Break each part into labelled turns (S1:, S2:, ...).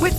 S1: With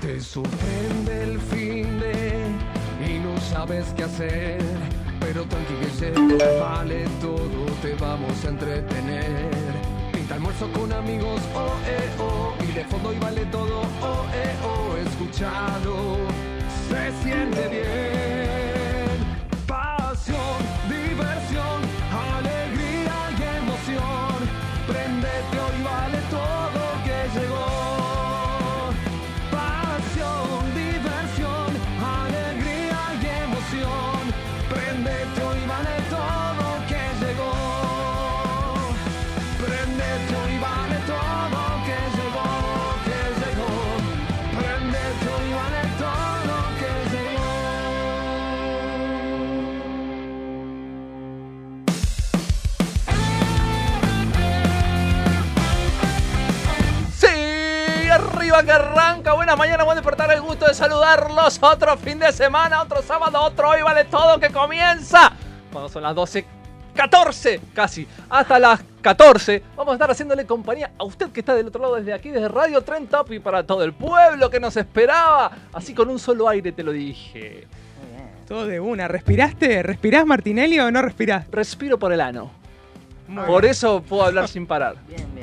S2: Te sorprende el fin de y no sabes qué hacer, pero tranquilo y se vale todo, te vamos a entretener. Pinta almuerzo con amigos, oh, eh, oh, y de fondo y vale todo, oh, eh, oh, escuchado, se siente bien. Pasión, diversión, alegría y emoción, prendete hoy vale todo que llegó. Pasión, diversión, alegría y emoción. Prendete hoy vale todo que llegó. Prendete hoy vale todo que llegó, que llegó. Prendete hoy vale todo que llegó.
S3: Sí, arriba que arranca. Buenas mañanas, buen despertar. El gusto de saludarlos. Otro fin de semana, otro sábado, otro hoy vale todo que comienza. Cuando son las 12, 14 casi, hasta las 14. Vamos a estar haciéndole compañía a usted que está del otro lado desde aquí, desde Radio Tren Top y para todo el pueblo que nos esperaba. Así con un solo aire te lo dije.
S4: Todo de una. ¿Respiraste? ¿Respirás, Martinelli, o no respirás?
S3: Respiro por el ano.
S4: Muy
S3: Por
S4: bien.
S3: eso puedo hablar sin parar.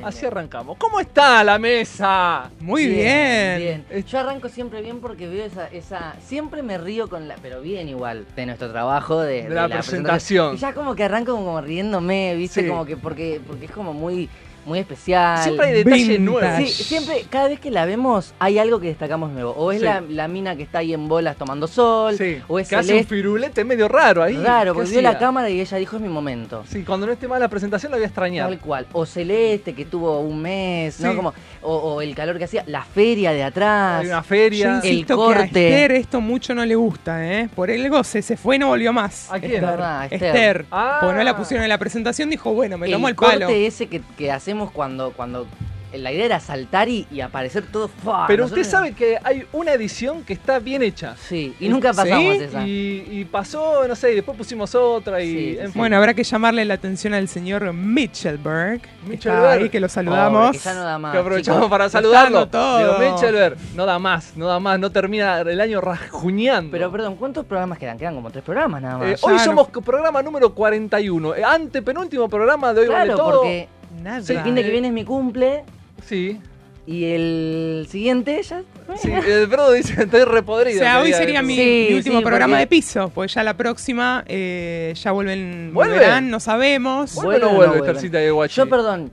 S3: Así arrancamos. ¿Cómo está la mesa?
S4: Muy bien.
S5: bien. Yo arranco siempre bien porque veo esa, esa. Siempre me río con la. Pero bien, igual, de nuestro trabajo, de,
S3: De la presentación.
S5: Y ya como que arranco como riéndome, ¿viste?
S3: Sí.
S5: Como que. Porque, porque es como muy, muy especial.
S3: Siempre hay detalles
S4: Vintage.
S3: nuevos.
S5: Sí, siempre, cada vez que la vemos, hay algo que destacamos nuevo. O es
S3: Sí.
S5: la, la mina que está ahí en bolas tomando sol,
S3: Sí,
S5: o es
S3: que hace un
S5: Celeste.
S3: firulete medio raro ahí.
S5: Raro,
S3: ¿Qué
S5: porque vio la
S3: hacía?
S5: cámara y ella dijo: Es mi momento.
S3: Sí, cuando no esté mal la presentación la voy a extrañar.
S5: Tal cual. O Celeste, que tuvo un mes,
S3: Sí.
S5: ¿no? Como, o, o el calor que hacía. La feria de atrás.
S3: Hay una feria.
S5: Sí, sí.
S4: Insisto
S5: el
S4: que a
S5: corte.
S4: Esther esto mucho no le gusta, ¿eh? Por el goce, se fue y no volvió más.
S3: ¿A quién?
S5: Es verdad, Esther.
S4: Esther.
S3: Ah.
S4: Porque no la pusieron en la presentación, dijo, bueno, me
S5: el
S4: tomo el,
S5: corte
S4: palo.
S5: ese que, que hacemos cuando, cuando la idea era saltar y, y aparecer todo. ¡fua!
S3: Pero usted
S5: Nosotros-
S3: sabe que hay una edición que está bien hecha.
S5: Sí, y nunca pasamos
S4: ¿Sí?
S5: esa.
S3: Y, y pasó, no sé, y después pusimos otra y.
S5: Sí, sí,
S3: en
S5: sí.
S3: fin.
S4: Bueno, habrá que llamarle la atención al señor Mitchellberg. que está
S3: Mitchellberg.
S4: ahí, que lo
S5: Pobre,
S4: saludamos.
S5: que ya no da más,
S3: Que aprovechamos
S5: chicos.
S3: para saludarlo.
S4: dando todo.
S3: Digo, Michelberg, no da más, no da más, no termina el año rajuñando.
S5: Pero perdón, ¿cuántos programas quedan? Quedan como tres programas nada más.
S3: Eh,
S4: ya
S3: hoy
S4: no-
S3: somos programa número 41. eh, antepenúltimo programa de hoy vale
S5: claro,
S3: todo.
S5: porque
S4: Nada.
S5: el fin de que viene es mi cumple
S3: Sí.
S5: y el siguiente ya.
S3: Sí, el Fredo dice, estoy
S4: O
S3: repodrido.
S4: sea, hoy
S3: Quería
S4: sería
S3: decir.
S4: mi,
S5: Sí,
S4: mi último
S5: sí,
S4: programa
S5: porque-
S4: de piso, porque ya la próxima eh, ya vuelven,
S3: ¿Vuelve?
S4: volverán, no sabemos.
S3: ¿Vuelve o no
S5: Vuelven o no
S3: vuelve,
S5: vuelven.
S3: Tercita de Guachi?
S5: Yo, perdón,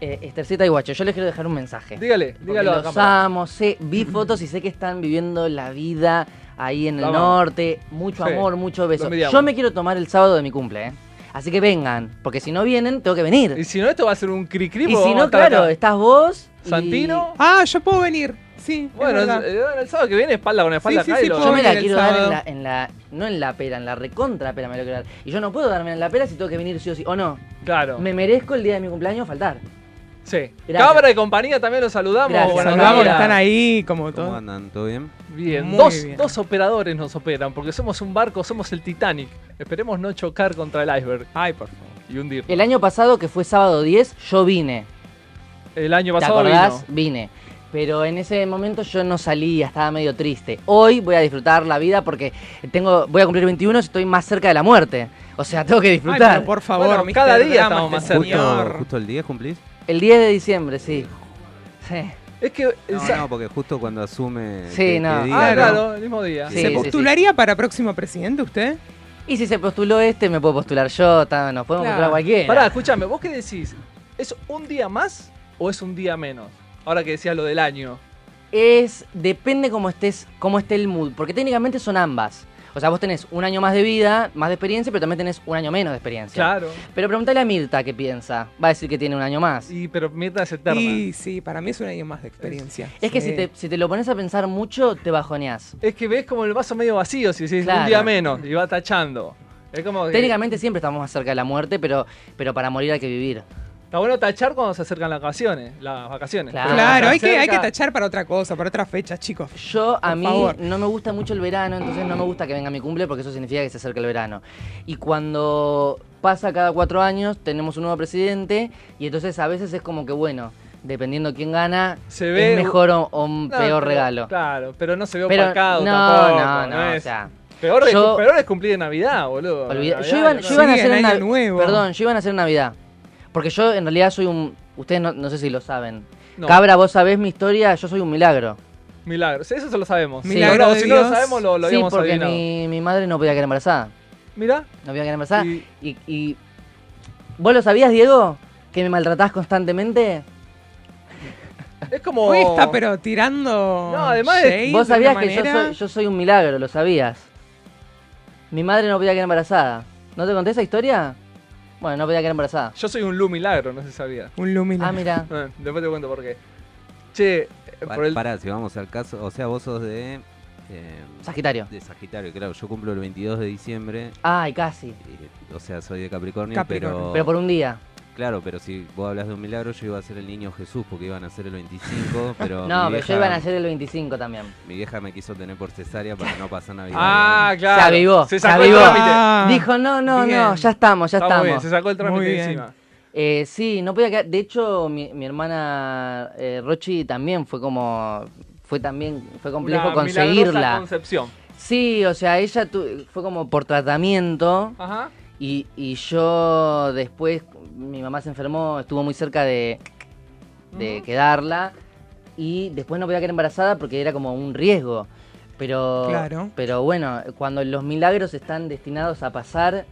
S5: eh, Estercita y Guacho, yo les quiero dejar un mensaje.
S3: Dígale,
S5: Porque
S3: dígalo a
S5: los
S3: cámara.
S5: amo, sé, vi fotos y sé que están viviendo la vida ahí en el
S3: Vamos.
S5: norte. Mucho
S3: Sí,
S5: amor, mucho
S3: los
S5: beso.
S3: mediamos.
S5: Yo me quiero tomar el sábado de mi cumple, ¿eh? Así que vengan, porque si no vienen, tengo que venir.
S3: Y si no, esto va a ser un cri-cri.
S5: Y,
S3: porque
S5: si
S3: vamos a
S5: no,
S3: estar
S5: claro,
S3: acá.
S5: estás vos. y-
S3: Santino.
S4: Ah, yo puedo venir. Sí. es
S3: Bueno,
S4: verdad.
S3: eh, el sábado que viene, espalda con espalda
S4: Sí, sí,
S3: acá y
S4: sí,
S3: lo-
S4: puedo
S5: Yo me la
S4: venir el
S5: quiero dar en
S4: sábado.
S5: la, en la- No en la pera, en la recontra pera me lo quiero dar. Y yo no puedo darme en la pera si tengo que venir sí o sí. O no.
S3: Claro.
S5: Me merezco el día de mi cumpleaños faltar.
S3: Sí.
S5: Gracias.
S3: Cámara de compañía también los saludamos.
S5: Gracias.
S3: Buenas
S4: Saludamos,
S3: noches.
S4: están ahí como
S6: ¿Cómo
S4: todo.
S6: andan? ¿Todo bien?
S3: Bien.
S4: Muy
S3: eh, Dos,
S4: bien.
S3: dos operadores nos operan porque somos un barco, somos el Titanic. Esperemos no chocar contra el iceberg
S4: Ay, por favor.
S3: y hundir.
S5: El año pasado, que fue sábado 10, yo vine.
S3: El año
S5: ¿Te
S3: pasado
S5: acordás?
S3: vino.
S5: Vine. Pero en ese momento yo no salía, estaba medio triste. Hoy voy a disfrutar la vida porque tengo, voy a cumplir 21 y estoy más cerca de la muerte. O sea, tengo que
S4: Ay,
S5: disfrutar.
S4: pero por favor,
S3: Bueno, cada
S4: Mr.
S3: día
S4: Drama,
S3: estamos
S4: este
S3: más cerca.
S6: Justo,
S4: señor.
S6: justo el 10 cumplís.
S5: El 10 de diciembre, sí. Sí.
S3: Es que.
S6: No,
S3: sa-
S6: no, porque justo cuando asume.
S5: Sí,
S6: que-
S5: no.
S6: que diga,
S3: ah,
S6: ¿no?
S3: claro, el mismo día.
S5: Sí,
S4: ¿Se
S5: sí, sí.
S4: postularía para próximo presidente usted?
S5: Y si se postuló este, me puedo postular yo, ta- nos podemos
S4: Claro.
S5: postular cualquiera.
S3: Pará, escúchame, ¿vos qué decís? ¿Es un día más o es un día menos? Ahora que decías lo del año.
S5: Es, depende cómo estés, cómo esté el mood, porque técnicamente son ambas. O sea, vos tenés un año más de vida, más de experiencia, pero también tenés un año menos de experiencia.
S3: Claro.
S5: Pero preguntale a Mirta qué piensa. Va a decir que tiene un año más.
S3: Y, pero Mirta es eterna.
S4: Y sí, para mí es un año más de experiencia.
S5: Es que
S4: Sí.
S5: si te, si te lo pones a pensar mucho, te bajoneás.
S3: Es que ves como el vaso medio vacío, si decís un
S5: Claro.
S3: día menos, y va tachando. Es como que
S5: Técnicamente siempre estamos más cerca de la muerte, pero, pero para morir hay que vivir.
S3: Está bueno tachar cuando se acercan las vacaciones. Las vacaciones.
S5: Claro.
S3: Pero
S4: Claro,
S3: cuando
S4: hay
S3: se
S4: que, hay que
S3: acerca-
S4: tachar para otra cosa, para otra fecha, chicos.
S5: Yo, a
S4: Por
S5: mí,
S4: favor.
S5: no me gusta mucho el verano, entonces no me gusta que venga mi cumple porque eso significa que se acerca el verano. Y cuando pasa cada cuatro años, tenemos un nuevo presidente y entonces a veces es como que, bueno, dependiendo quién gana,
S3: Se ve-
S5: es mejor o, o un
S3: No,
S5: peor
S3: pero-
S5: regalo.
S3: Claro, pero no se ve
S5: Pero-
S3: opacado
S5: no,
S3: tampoco.
S5: no, no,
S3: es-
S5: o sea,
S3: peor, es,
S5: yo-
S3: peor es cumplir de Navidad, boludo.
S5: Olvida-
S3: Navidad,
S5: Yo iba, yo
S3: claro.
S5: iba a
S4: Sí,
S5: nacer
S4: el
S5: en
S4: año
S5: Nav-
S4: nuevo.
S5: Perdón, yo iba a nacer en Navidad. Porque yo en realidad soy un... Ustedes no, no sé si lo saben.
S3: No.
S5: Cabra, vos sabés mi historia, yo soy un milagro.
S3: Milagros, eso se lo sabemos.
S4: Sí.
S3: Milagros,
S4: Milagro de
S3: si no lo
S4: Dios.
S3: sabemos, lo, lo
S5: sí,
S3: habíamos
S5: porque
S3: adivinado.
S5: mi, mi madre no podía quedar embarazada.
S3: Mira,
S5: No podía quedar embarazada.
S3: Y-
S5: Y, y- ¿Vos lo sabías, Diego? ¿Que me maltratás constantemente?
S3: es como.
S4: Hoy está, pero tirando.
S3: No, además es-
S4: shade
S5: ¿Vos
S4: de una
S5: sabías que yo
S4: manera.
S5: soy, yo soy un milagro? ¿Lo sabías? Mi madre no podía quedar embarazada. ¿No te conté esa historia? Bueno, no podía quedar embarazada.
S3: Yo soy un Lu Milagro, no se sabía.
S4: Un lumino.
S5: Ah, mira.
S3: Eh, Después te cuento por qué. Che, eh,
S6: Pa-
S3: por el.
S6: Pará, si vamos al caso. O sea, vos sos de. eh,
S5: Sagitario.
S6: de Sagitario, claro. Yo cumplo el 22 de diciembre.
S5: Ay, casi.
S6: y- o sea, soy de Capricornio,
S4: Capricornio.
S6: pero.
S5: Pero por un día.
S6: Claro, pero si vos hablas de un milagro, yo iba a ser el niño Jesús porque iban a ser el 25. pero
S5: No, pero yo
S6: mi vieja-
S5: iba a nacer el 25 también.
S6: Mi vieja me quiso tener por cesárea para no pasar Navidad.
S3: Ah, claro.
S5: Se avivó,
S3: Se
S5: se
S3: sacó
S5: avivó.
S3: el trámite.
S4: Ah,
S5: Dijo, no, no,
S4: bien.
S5: no, ya estamos, ya
S3: Está muy bien,
S5: estamos.
S3: se sacó el
S4: Muy
S3: trámite
S4: bien.
S3: encima.
S5: Eh, sí, no podía quedar. De hecho, mi, mi hermana eh, Rochi también fue como. Fue también. Fue complejo
S3: Una milagrosa
S5: conseguirla.
S3: Concepción.
S5: Sí, o sea, ella tu- fue como por tratamiento.
S3: Ajá.
S5: Y, y yo después. Mi mamá se enfermó, estuvo muy cerca de. de quedarla. Y después no podía quedar embarazada porque era como un riesgo. Pero.
S4: Claro.
S5: Pero bueno, cuando los milagros están destinados a pasar.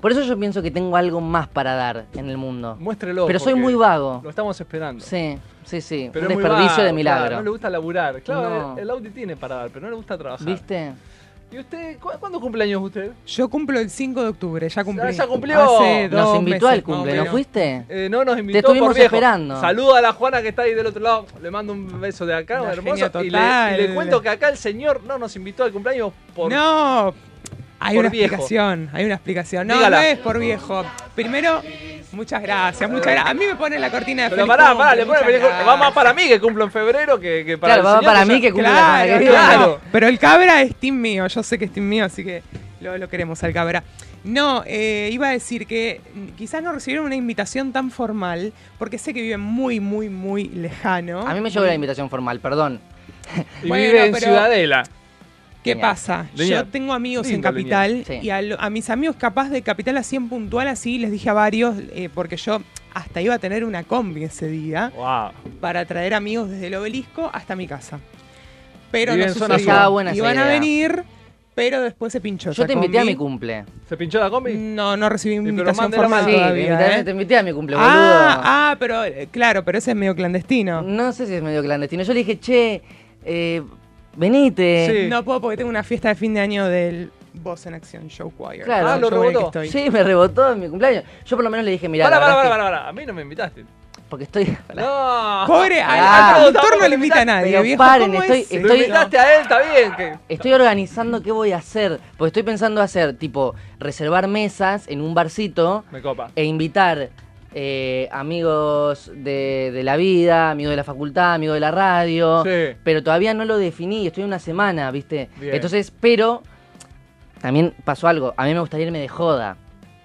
S5: Por eso yo pienso que tengo algo más para dar en el mundo.
S3: Muéstrelo.
S5: Pero soy
S3: porque
S5: muy vago.
S3: Lo estamos esperando.
S5: Sí, sí, sí.
S3: Pero es
S5: un
S3: muy
S5: desperdicio
S3: vago,
S5: de milagro.
S3: claro, no le gusta laburar. Claro,
S5: No.
S3: el, el Audi tiene para dar, pero no le gusta trabajar.
S5: ¿Viste?
S3: ¿Y usted? cu- ¿Cuándo cumpleaños usted? Ah,
S4: Yo cumplo el 5 de octubre, ya cumplí.
S3: Ya- ya cumplió.
S4: Hace
S3: Nos
S4: dos
S5: Nos invitó
S4: meses,
S5: al cumple,
S4: más o
S5: ¿no
S4: menos.
S5: fuiste?
S3: Eh, no nos invitó
S5: estuvimos
S3: por viejo.
S5: esperando.
S3: Saludo a la Juana que está ahí del otro lado. Le mando un beso de acá,
S4: Una
S3: hermoso.
S4: genia
S3: Y le,
S4: total.
S3: y le cuento que acá el señor no nos invitó al cumpleaños por.
S4: No, hay
S3: por
S4: una
S3: viejo.
S4: explicación, hay una explicación. No,
S3: Dígala.
S4: no es por viejo. Primero, muchas gracias, muchas gracias. A mí me ponen la cortina de
S3: Eh. Pero
S4: feliz
S3: pará,
S4: cumple,
S3: pará, le pone
S4: muchas
S3: película. Va más
S4: gracias.
S3: para mí que cumplo en febrero que, que para
S5: Claro,
S3: el
S5: va
S3: señor
S5: para
S3: ya-
S5: mí que cumple la semana
S4: Claro,
S5: que
S4: claro.
S5: viene.
S3: Claro.
S4: Pero el cabra es team mío, yo sé que es team mío, así que lo, lo queremos al cabra. No, eh, iba a decir que mm, quizás no recibieron una invitación tan formal, porque sé que viven muy, muy, muy lejano.
S5: A mí me llegó la invitación formal, perdón.
S3: Y
S4: Bueno,
S3: vive en
S4: pero-
S3: Ciudadela.
S4: ¿Qué
S5: Genial.
S4: pasa?
S3: Genial.
S4: Yo tengo amigos
S3: Lindo,
S4: en Capital
S5: genial. Sí.
S4: y a, lo- a mis amigos capaz de Capital así en puntual así les dije a varios eh, porque yo hasta iba a tener una combi ese día
S3: Wow.
S4: para traer amigos desde el obelisco hasta mi casa. Pero
S3: Vive
S4: no
S3: en zona
S4: sucedió.
S3: sur. Estaba
S5: buena esa
S4: Iban a
S5: idea.
S4: venir, pero después se pinchó.
S5: Yo
S4: esa
S5: te invité a
S4: combi.
S5: mi cumple.
S3: ¿Se pinchó la combi?
S4: No, no recibí
S3: pero
S4: invitación
S3: mándela
S4: formal
S3: más.
S5: Sí, te
S4: todavía.
S5: invité,
S4: ¿eh?
S5: te invité a mi cumple, boludo.
S4: ah, ah, pero eh, claro, pero ese es medio clandestino.
S5: No sé si es medio clandestino. Yo le dije, che, eh, venite.
S3: Sí.
S4: No puedo porque tengo una fiesta de fin de año del Voz en Acción Show Choir.
S5: Claro. Ah,
S4: el
S3: lo
S4: show en el que
S3: rebotó.
S4: estoy.
S5: me rebotó en mi cumpleaños. Yo por lo menos le dije, mirá,
S3: Pará,
S5: la
S3: pará,
S5: verdad
S3: pará,
S5: es
S3: pará, pará. A mí no me invitaste.
S5: que- porque estoy...
S3: No.
S4: Pobre, al,
S5: Ah.
S4: al productor no le invita a nadie,
S5: Pero
S4: viejo.
S5: paren,
S4: ¿cómo
S5: estoy-
S4: es?
S5: estoy-
S3: Lo invitaste a él, está bien. Que...
S5: Estoy organizando qué voy a hacer. Porque estoy pensando hacer, tipo, reservar mesas en un barcito
S3: Me copa.
S5: e invitar eh, amigos de, de la vida, amigos de la facultad, amigos de la radio.
S3: Sí.
S5: Pero todavía no lo definí, estoy una semana, ¿viste?
S3: Bien.
S5: Entonces, pero también pasó algo. A mí me gustaría irme de joda.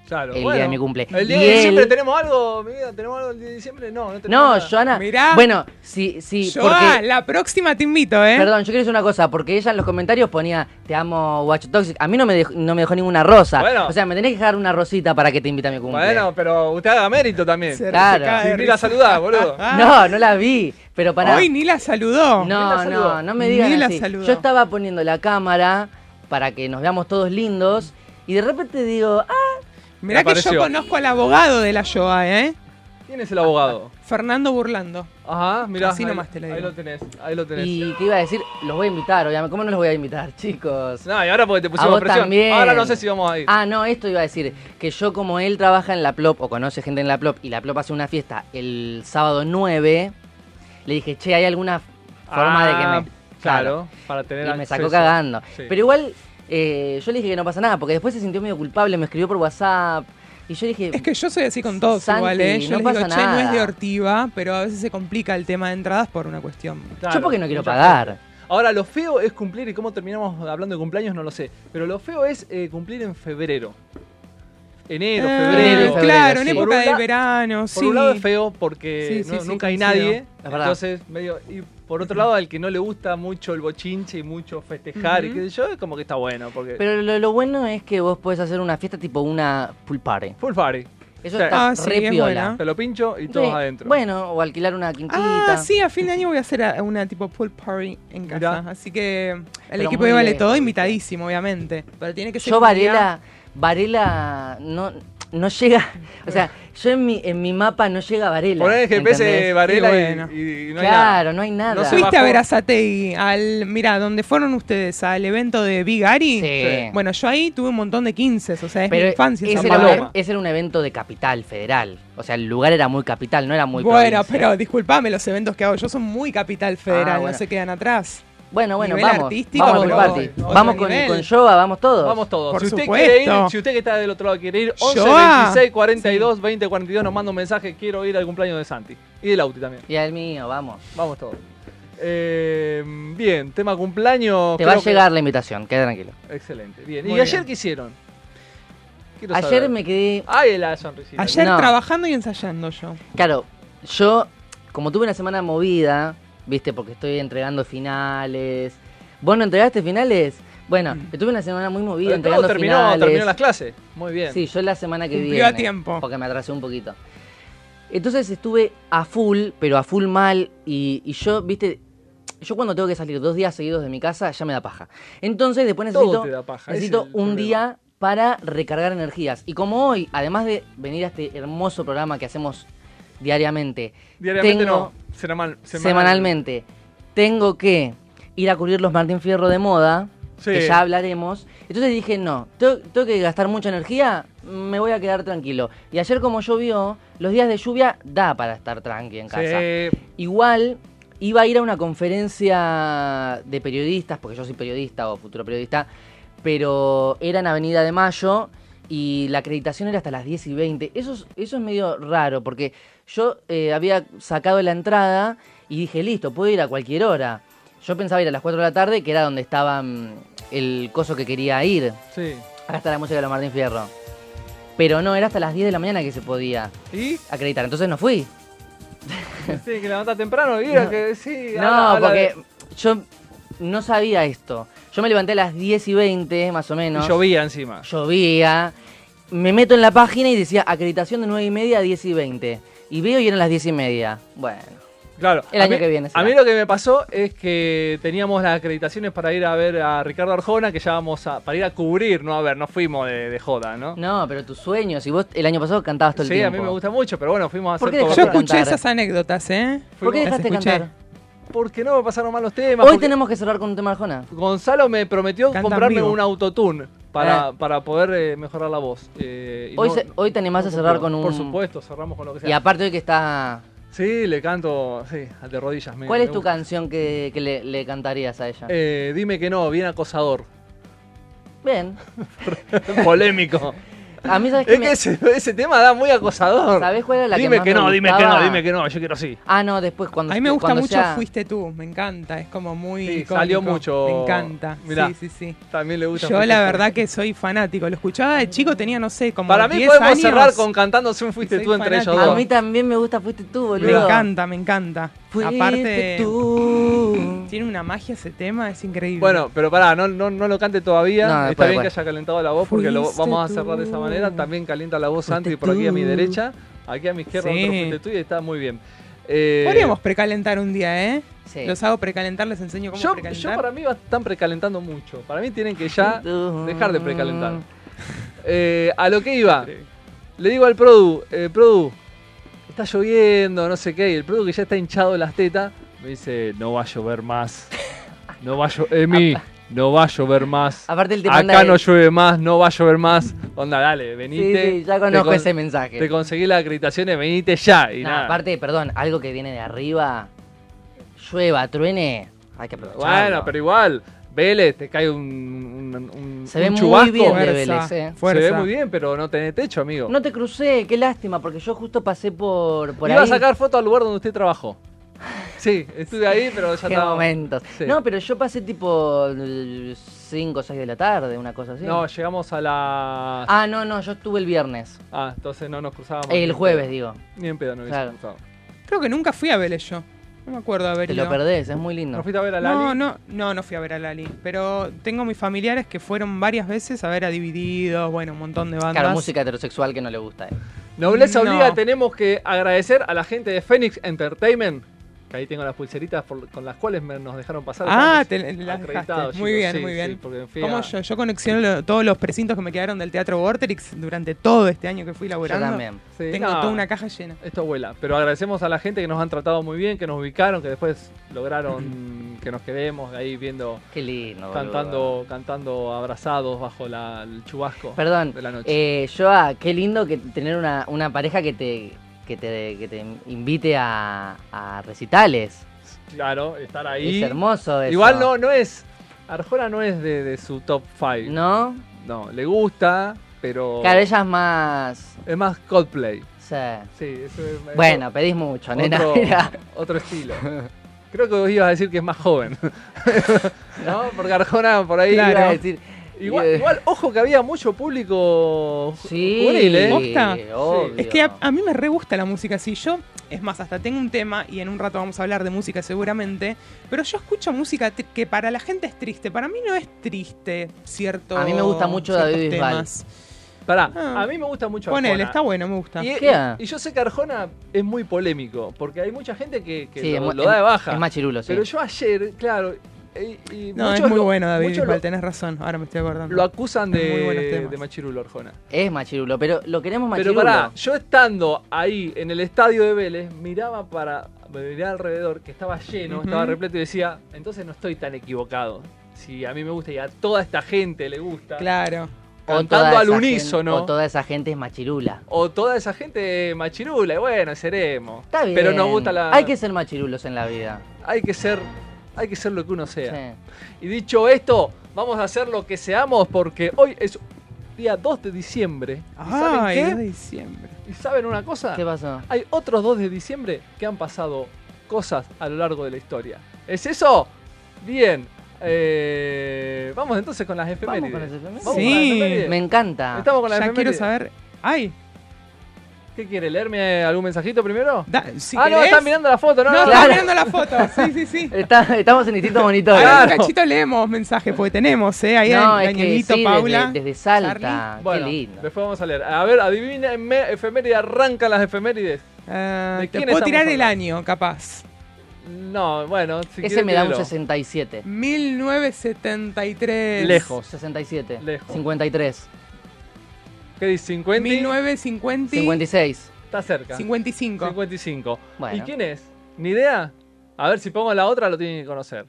S3: Claro,
S5: el
S3: bueno.
S5: día de mi cumple.
S3: El día
S5: Y
S3: de diciembre
S5: él-
S3: tenemos algo, mi vida, tenemos algo el día de diciembre. No, no tenemos
S5: No,
S3: nada.
S5: Joana.
S4: Mirá.
S5: Bueno, sí, sí,
S4: Joa,
S5: porque.
S4: la próxima te invito, ¿eh?
S5: Perdón, yo quiero decir una cosa, porque ella en los comentarios ponía, te amo, guacho toxic. A mí no me dejó, no me dejó ninguna rosa.
S3: Bueno.
S5: O sea, me tenés que dejar una rosita para que te invite a mi cumple.
S3: Bueno, pero usted haga mérito también.
S4: Se- se
S5: claro.
S4: cae de
S3: Sin ir a
S4: risa.
S3: saludar, boludo.
S4: Ah,
S5: No, no la vi, pero para...
S4: Hoy ni la saludó.
S3: Ni la
S5: No,
S3: saludó.
S5: no, no me
S4: Ni
S5: digan
S4: la
S5: así.
S4: saludó.
S5: Yo estaba poniendo la cámara para que nos veamos todos lindos y de repente digo, ah,
S4: Mirá que
S3: Apareció.
S4: yo conozco al abogado de la Joa, ¿eh?
S3: ¿Quién es el abogado?
S4: Fernando Burlando.
S3: Ajá, mirá.
S4: Así
S3: ahí,
S4: nomás te lo digo.
S3: Ahí lo tenés, ahí lo tenés.
S5: y qué iba a decir, los voy a invitar, obviamente. ¿Cómo no los voy a invitar, chicos?
S3: No, y ahora porque te
S5: A
S3: pusimos
S5: vos
S3: presión.
S5: también.
S3: Ahora no sé si vamos a ir.
S5: Ah, no, esto iba a decir, que yo como él trabaja en la Plop o conoce gente en la Plop y la Plop hace una fiesta el sábado 9, le dije, che, ¿hay alguna forma
S3: Ah,
S5: de que me...
S3: Claro, para tener
S5: Y me sacó
S3: acceso.
S5: cagando.
S3: Sí.
S5: Pero igual, eh, yo le dije que no pasa nada, porque después se sintió medio culpable, me escribió por WhatsApp. Y yo dije.
S4: Es que yo soy así con todos
S5: Santi,
S4: igual, ¿eh? Yo
S5: no
S4: les
S5: pasa
S4: digo, che, no es
S5: nada".
S4: de Ortiva, pero a veces se complica el tema de entradas por una cuestión.
S3: Claro,
S5: yo porque no quiero
S3: mucha
S5: pagar.
S3: gente. Ahora, lo feo es cumplir, y cómo terminamos hablando de cumpleaños no lo sé, pero lo feo es eh, cumplir en febrero. Enero,
S4: Ah,
S3: febrero.
S5: febrero,
S4: claro, en
S5: sí.
S3: Por
S4: época
S3: un
S4: de
S3: la-
S4: verano,
S3: Por
S4: sí.
S3: un lado es feo porque
S4: Sí,
S3: no-
S4: sí, sí,
S3: nunca hay
S4: coincido.
S3: nadie.
S5: Es verdad.
S3: Entonces, medio. Y por otro lado, al que no le gusta mucho el bochinche y mucho festejar y
S4: Ujú.
S3: qué sé yo, es como que está bueno. Porque
S5: Pero lo, lo bueno es que vos podés hacer una fiesta tipo una pool party.
S3: full party.
S5: Eso
S3: Sí.
S5: está
S4: Ah, sí,
S5: re
S4: es
S5: piola.
S4: buena.
S3: Te lo pincho y
S5: Sí,
S3: todos adentro.
S5: Bueno, o alquilar una quintita.
S4: Ah, sí, a fin de año voy a hacer a- una tipo pool party en casa.
S3: Mirá.
S4: Así que el
S5: Pero
S4: equipo
S5: muy
S4: de Vale
S5: lejos,
S4: Todo
S5: ¿viste?
S4: invitadísimo, obviamente. Pero tiene que ser
S5: Yo
S4: un día-
S5: Varela, Varela no, no llega. O sea, yo en mi, en mi mapa no llega Varela.
S3: Poner el GPS de
S5: ¿entendés?
S3: Varela y,
S4: Y bueno.
S3: y no hay
S5: Claro,
S3: nada.
S5: no hay nada.
S3: No se
S4: ¿Fuiste a
S3: bajó.
S4: ver a Sategui? Al, mira, donde fueron ustedes, al evento de Big Ari.
S5: Sí.
S4: Bueno, yo ahí tuve un montón de 15, o sea, es mi infancia. esa
S5: ese,
S3: San
S5: era,
S4: paloma.
S5: un- ese era un evento de capital federal. O sea, el lugar era muy capital, no era muy
S4: bueno,
S5: provincia.
S4: pero disculpame, los eventos que hago yo son muy capital federal,
S5: Ah, bueno.
S4: no se quedan atrás.
S5: Bueno, bueno,
S4: nivel
S5: vamos.
S4: artístico,
S5: Vamos al
S3: pero
S5: party.
S3: otro
S5: vamos con,
S4: nivel.
S5: con Yoba, vamos todos.
S3: Vamos todos.
S4: Por
S3: si usted
S4: supuesto. ah,
S3: quiere ir, si usted que está del otro lado quiere ir, 11
S4: Joa.
S3: 26 42 20 42 nos manda un mensaje, quiero ir al cumpleaños de Santi y del Auti también.
S5: Y al mío, vamos.
S3: Vamos todos. Eh, bien, tema cumpleaños.
S5: Te va a
S3: creo que-
S5: llegar la invitación, queda tranquilo.
S3: Excelente. Bien.
S4: Muy
S3: ¿Y ayer
S4: bien.
S3: qué hicieron? Quiero
S5: Ayer
S3: saber.
S5: me quedé.
S3: Ay, la sonrisita.
S4: Ayer
S5: No.
S4: trabajando y ensayando yo.
S5: Claro, yo, como tuve una semana movida, viste, porque estoy entregando finales. ¿Vos no entregaste finales? Bueno, yo tuve una semana muy
S3: Mm. Pero
S5: movida
S3: todo
S5: entregando
S3: terminó,
S5: finales.
S3: terminó las clases. Muy bien.
S5: Sí, yo la semana que
S4: Cumplió
S5: viene.
S4: a tiempo.
S5: Porque me atrasé un poquito. Entonces estuve a full, pero a full mal. Y, y yo, viste, yo cuando tengo que salir dos días seguidos de mi casa, ya me da paja. Entonces después
S3: Todo
S5: necesito,
S3: te da paja, ese
S5: necesito
S3: es el
S5: un
S3: problema.
S5: día para recargar energías. Y como hoy, además de venir a este hermoso programa que hacemos diariamente,
S3: Diariamente
S5: tengo-
S3: no. Semanal-
S5: semanalmente. Tengo que ir a cubrir los Martín Fierro de moda,
S3: Sí.
S5: que ya hablaremos. Entonces dije, no, tengo, tengo que gastar mucha energía, me voy a quedar tranquilo. Y ayer como llovió, los días de lluvia da para estar tranqui en casa.
S3: Sí.
S5: Igual iba a ir a una conferencia de periodistas, porque yo soy periodista o futuro periodista, pero era en Avenida de Mayo y la acreditación era hasta las 10 y 20. Eso es, eso es medio raro, porque yo eh, había sacado la entrada y dije, listo, puedo ir a cualquier hora. Yo pensaba ir a las 4 de la tarde, que era donde estaba mm, el coso que quería ir.
S3: Sí.
S5: Acá está la música de los Martín Fierro. Pero no, era hasta las 10 de la mañana que se podía
S3: ¿Y?
S5: acreditar. Entonces no fui.
S3: Sí, que levantar temprano y era que sí.
S5: No,
S3: habla- habla
S5: porque
S3: de-
S5: yo no sabía esto. Yo me levanté a las 10 y 20, más o menos.
S3: Y llovía encima.
S5: Llovía. Me meto en la página y decía acreditación de 9 y media a 10 y 20. Y veo y eran las 10 y media. Bueno.
S3: Claro.
S5: El
S3: a
S5: año
S3: mí-
S5: que viene
S3: A
S5: será.
S3: mí lo que me pasó es que teníamos las acreditaciones para ir a ver a Ricardo Arjona, que ya vamos a. para ir a cubrir, no a ver, no fuimos de, de joda, ¿no?
S5: No, pero tus sueños. Si vos el año pasado cantabas todo el
S3: sí,
S5: tiempo.
S3: a mí me gusta mucho, pero bueno, fuimos a
S5: ¿Por
S3: hacer
S5: qué
S3: todo.
S4: Yo
S5: dejaste
S3: Bueno,
S4: escuché
S5: cantar.
S4: esas anécdotas, ¿eh?
S5: ¿Por qué
S4: Las
S5: dejaste de
S4: escuché.
S5: cantar?
S3: Porque no me pasaron mal los temas.
S5: Hoy
S3: porque
S5: tenemos que cerrar con un tema de Arjona.
S3: Gonzalo me prometió
S4: Canta en
S3: comprarme
S4: vivo.
S3: un autotune para,
S5: Ah.
S3: para poder eh, mejorar la voz. eh, y
S5: Hoy,
S3: no-
S5: se- hoy te animás
S3: no
S5: a cerrar con
S3: cumplió.
S5: un.
S3: Por supuesto, cerramos con lo que sea.
S5: Y aparte hoy que está.
S3: Sí, le canto, sí, de rodillas. me-
S5: ¿Cuál
S3: me
S5: es tu
S3: gusta.
S5: canción que, que le, le cantarías a ella?
S3: Eh, dime que no, bien acosador.
S5: Bien.
S3: Polémico.
S5: A mí, ¿sabes qué?
S3: Es
S5: me-
S3: que ese, ese tema da muy acosador.
S5: ¿Sabés cuál era la que
S3: dime
S5: más
S3: que
S5: me
S3: no, dime que no,
S5: gustaba?
S3: dime que no, yo quiero sí.
S5: Ah, no, después cuando.
S4: A mí me gusta
S5: cuando
S4: mucho
S5: ya-
S4: Fuiste tú, me encanta, es como muy.
S3: Sí,
S4: icónico,
S3: salió mucho.
S4: Me encanta.
S3: Mirá.
S4: Sí, sí, sí.
S3: También le gusta.
S4: Yo la verdad que soy fanático. Lo escuchaba de chico, tenía, no sé, como.
S3: Para mí
S4: 10
S3: podemos
S4: años.
S3: cerrar con cantándose un fuiste
S4: Soy
S3: tú entre ellos
S4: fanático.
S3: dos.
S5: A mí también me gusta, fuiste tú, boludo.
S4: Me encanta, me encanta.
S5: Fuiste
S4: Aparte,
S5: tú.
S4: tiene una magia ese tema, es increíble.
S3: Bueno, pero pará, no, no, no lo cante todavía.
S5: No,
S3: Está
S5: después,
S3: bien
S5: después.
S3: que haya calentado la voz porque lo
S4: Fuiste
S3: vamos a
S4: tú.
S3: cerrar de esa manera. También calienta la voz
S5: Fuiste
S3: Santi por aquí a mi
S5: tú.
S3: derecha. Aquí a mi izquierda
S4: Sí.
S3: otro fuiste tú y está muy bien. Eh,
S4: Podríamos precalentar un día, ¿eh?
S5: Sí.
S4: Los hago precalentar, les enseño cómo
S3: yo,
S4: precalentar.
S3: yo para mí va- están precalentando mucho. Para mí tienen que ya dejar de precalentar.
S5: mm.
S3: Eh, a lo que iba, le digo al Produ, eh, Produ, está lloviendo, no sé qué, y el Produ que ya está hinchado de las tetas, me dice, no va a llover más. No va a llover, Emi, no va a llover más.
S5: Aparte el tema
S3: Acá no llueve más, no va a llover más. Onda, dale, venite.
S5: Sí, sí, ya
S3: te
S5: conozco
S3: con-
S5: ese mensaje.
S3: Te conseguí las acreditaciones, venite ya. Y
S5: No,
S3: nada.
S5: aparte, perdón, algo que viene de arriba, llueva, truene, hay que aprovecharlo.
S3: bueno, pero igual, Vélez, te cae un, un, un-
S5: Se ve
S3: un
S5: muy
S3: chubasco.
S5: bien de
S4: Fuerza.
S5: Vélez, eh.
S4: Fuerza.
S3: Se ve muy bien, pero no tenés techo, amigo.
S5: No te crucé, qué lástima, porque yo justo pasé por, por
S3: Iba
S5: ahí.
S3: a sacar foto al lugar donde usted trabajó. Sí, estuve ahí, pero ya
S5: Qué
S3: estaba.
S5: momentos.
S3: Sí.
S5: No, pero yo pasé tipo 5 o 6 de la tarde, una cosa así.
S3: No, llegamos a la. Ah,
S5: ah, no, no, yo estuve el viernes.
S3: entonces no nos cruzábamos. ni
S5: El
S3: en
S5: jueves,
S3: pedo.
S5: digo.
S3: Ni en pedo no hubiese
S5: Claro.
S3: cruzado.
S4: Creo que nunca fui a Vélez yo. No me acuerdo de haber
S5: Te
S4: ido.
S5: lo perdés, es muy lindo.
S3: ¿No fuiste a ver a Lali?
S4: No, no, no, no fui a ver a Lali. Pero tengo mis familiares que fueron varias veces a ver a Divididos, bueno, un montón de bandas.
S5: Claro, música heterosexual que no le gusta. eh.
S3: Nobleza
S4: No.
S3: obliga, tenemos que agradecer a la gente de Phoenix Entertainment. Que ahí tengo las pulseritas por- con las cuales me- nos dejaron pasar.
S4: Ah,
S3: Estamos
S4: te las
S3: acreditados,
S4: dejaste. Muy
S3: chicos.
S4: bien,
S3: Sí,
S4: muy bien.
S3: sí, porque fui
S4: Como
S3: a-
S4: yo, yo conexiono lo- todos los precintos que me quedaron del Teatro Vorterix durante todo este año que fui
S5: Yo
S4: laburando.
S5: también.
S3: Sí,
S4: Tengo
S3: no,
S4: toda una caja llena.
S3: Esto vuela. Pero agradecemos a la gente que nos han tratado muy bien, que nos ubicaron, que después lograron que nos quedemos ahí viendo
S5: Qué lindo. boludo.
S3: cantando, cantando abrazados bajo la- el chubasco
S5: Perdón,
S3: de la noche.
S5: eh, Joa, qué lindo que tener una, una pareja que te, que te, que te invite a, a recitales.
S3: claro, estar ahí.
S5: Es hermoso eso.
S3: Igual no, no es. Arjona no es de, de su top 5.
S5: ¿No?
S3: No, le gusta, pero.
S5: Claro, ella es más...
S3: Oh. Es más Coldplay.
S5: sí.
S3: Sí, eso es. eso-
S5: Bueno, pedís mucho, nena.
S3: otro,
S5: mirá.
S3: otro estilo. Creo que vos ibas a decir que es más joven. ¿No? Porque Arjona por ahí.
S5: Iba a
S3: iba a decir-
S5: decir,
S3: Igual,
S5: eh,
S3: igual, ojo que había mucho público ju-
S5: Sí,
S3: juvenil, ¿eh?
S4: ¿Posta?
S5: obvio.
S4: Es que a, a mí me re gusta la música así. Yo, es más, hasta tengo un tema y en un rato vamos a hablar de música seguramente. Pero yo escucho música tri- que para la gente es triste. Para mí no es triste, ¿cierto?
S5: A mí me gusta mucho David
S4: ciertos
S5: Bisbal.
S4: temas.
S3: Pará,
S4: Ah.
S3: a mí me gusta mucho
S4: Ponele,
S3: Arjona.
S4: está bueno, me gusta.
S3: Y,
S5: ¿Qué?
S3: y- y yo sé que Arjona es muy polémico, porque hay mucha gente que, que
S5: Sí, es
S3: lo,
S5: mu-
S3: lo da de baja.
S5: Es más chirulo, sí.
S3: Pero yo ayer, claro, y- y
S4: No,
S3: muchos
S4: es muy
S3: lo-
S4: bueno David
S3: muchos
S4: Bisbal,
S3: lo,
S4: tenés razón. Ahora me estoy acordando.
S3: lo acusan
S4: Muy buenos
S3: de,
S4: temas.
S3: de machirulo Arjona.
S5: Es machirulo, pero lo queremos
S3: Pero
S5: machirulo.
S3: pará, yo estando ahí en el estadio de Vélez, miraba para miraba alrededor, que estaba lleno,
S4: Ujú.
S3: estaba repleto y decía, entonces no estoy tan equivocado. Si a mí me gusta y a toda esta gente le gusta,
S4: Claro.
S5: O
S3: cantando
S5: toda
S3: al
S5: esa gen-
S3: unísono.
S5: o toda esa gente es machirula.
S3: o toda esa gente machirula, y bueno, seremos.
S5: Está bien.
S3: Pero nos gusta la...
S5: Hay que ser machirulos en la vida.
S3: hay que ser... Hay que ser lo que uno sea.
S5: Sí.
S3: Y dicho esto, vamos a hacer lo que seamos porque hoy es día 2 de diciembre. ¿Y
S4: Ay,
S3: saben
S4: de
S3: qué?
S4: diciembre.
S3: ¿Y saben una cosa?
S5: ¿Qué pasó?
S3: Hay otros 2 de diciembre que han pasado cosas a lo largo de la historia. ¿Es eso? Bien. Eh, vamos entonces con las efemérides.
S5: con las efemérides.
S3: Vamos con
S4: Sí.
S3: las efemérides.
S5: Me encanta.
S3: Estamos con las
S4: Ya quiero
S3: efemérides.
S4: saber. Ay,
S3: ¿Qué quiere? ¿Leerme algún mensajito primero?
S4: da- si
S3: ah, no,
S4: querés-
S3: están mirando la foto, no,
S4: No,
S3: no, no.
S4: están
S5: Claro.
S4: mirando la foto. Sí, sí, sí.
S5: Está- estamos en distintos monitores.
S4: Ahora
S3: Claro.
S4: un cachito leemos mensajes, porque tenemos, ¿eh? Ahí
S5: No,
S4: hay
S5: es que
S4: Danielito,
S5: sí,
S4: Paula.
S5: desde, desde Salta.
S4: Charlie.
S3: Bueno,
S5: Qué lindo.
S3: después vamos a leer. A ver, adivínenme, efeméride, arrancan las efemérides.
S4: Ah,
S3: ¿De
S4: te
S3: quién
S4: puedo
S3: estamos
S4: tirar el
S3: hablando?
S4: año, capaz.
S3: No, bueno,
S5: Ese
S3: si quieren,
S5: me da un
S3: tírelo.
S5: 67.
S4: 1973.
S3: Lejos.
S5: 67.
S3: Lejos.
S5: 53.
S3: ¿Qué dice? 50.
S4: 1950.
S5: 56.
S3: Está cerca.
S4: 55.
S3: 55.
S5: Bueno.
S3: ¿Y quién es? ¿Ni idea? A ver si pongo la otra, lo tienen que conocer.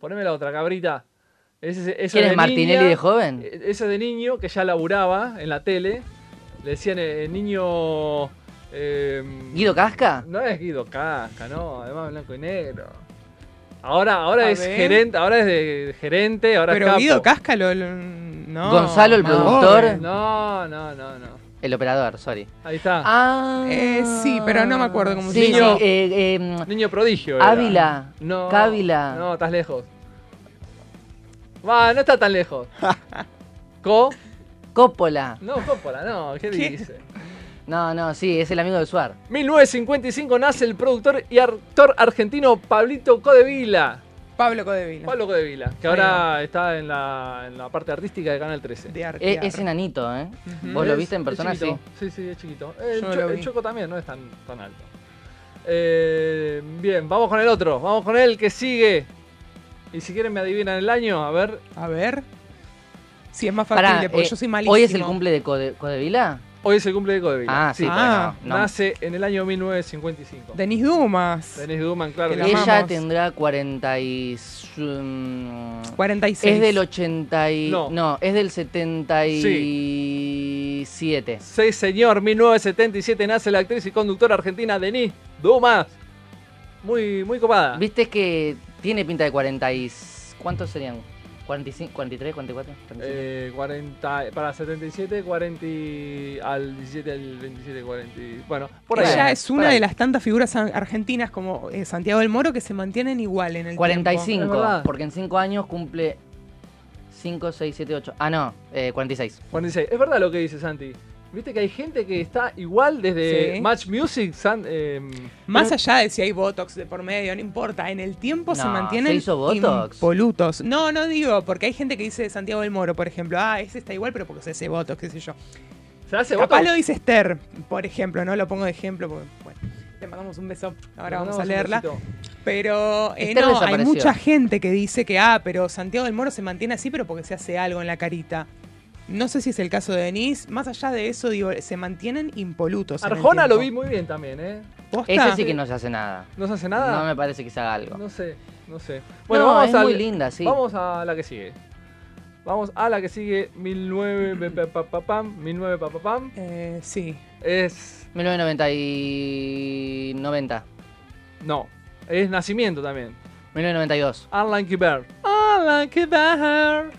S3: Poneme la otra, cabrita. Ese, ese
S5: ¿Quién es
S3: de
S5: Martinelli
S3: niña-
S5: de joven?
S3: eh, Ese de niño que ya laburaba en la tele. Le decían eh, niño. em,
S5: Guido Casca.
S3: No es Guido Casca, no. Además, blanco y negro. Ahora, ahora
S4: A
S3: es
S4: ver.
S3: gerente, ahora es de gerente, ahora es
S4: Pero
S3: capo.
S4: Guido Casca lo, lo- no, No.
S5: Gonzalo, el
S4: no.
S5: productor,
S3: No, no, no, no.
S5: el operador, sorry.
S3: Ahí está.
S5: Ah.
S4: Eh, sí, pero no me acuerdo cómo se
S5: Sí, sí,
S4: llama.
S5: eh, eh,
S3: Niño prodigio. era.
S5: Ávila.
S3: No.
S5: Cávila.
S3: No, estás lejos. Va, no está tan lejos. Co.
S5: Coppola.
S3: No, Coppola, no. ¿Qué, dice?
S5: No, no, sí, es el amigo de Suar.
S3: 1955 nace el productor y actor argentino Pablito Codevila.
S4: Pablo Codevila.
S3: Pablo Codevila, que
S4: Ahí
S3: ahora está en la, en la parte artística de Canal 13.
S4: de
S5: E-
S4: Artear.
S5: Es, enanito, ¿eh? ¿Vos lo
S3: Mm. Es-
S5: viste en
S3: es
S5: persona? Sí.
S3: chiquito. Sí, sí, es chiquito. El,
S4: Yo
S3: cho-
S4: lo
S3: el
S4: vi.
S3: choco también no es tan, tan alto. Eh, bien, vamos con el otro. Vamos con el que sigue. Y si quieren me adivinan el año, a ver.
S4: A ver. Si es más
S5: Pará,
S4: factible, porque
S5: eh,
S4: yo soy malísimo.
S5: ¿Hoy es el cumple de Code- Codevila?
S3: Hoy es el cumple de Codevila.
S5: Ah, sí,
S4: Ah,
S5: bueno, no.
S3: Nace en el año 1955.
S4: Denis Dumas.
S3: Dennis Duman, claro.
S4: Que
S3: que
S4: la
S3: sí.
S5: Ella
S4: amamos.
S5: tendrá 40 y... su- mm,
S4: 46.
S5: Es del 80 y...
S3: No.
S5: No. es del 77.
S3: Sí, señor, 1977 nace la actriz y conductora argentina Denise Dumas. Muy, muy copada.
S5: ¿Viste que tiene pinta de 40 y... ¿Cuántos serían? ¿45, 43, 44? 45.
S3: Eh, 40, para 77, 40 y- al 17, al 27, 40. y- Bueno, por ahí.
S4: Ella
S5: Bueno,
S4: es una
S5: por ahí.
S4: de las tantas figuras an- argentinas como eh, Santiago del Moro que se mantienen igual en el tiempo.
S5: 45,
S3: Es verdad.
S5: porque en 5 años cumple 5, 6, 7, 8. Ah, no, eh, 46.
S3: 46. Es verdad lo que dice Santi. Viste que hay gente que está igual desde
S4: Sí.
S3: Match Music. San- eh,
S4: Más allá de si hay Botox de por medio, no importa. En el tiempo se
S5: No,
S4: mantienen
S5: ¿se hizo Botox?
S4: impolutos. No, no digo, porque hay gente que dice de Santiago del Moro, por ejemplo, ah, ese está igual, pero porque se hace Botox, qué sé yo.
S3: ¿Se hace
S4: Capaz
S3: voto?
S4: lo dice Esther, por ejemplo, ¿no? Lo pongo de ejemplo porque, bueno, le mandamos un beso. Ahora
S3: Le
S4: vamos
S3: mandamos
S4: a
S3: un
S4: leerla.
S3: besito.
S4: Pero eh,
S5: Esther
S4: no, hay
S5: desapareció.
S4: mucha gente que dice que, ah, pero Santiago del Moro se mantiene así, pero porque se hace algo en la carita. No sé si es el caso de Denise. Más allá de eso, digo, se mantienen impolutos. en el
S3: Arjona lo vi
S4: tiempo.
S3: muy bien también, ¿eh?
S4: ¿Posta?
S5: Ese sí que no se hace nada.
S3: ¿No se hace
S5: No
S3: nada?
S5: me parece que se haga algo.
S3: No sé, no sé.
S5: No,
S3: vamos
S5: es
S3: al-
S5: muy linda, sí.
S3: Vamos a la que sigue. Vamos a la que sigue. 19 pa, pa, pa, pam, 19 pa, pa, pam.
S4: Eh, sí.
S3: Es
S5: 1990 y... 90.
S3: No, es nacimiento también.
S5: 1992.
S3: Unlucky Bear. Unlucky Bear.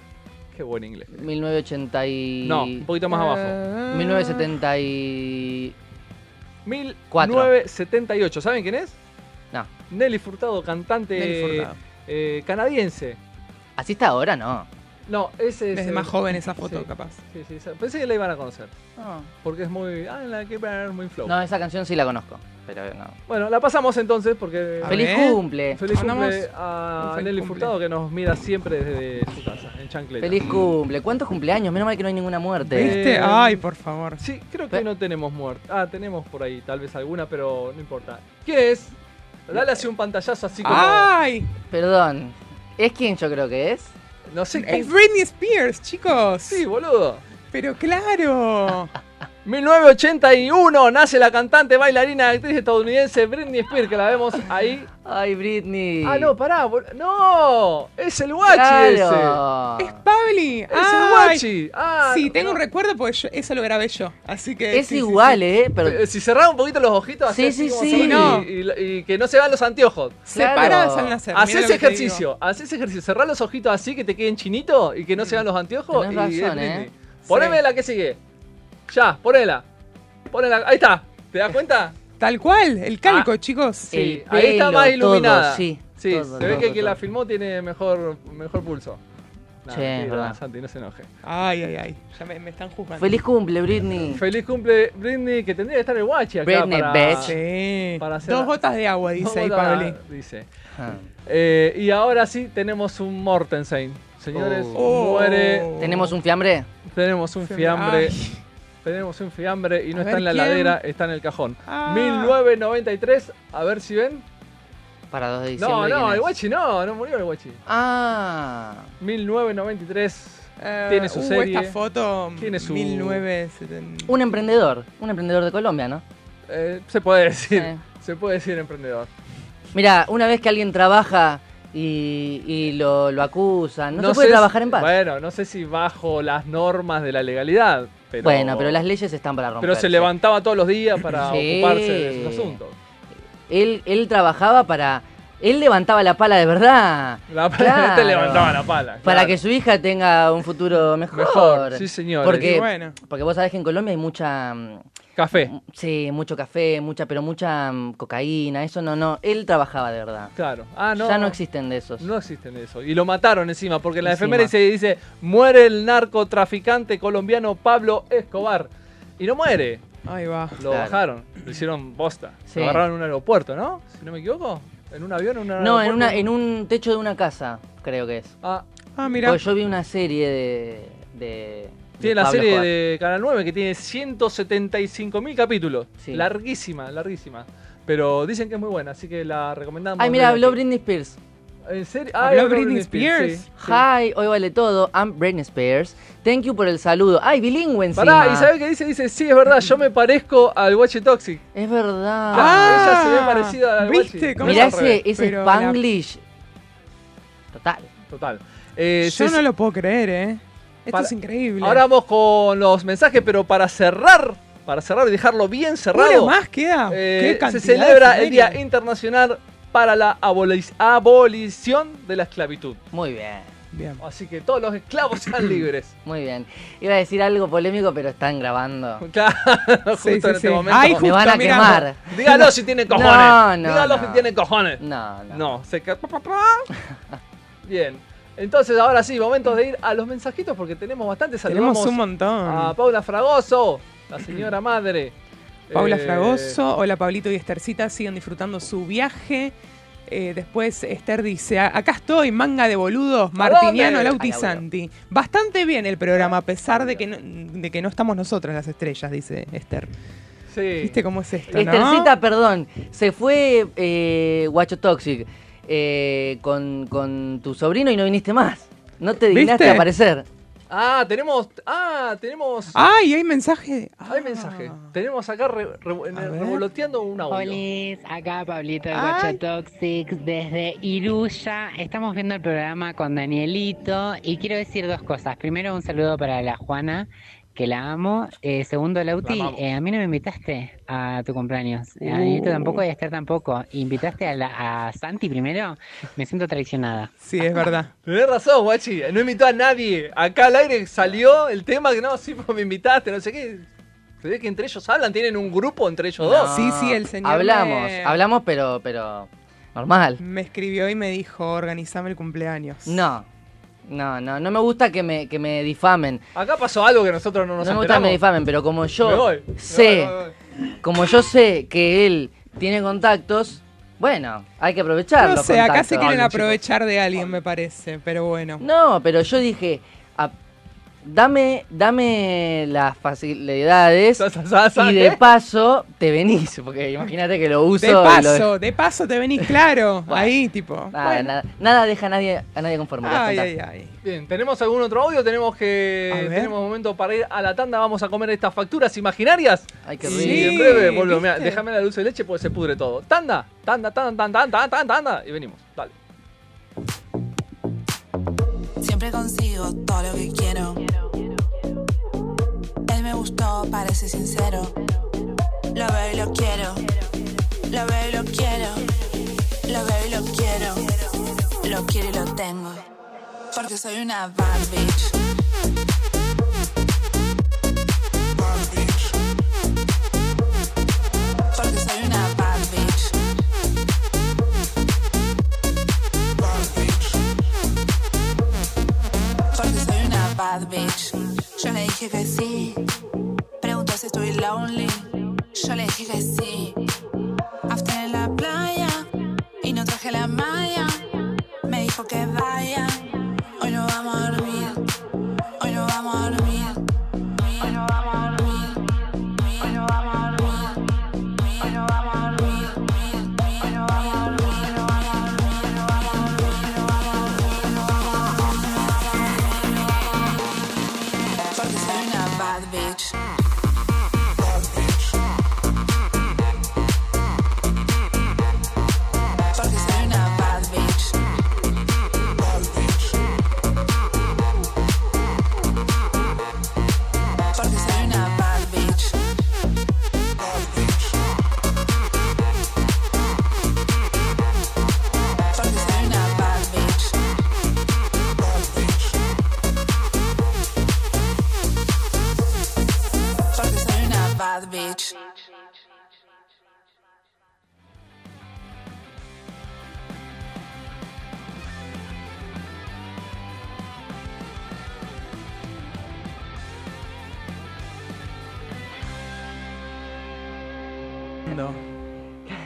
S3: Qué buen inglés.
S5: 1980 y... Eh,
S3: No, un poquito más abajo.
S5: 1970 y...
S3: 1978. ¿Saben quién es?
S5: No.
S3: Nelly Furtado, cantante
S4: Nelly Furtado.
S3: eh, canadiense.
S5: Así está ahora, no.
S3: No, ese es.
S4: Desde
S3: el-
S4: más joven esa foto,
S3: Sí.
S4: capaz.
S3: Sí, sí, esa- pensé que la iban a conocer.
S5: no.
S3: Porque es muy. ah, Unlucky Bear, muy flow.
S5: Ah. No, esa canción sí la conozco, pero no.
S3: Bueno, la pasamos entonces porque.
S4: A ver.
S5: ¡Feliz
S4: ver.
S5: cumple!
S3: Feliz cumple
S4: Mandamos un
S3: a
S4: feliz
S3: Nelly
S4: cumple.
S3: Furtado que nos mira siempre desde su casa, en chancleta.
S5: ¡Feliz cumple! ¿Cuántos cumpleaños? Menos mal que no hay ninguna muerte.
S4: ¿Viste?
S3: Eh,
S4: Ay, por favor.
S3: Sí, creo que
S5: Pe-
S3: no tenemos muerte. Ah, tenemos por ahí tal vez alguna, pero no importa. ¿Qué es?
S5: Eh,
S3: Dale así un pantallazo
S5: ¡Ah!
S3: así como.
S4: ¡Ay!
S5: Perdón. ¿Es quién yo creo que es?
S3: No sé qué.
S4: Es Britney Spears, chicos.
S3: Sí, boludo.
S4: Pero claro.
S3: 1981 nace la cantante, bailarina, actriz estadounidense Britney Spears, que la vemos ahí.
S5: ¡Ay, Britney!
S3: Ah, no, pará. bol- ¡No! Es el guachi ese.
S5: ¡Claro!
S4: Es Pabli.
S3: Es el guachi. Ah,
S4: Sí, tengo
S3: no.
S4: un recuerdo porque yo- eso lo grabé yo. Así que.
S5: Es
S4: sí, sí,
S5: igual,
S4: sí.
S5: ¿eh? Pero
S3: Eh, Si cerraba un poquito los ojitos,
S5: Sí,
S3: hacía
S5: sí,
S3: así como
S5: sí.
S3: así,
S4: Sí, no.
S3: y, y- y que no se vean los anteojos.
S5: Claro.
S4: Separadas al nacer.
S3: Hacés
S4: mirá lo
S3: ese
S4: que te digo.
S3: ejercicio, hacés ese ejercicio. Cerrá los ojitos así que te queden chinitos y que no se vean los anteojos.
S5: Tenés
S3: y
S5: razón,
S3: es Britney.
S5: ¿eh?
S3: Poneme
S4: Sí.
S3: la que sigue. Ya, ponela. Ponela. Ahí está. ¿Te das cuenta?
S4: Tal cual, el calco, chicos.
S5: El
S3: Ah, Sí, ahí está
S5: pelo,
S3: más
S5: todo,
S3: iluminada.
S5: sí,
S3: sí
S5: todo,
S3: se ve
S5: todo,
S3: que quien la
S5: todo.
S3: filmó tiene mejor, mejor pulso. Nah,
S5: Sí, es
S3: mentira,
S5: verdad.
S3: Santi, no se enoje.
S4: Ay, ay, ay. Ya me, me están juzgando.
S5: ¡Feliz cumple, Britney!
S3: Feliz cumple, Britney, que tendría que estar el guachi acá.
S5: Britney,
S3: para-
S5: bitch.
S4: Sí.
S3: Para hacer
S4: Dos
S3: la-
S4: gotas de agua, dice
S3: No,
S4: ahí
S3: nada,
S4: Pabli.
S3: Dice.
S5: Ah.
S3: Eh, y ahora sí tenemos un Mortensen. Señores,
S4: Oh.
S3: muere.
S5: ¿Tenemos un fiambre?
S3: Tenemos un fiambre.
S4: Ay.
S3: Tenemos un fiambre y no
S4: A
S3: está
S4: ver
S3: en la
S4: quién.
S3: heladera, está en el cajón.
S4: Ah.
S3: 1993, a ver si ven.
S5: Para 2 de
S3: No,
S5: diciembre.
S3: no,
S5: ¿quién
S3: el
S5: es?
S3: guachi no, no murió el guachi.
S5: ¡Ah!
S3: 1993,
S4: Eh,
S3: tiene su
S4: uh,
S3: serie.
S4: esta foto.
S3: Tiene su-
S4: 1970.
S5: Un emprendedor. Un emprendedor de Colombia, ¿no?
S3: Eh, se puede decir,
S5: Eh.
S3: se puede decir emprendedor.
S5: Mira, una vez que alguien trabaja y, y lo, lo acusan, no, se puede
S3: sé
S5: trabajar
S3: si-
S5: en paz. Bueno,
S3: Bueno, no sé si bajo las normas de la legalidad, pero,
S5: pero las leyes están para romper.
S3: pero se levantaba todos los días para
S5: Sí.
S3: ocuparse de sus asuntos.
S5: Él, él trabajaba para Él levantaba la pala de verdad.
S3: La pala,
S5: Claro.
S3: te levantaba la pala.
S5: Para
S3: claro.
S5: que su hija tenga un futuro mejor.
S3: Mejor, sí, señores.
S5: Porque,
S4: Y bueno.
S5: porque vos sabés que en Colombia hay mucha. mm,
S3: Café.
S5: Sí, mucho café, mucha, pero mucha mm, cocaína. Eso no, no. Él trabajaba de verdad.
S3: Claro. Ah, no.
S5: Ya no existen de esos.
S3: No existen eso. Y lo mataron encima, porque en la
S5: Encima.
S3: efeméride se dice, muere el narcotraficante colombiano Pablo Escobar. Y no muere.
S4: Ahí va.
S3: Lo
S5: Claro.
S3: bajaron. Lo hicieron bosta.
S5: Sí.
S3: Lo agarraron en un aeropuerto, ¿no? Si no me equivoco. ¿En un avión? ¿En un
S5: No, en,
S3: aeropuerto?
S5: una, en un techo de una casa, creo que es.
S3: Ah,
S4: Ah, mira.
S5: Porque yo vi una serie de. de
S3: tiene
S5: de
S3: la
S5: Pablo
S3: serie
S5: Escobar.
S3: de Canal 9 que tiene 175.000 capítulos.
S5: Sí.
S3: Larguísima, larguísima. Pero dicen que es muy buena, así que la recomendamos.
S5: Ay, mira,
S3: desde
S5: habló
S3: aquí.
S5: Britney Spears.
S3: ¿En serio? Ah,
S4: Habló Britney Spears.
S3: sí, sí.
S5: Hi, hoy vale todo. I'm Britney Spears. Thank you por el saludo. Ay, bilingüe encima.
S3: Pará, ¿y sabe qué dice? Dice, sí, es verdad, yo me parezco al Watchy Toxic.
S5: Es verdad.
S3: Ah, ella se ve parecida al
S4: ¿Viste
S3: Guachi.
S4: cómo
S5: Mirá
S4: es al revés?
S5: ese, ese
S4: Pero la-
S5: Spanglish. Total.
S3: Total. Eh,
S4: Yo
S3: sí,
S4: no lo puedo creer, ¿eh? Esto
S3: Para-
S4: es increíble.
S3: Ahora vamos con los mensajes, pero para cerrar, para cerrar y dejarlo bien cerrado,
S4: ¿Uno más queda?
S3: eh,
S4: ¿Qué cantidad
S3: se
S4: de
S3: celebra el Día
S4: efemérides?
S3: Internacional para la aboli- abolición de la esclavitud.
S5: Muy bien.
S4: Bien.
S3: Así que todos los esclavos sean libres.
S5: Muy bien. Iba a decir algo polémico, pero están grabando.
S3: Claro, justo
S4: Sí, sí,
S3: en este
S4: sí.
S3: momento.
S4: Ay,
S5: Me
S4: Justo,
S5: van a
S4: mirá.
S5: quemar.
S3: Dígalo si tiene cojones.
S5: No, no,
S3: Dígalo
S5: no.
S3: si tiene cojones.
S5: No, no.
S3: No, se ca- pa, pa, pa. Bien. Entonces, ahora sí, momento de ir a los mensajitos porque tenemos bastante.
S4: Tenemos
S3: Saludamos
S4: un montón.
S3: A Paula Fragoso, la señora madre.
S4: Paula
S3: Eh,
S4: Fragoso, hola Pablito y Estercita, sigan disfrutando su viaje. Eh, después Esther dice, "A- acá estoy, manga de boludos, Martiniano,
S3: dónde?
S4: Lauti
S5: Ay, abuelo.
S4: Santi. Bastante bien el programa, a pesar de que no, de que no estamos nosotras las estrellas, dice Esther.
S3: Sí.
S4: ¿Viste cómo es esto, no?
S5: Estercita, perdón. Se fue eh, Guacho Toxic eh, con, con tu sobrino y no viniste más. No te dignaste
S4: ¿Viste?
S5: a aparecer.
S3: Ah, tenemos. Ah, tenemos.
S4: ¡Ay, hay mensaje! Ah.
S3: Hay mensaje. Tenemos acá re- re- en-
S4: ver.
S3: revoloteando un audio.
S7: Olis, acá Pablito del
S4: Ay.
S7: Guacho Toxic desde Iruya. Estamos viendo el programa con Danielito y quiero decir dos cosas. Primero, un saludo para la Juana, que la amo. Eh, segundo, Lauti,
S3: La amamos.
S7: eh, a mí no me invitaste a tu cumpleaños. A
S4: Uh.
S7: Danielito tampoco y a Esther tampoco. ¿Invitaste a, la- a Santi primero? Me siento traicionada.
S4: Sí, es verdad.
S3: Tenés razón, guachi. No invitó a nadie. Acá al aire salió el tema que no, sí, pues, me invitaste, no sé qué. Se ve que entre ellos hablan, tienen un grupo entre ellos dos.
S4: Sí, sí, el señor
S5: Hablamos,
S4: me-
S5: hablamos, pero, pero normal.
S4: Me escribió y me dijo, organizame el cumpleaños.
S5: No, no, no, no me gusta que me, que me difamen.
S3: Acá pasó algo que nosotros no nos
S5: no me gusta que me difamen,
S3: enteramos.
S5: pero como yo
S3: Me voy, me
S5: sé,
S3: voy, me voy.
S5: como yo sé que él tiene contactos, bueno, hay que aprovechar
S4: No
S5: los
S4: sé, acá se
S5: contactos.
S4: quieren aprovechar de alguien, me parece, pero bueno.
S5: No, pero yo dije, a- dame, dame las facilidades
S3: Sa- sa- sa- sa-
S5: y de
S3: ¿qué?
S5: paso te venís, porque imagínate que lo uso.
S4: De
S5: y lo-
S4: paso, de paso te venís claro.
S5: Bueno.
S4: ahí, tipo.
S5: Nada,
S4: bueno.
S5: nada, nada deja a nadie, a nadie conforme. las
S4: Ay,
S5: cosas.
S4: ay, ay.
S3: Bien, ¿tenemos algún otro audio? Tenemos
S4: A
S3: que.
S4: ver.
S3: Tenemos momento para ir a la tanda. Vamos a comer estas facturas imaginarias.
S5: Ay, qué
S4: Sí.
S5: rico.
S3: Y en breve, volvemos. Mira,
S4: ¿viste?
S3: déjame la dulce de leche porque se pudre todo. Tanda, tanda, tanda, tanda, tanda, tanda, tanda. Y venimos, dale.
S8: Siempre consigo todo lo que quiero. Él me gustó, parece sincero. Lo veo y lo quiero. Lo veo y lo quiero. Lo veo y lo quiero. Lo quiero y lo tengo. Porque soy una bad bitch. Bad bitch. Porque soy una bad bitch. Bad bitch. Porque soy una bad bitch. Yo le dije que sí. Preguntó si estoy lonely. Yo le dije que sí. After en la playa. Y no traje la malla. Me dijo que vaya. Hoy no vamos a dormir. Hoy no vamos a dormir. Hoy no vamos a dormir. Hoy no vamos a dormir. Hoy no vamos a dormir. Hoy no vamos a dormir. Hoy no vamos a dormir. Hoy no vamos a dormir. Hoy no vamos a dormir. Hoy no vamos a dormir. Porque soy una bad bitch. Porque soy una bad bitch. bad bitch.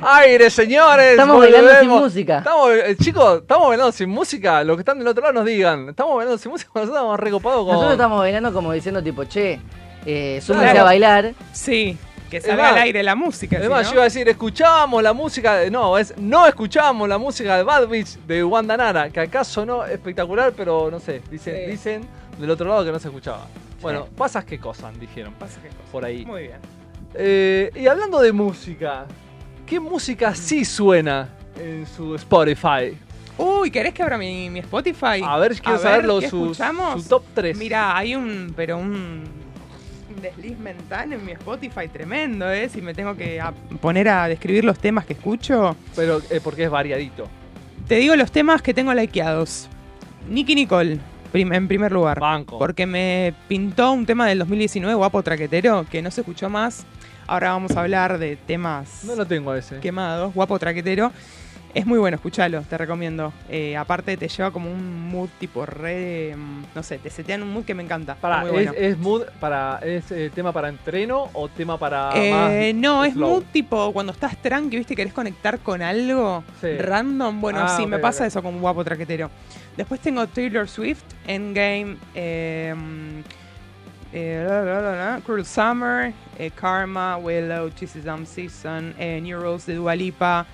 S3: Aire, señores.
S5: Estamos bailando sin
S3: volvemos.
S5: música.
S3: Estamos, eh, chicos, estamos bailando sin música. Los que están del otro lado nos digan. Estamos bailando sin música. Nosotros estamos recopados con.
S5: Nosotros estamos bailando como diciendo tipo, che, eh, súmense
S3: Claro.
S5: a bailar.
S4: Sí, que
S3: Es
S4: salga
S3: más,
S4: al aire la música. si
S3: Es más,
S4: no-
S3: yo iba a decir, escuchábamos la música. de- No, es no escuchábamos la música de Bad Beach de Wanda Nara. Que acá sonó espectacular, pero no sé. Dicen,
S4: Sí.
S3: dicen del otro lado que no se escuchaba. Bueno, pasas qué cosas, dijeron.
S4: Pasa que cosa.
S3: Por ahí.
S4: Muy bien.
S3: Eh, y hablando de música, ¿qué música sí suena en su Spotify?
S4: Uy, ¿querés que abra mi, mi Spotify?
S3: A ver, quiero saberlo,
S4: ¿qué
S3: sus-
S4: escuchamos?
S3: su top tres.
S4: Mira, hay un, pero un, un desliz mental en mi Spotify tremendo, ¿eh? Si me tengo que a- poner a describir los temas que escucho.
S3: Pero eh, porque es variadito.
S4: Te digo los temas que tengo likeados. Nicky Nicole, prim- en primer lugar.
S3: Banco.
S4: Porque me pintó un tema del 2019, guapo traquetero, que no se escuchó más. Ahora vamos a hablar de temas
S3: No lo tengo a ese.
S4: quemados, guapo traquetero. Es muy bueno, escuchalo, te recomiendo. Eh, aparte te lleva como un mood tipo re... mm, No sé, te setean un mood que me encanta.
S3: Pará,
S4: muy
S3: ¿es,
S4: bueno.
S3: es mood para es eh, tema para entreno o tema para
S4: Eh,
S3: más
S4: no, es
S3: slow?
S4: mood tipo cuando estás tranqui, viste, querés conectar con algo
S3: Sí.
S4: random. Bueno,
S3: Ah,
S4: sí, me
S3: ok,
S4: pasa
S3: ok.
S4: eso con guapo traquetero. Después tengo Taylor Swift, Endgame, eh, eh, la, la, la, la, Cruel Summer, eh, Karma, Willow, This Is Dumb Season, eh, New Rules de Dualipa,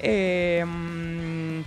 S4: eh, mm,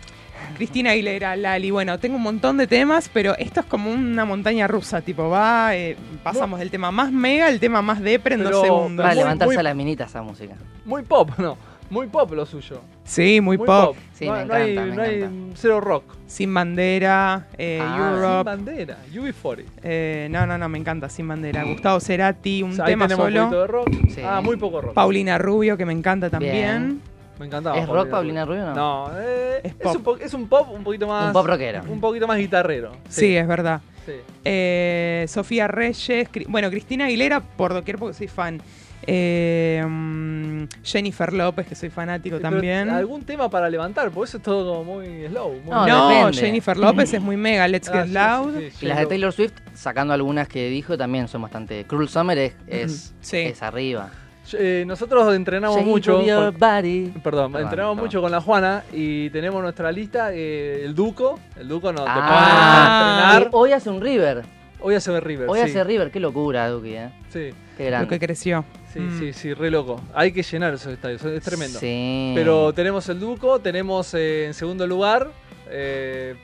S4: Cristina Aguilera, Lali. Bueno, tengo un montón de temas, pero esto es como una montaña rusa, tipo, va, eh, pasamos del tema más mega al tema más depre en
S3: Pero-
S4: dos segundos.
S5: Para
S3: Muy,
S5: levantarse
S3: muy-
S5: a las minitas esa música.
S3: Muy pop, no. Muy pop lo suyo.
S4: Sí, muy, pop.
S5: Sí,
S3: no,
S5: me
S3: no hay,
S5: encanta, me
S3: no hay
S5: encanta.
S3: cero rock.
S4: Sin bandera, eh,
S5: Ah,
S3: Sin
S4: Europe.
S3: bandera, UB40.
S4: eh, no, no, no, me encanta, sin bandera. Gustavo Cerati, un
S3: O sea, ahí
S4: tema
S3: tenemos un poquito
S4: solo.
S3: de rock.
S5: Sí.
S3: Ah, muy poco rock.
S4: Paulina Rubio, que me encanta también.
S3: Me encantaba.
S5: ¿Es rock Paulina Rubio o
S3: No, eh, es,
S4: Es pop.
S3: un po- es un pop un poquito más
S5: Un pop rockero.
S3: Un poquito más guitarrero.
S4: Sí, es verdad.
S3: sí.
S4: Eh, Sofía Reyes, Cri- bueno, Cristina Aguilera, por doquier porque soy fan. Eh, mm, Jennifer López, que soy fanático
S3: Sí, pero
S4: también.
S3: Algún tema para levantar, por eso es todo como muy slow. muy-
S5: No,
S4: No,
S5: depende.
S4: Jennifer López es muy mega, Let's
S3: Ah,
S4: Get
S3: sí,
S4: Loud.
S3: sí, sí,
S5: Y las de
S3: slow.
S5: Taylor Swift, sacando algunas que dijo, también son bastante. Cruel Summer es, es,
S4: Sí.
S5: es arriba.
S3: Eh, nosotros entrenamos
S5: Shape
S3: mucho.
S5: of your
S3: con-
S5: body.
S3: Perdón,
S5: Perdón,
S3: entrenamos
S5: perdón.
S3: mucho con la Juana y tenemos nuestra lista, eh, el Duco, el Duco nos
S5: Ah,
S3: te ponen a
S5: eh, hoy hace un River.
S3: entrenar, hoy hace River,
S5: Hoy
S3: sí,
S5: hace River. Qué locura, Duki, ¿eh?
S3: sí,
S5: Qué
S4: Lo
S5: grande.
S4: que creció.
S3: sí,
S4: Mm.
S3: sí, sí, re loco, hay que llenar esos estadios, es tremendo,
S5: Sí.
S3: pero tenemos el Duco, tenemos eh, en segundo lugar eh,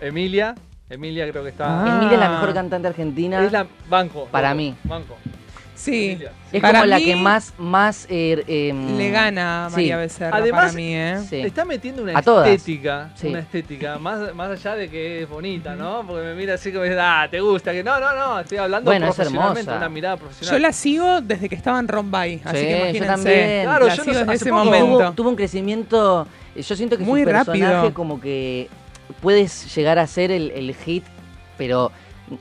S3: Emilia, Emilia creo que está,
S4: Ah.
S5: Emilia es la mejor cantante argentina.
S3: es la banco,
S5: Para
S3: loco,
S5: mí.
S3: banco,
S4: Sí,
S3: Emilia.
S5: Es
S4: Para
S5: como la
S4: mí-
S5: que más, más eh, em,
S4: le gana a
S5: Sí.
S4: María Becerra
S3: Además-
S4: para mí, ¿eh?
S5: Sí.
S3: Está metiendo una
S5: A todas.
S3: estética,
S5: Sí.
S3: una estética, más, más allá de que es bonita, ¿no? Porque me mira así como dice, ah, te gusta, que no, no, no, estoy hablando
S5: Bueno, es
S3: profesionalmente,
S5: hermosa.
S3: una mirada
S4: Yo
S3: profesional.
S4: la sigo desde que estaba en Rombay, así
S5: Sí,
S4: que
S5: yo
S4: imagínense.
S5: también.
S3: Claro,
S4: la
S3: yo no
S4: sigo
S3: sé,
S4: desde
S3: hace
S4: ese
S3: poco-
S4: momento.
S5: Tuvo, tuvo un crecimiento. eh, Yo siento que
S4: Muy
S5: su personaje
S4: rápido.
S5: como que puedes llegar a ser el, el hit, pero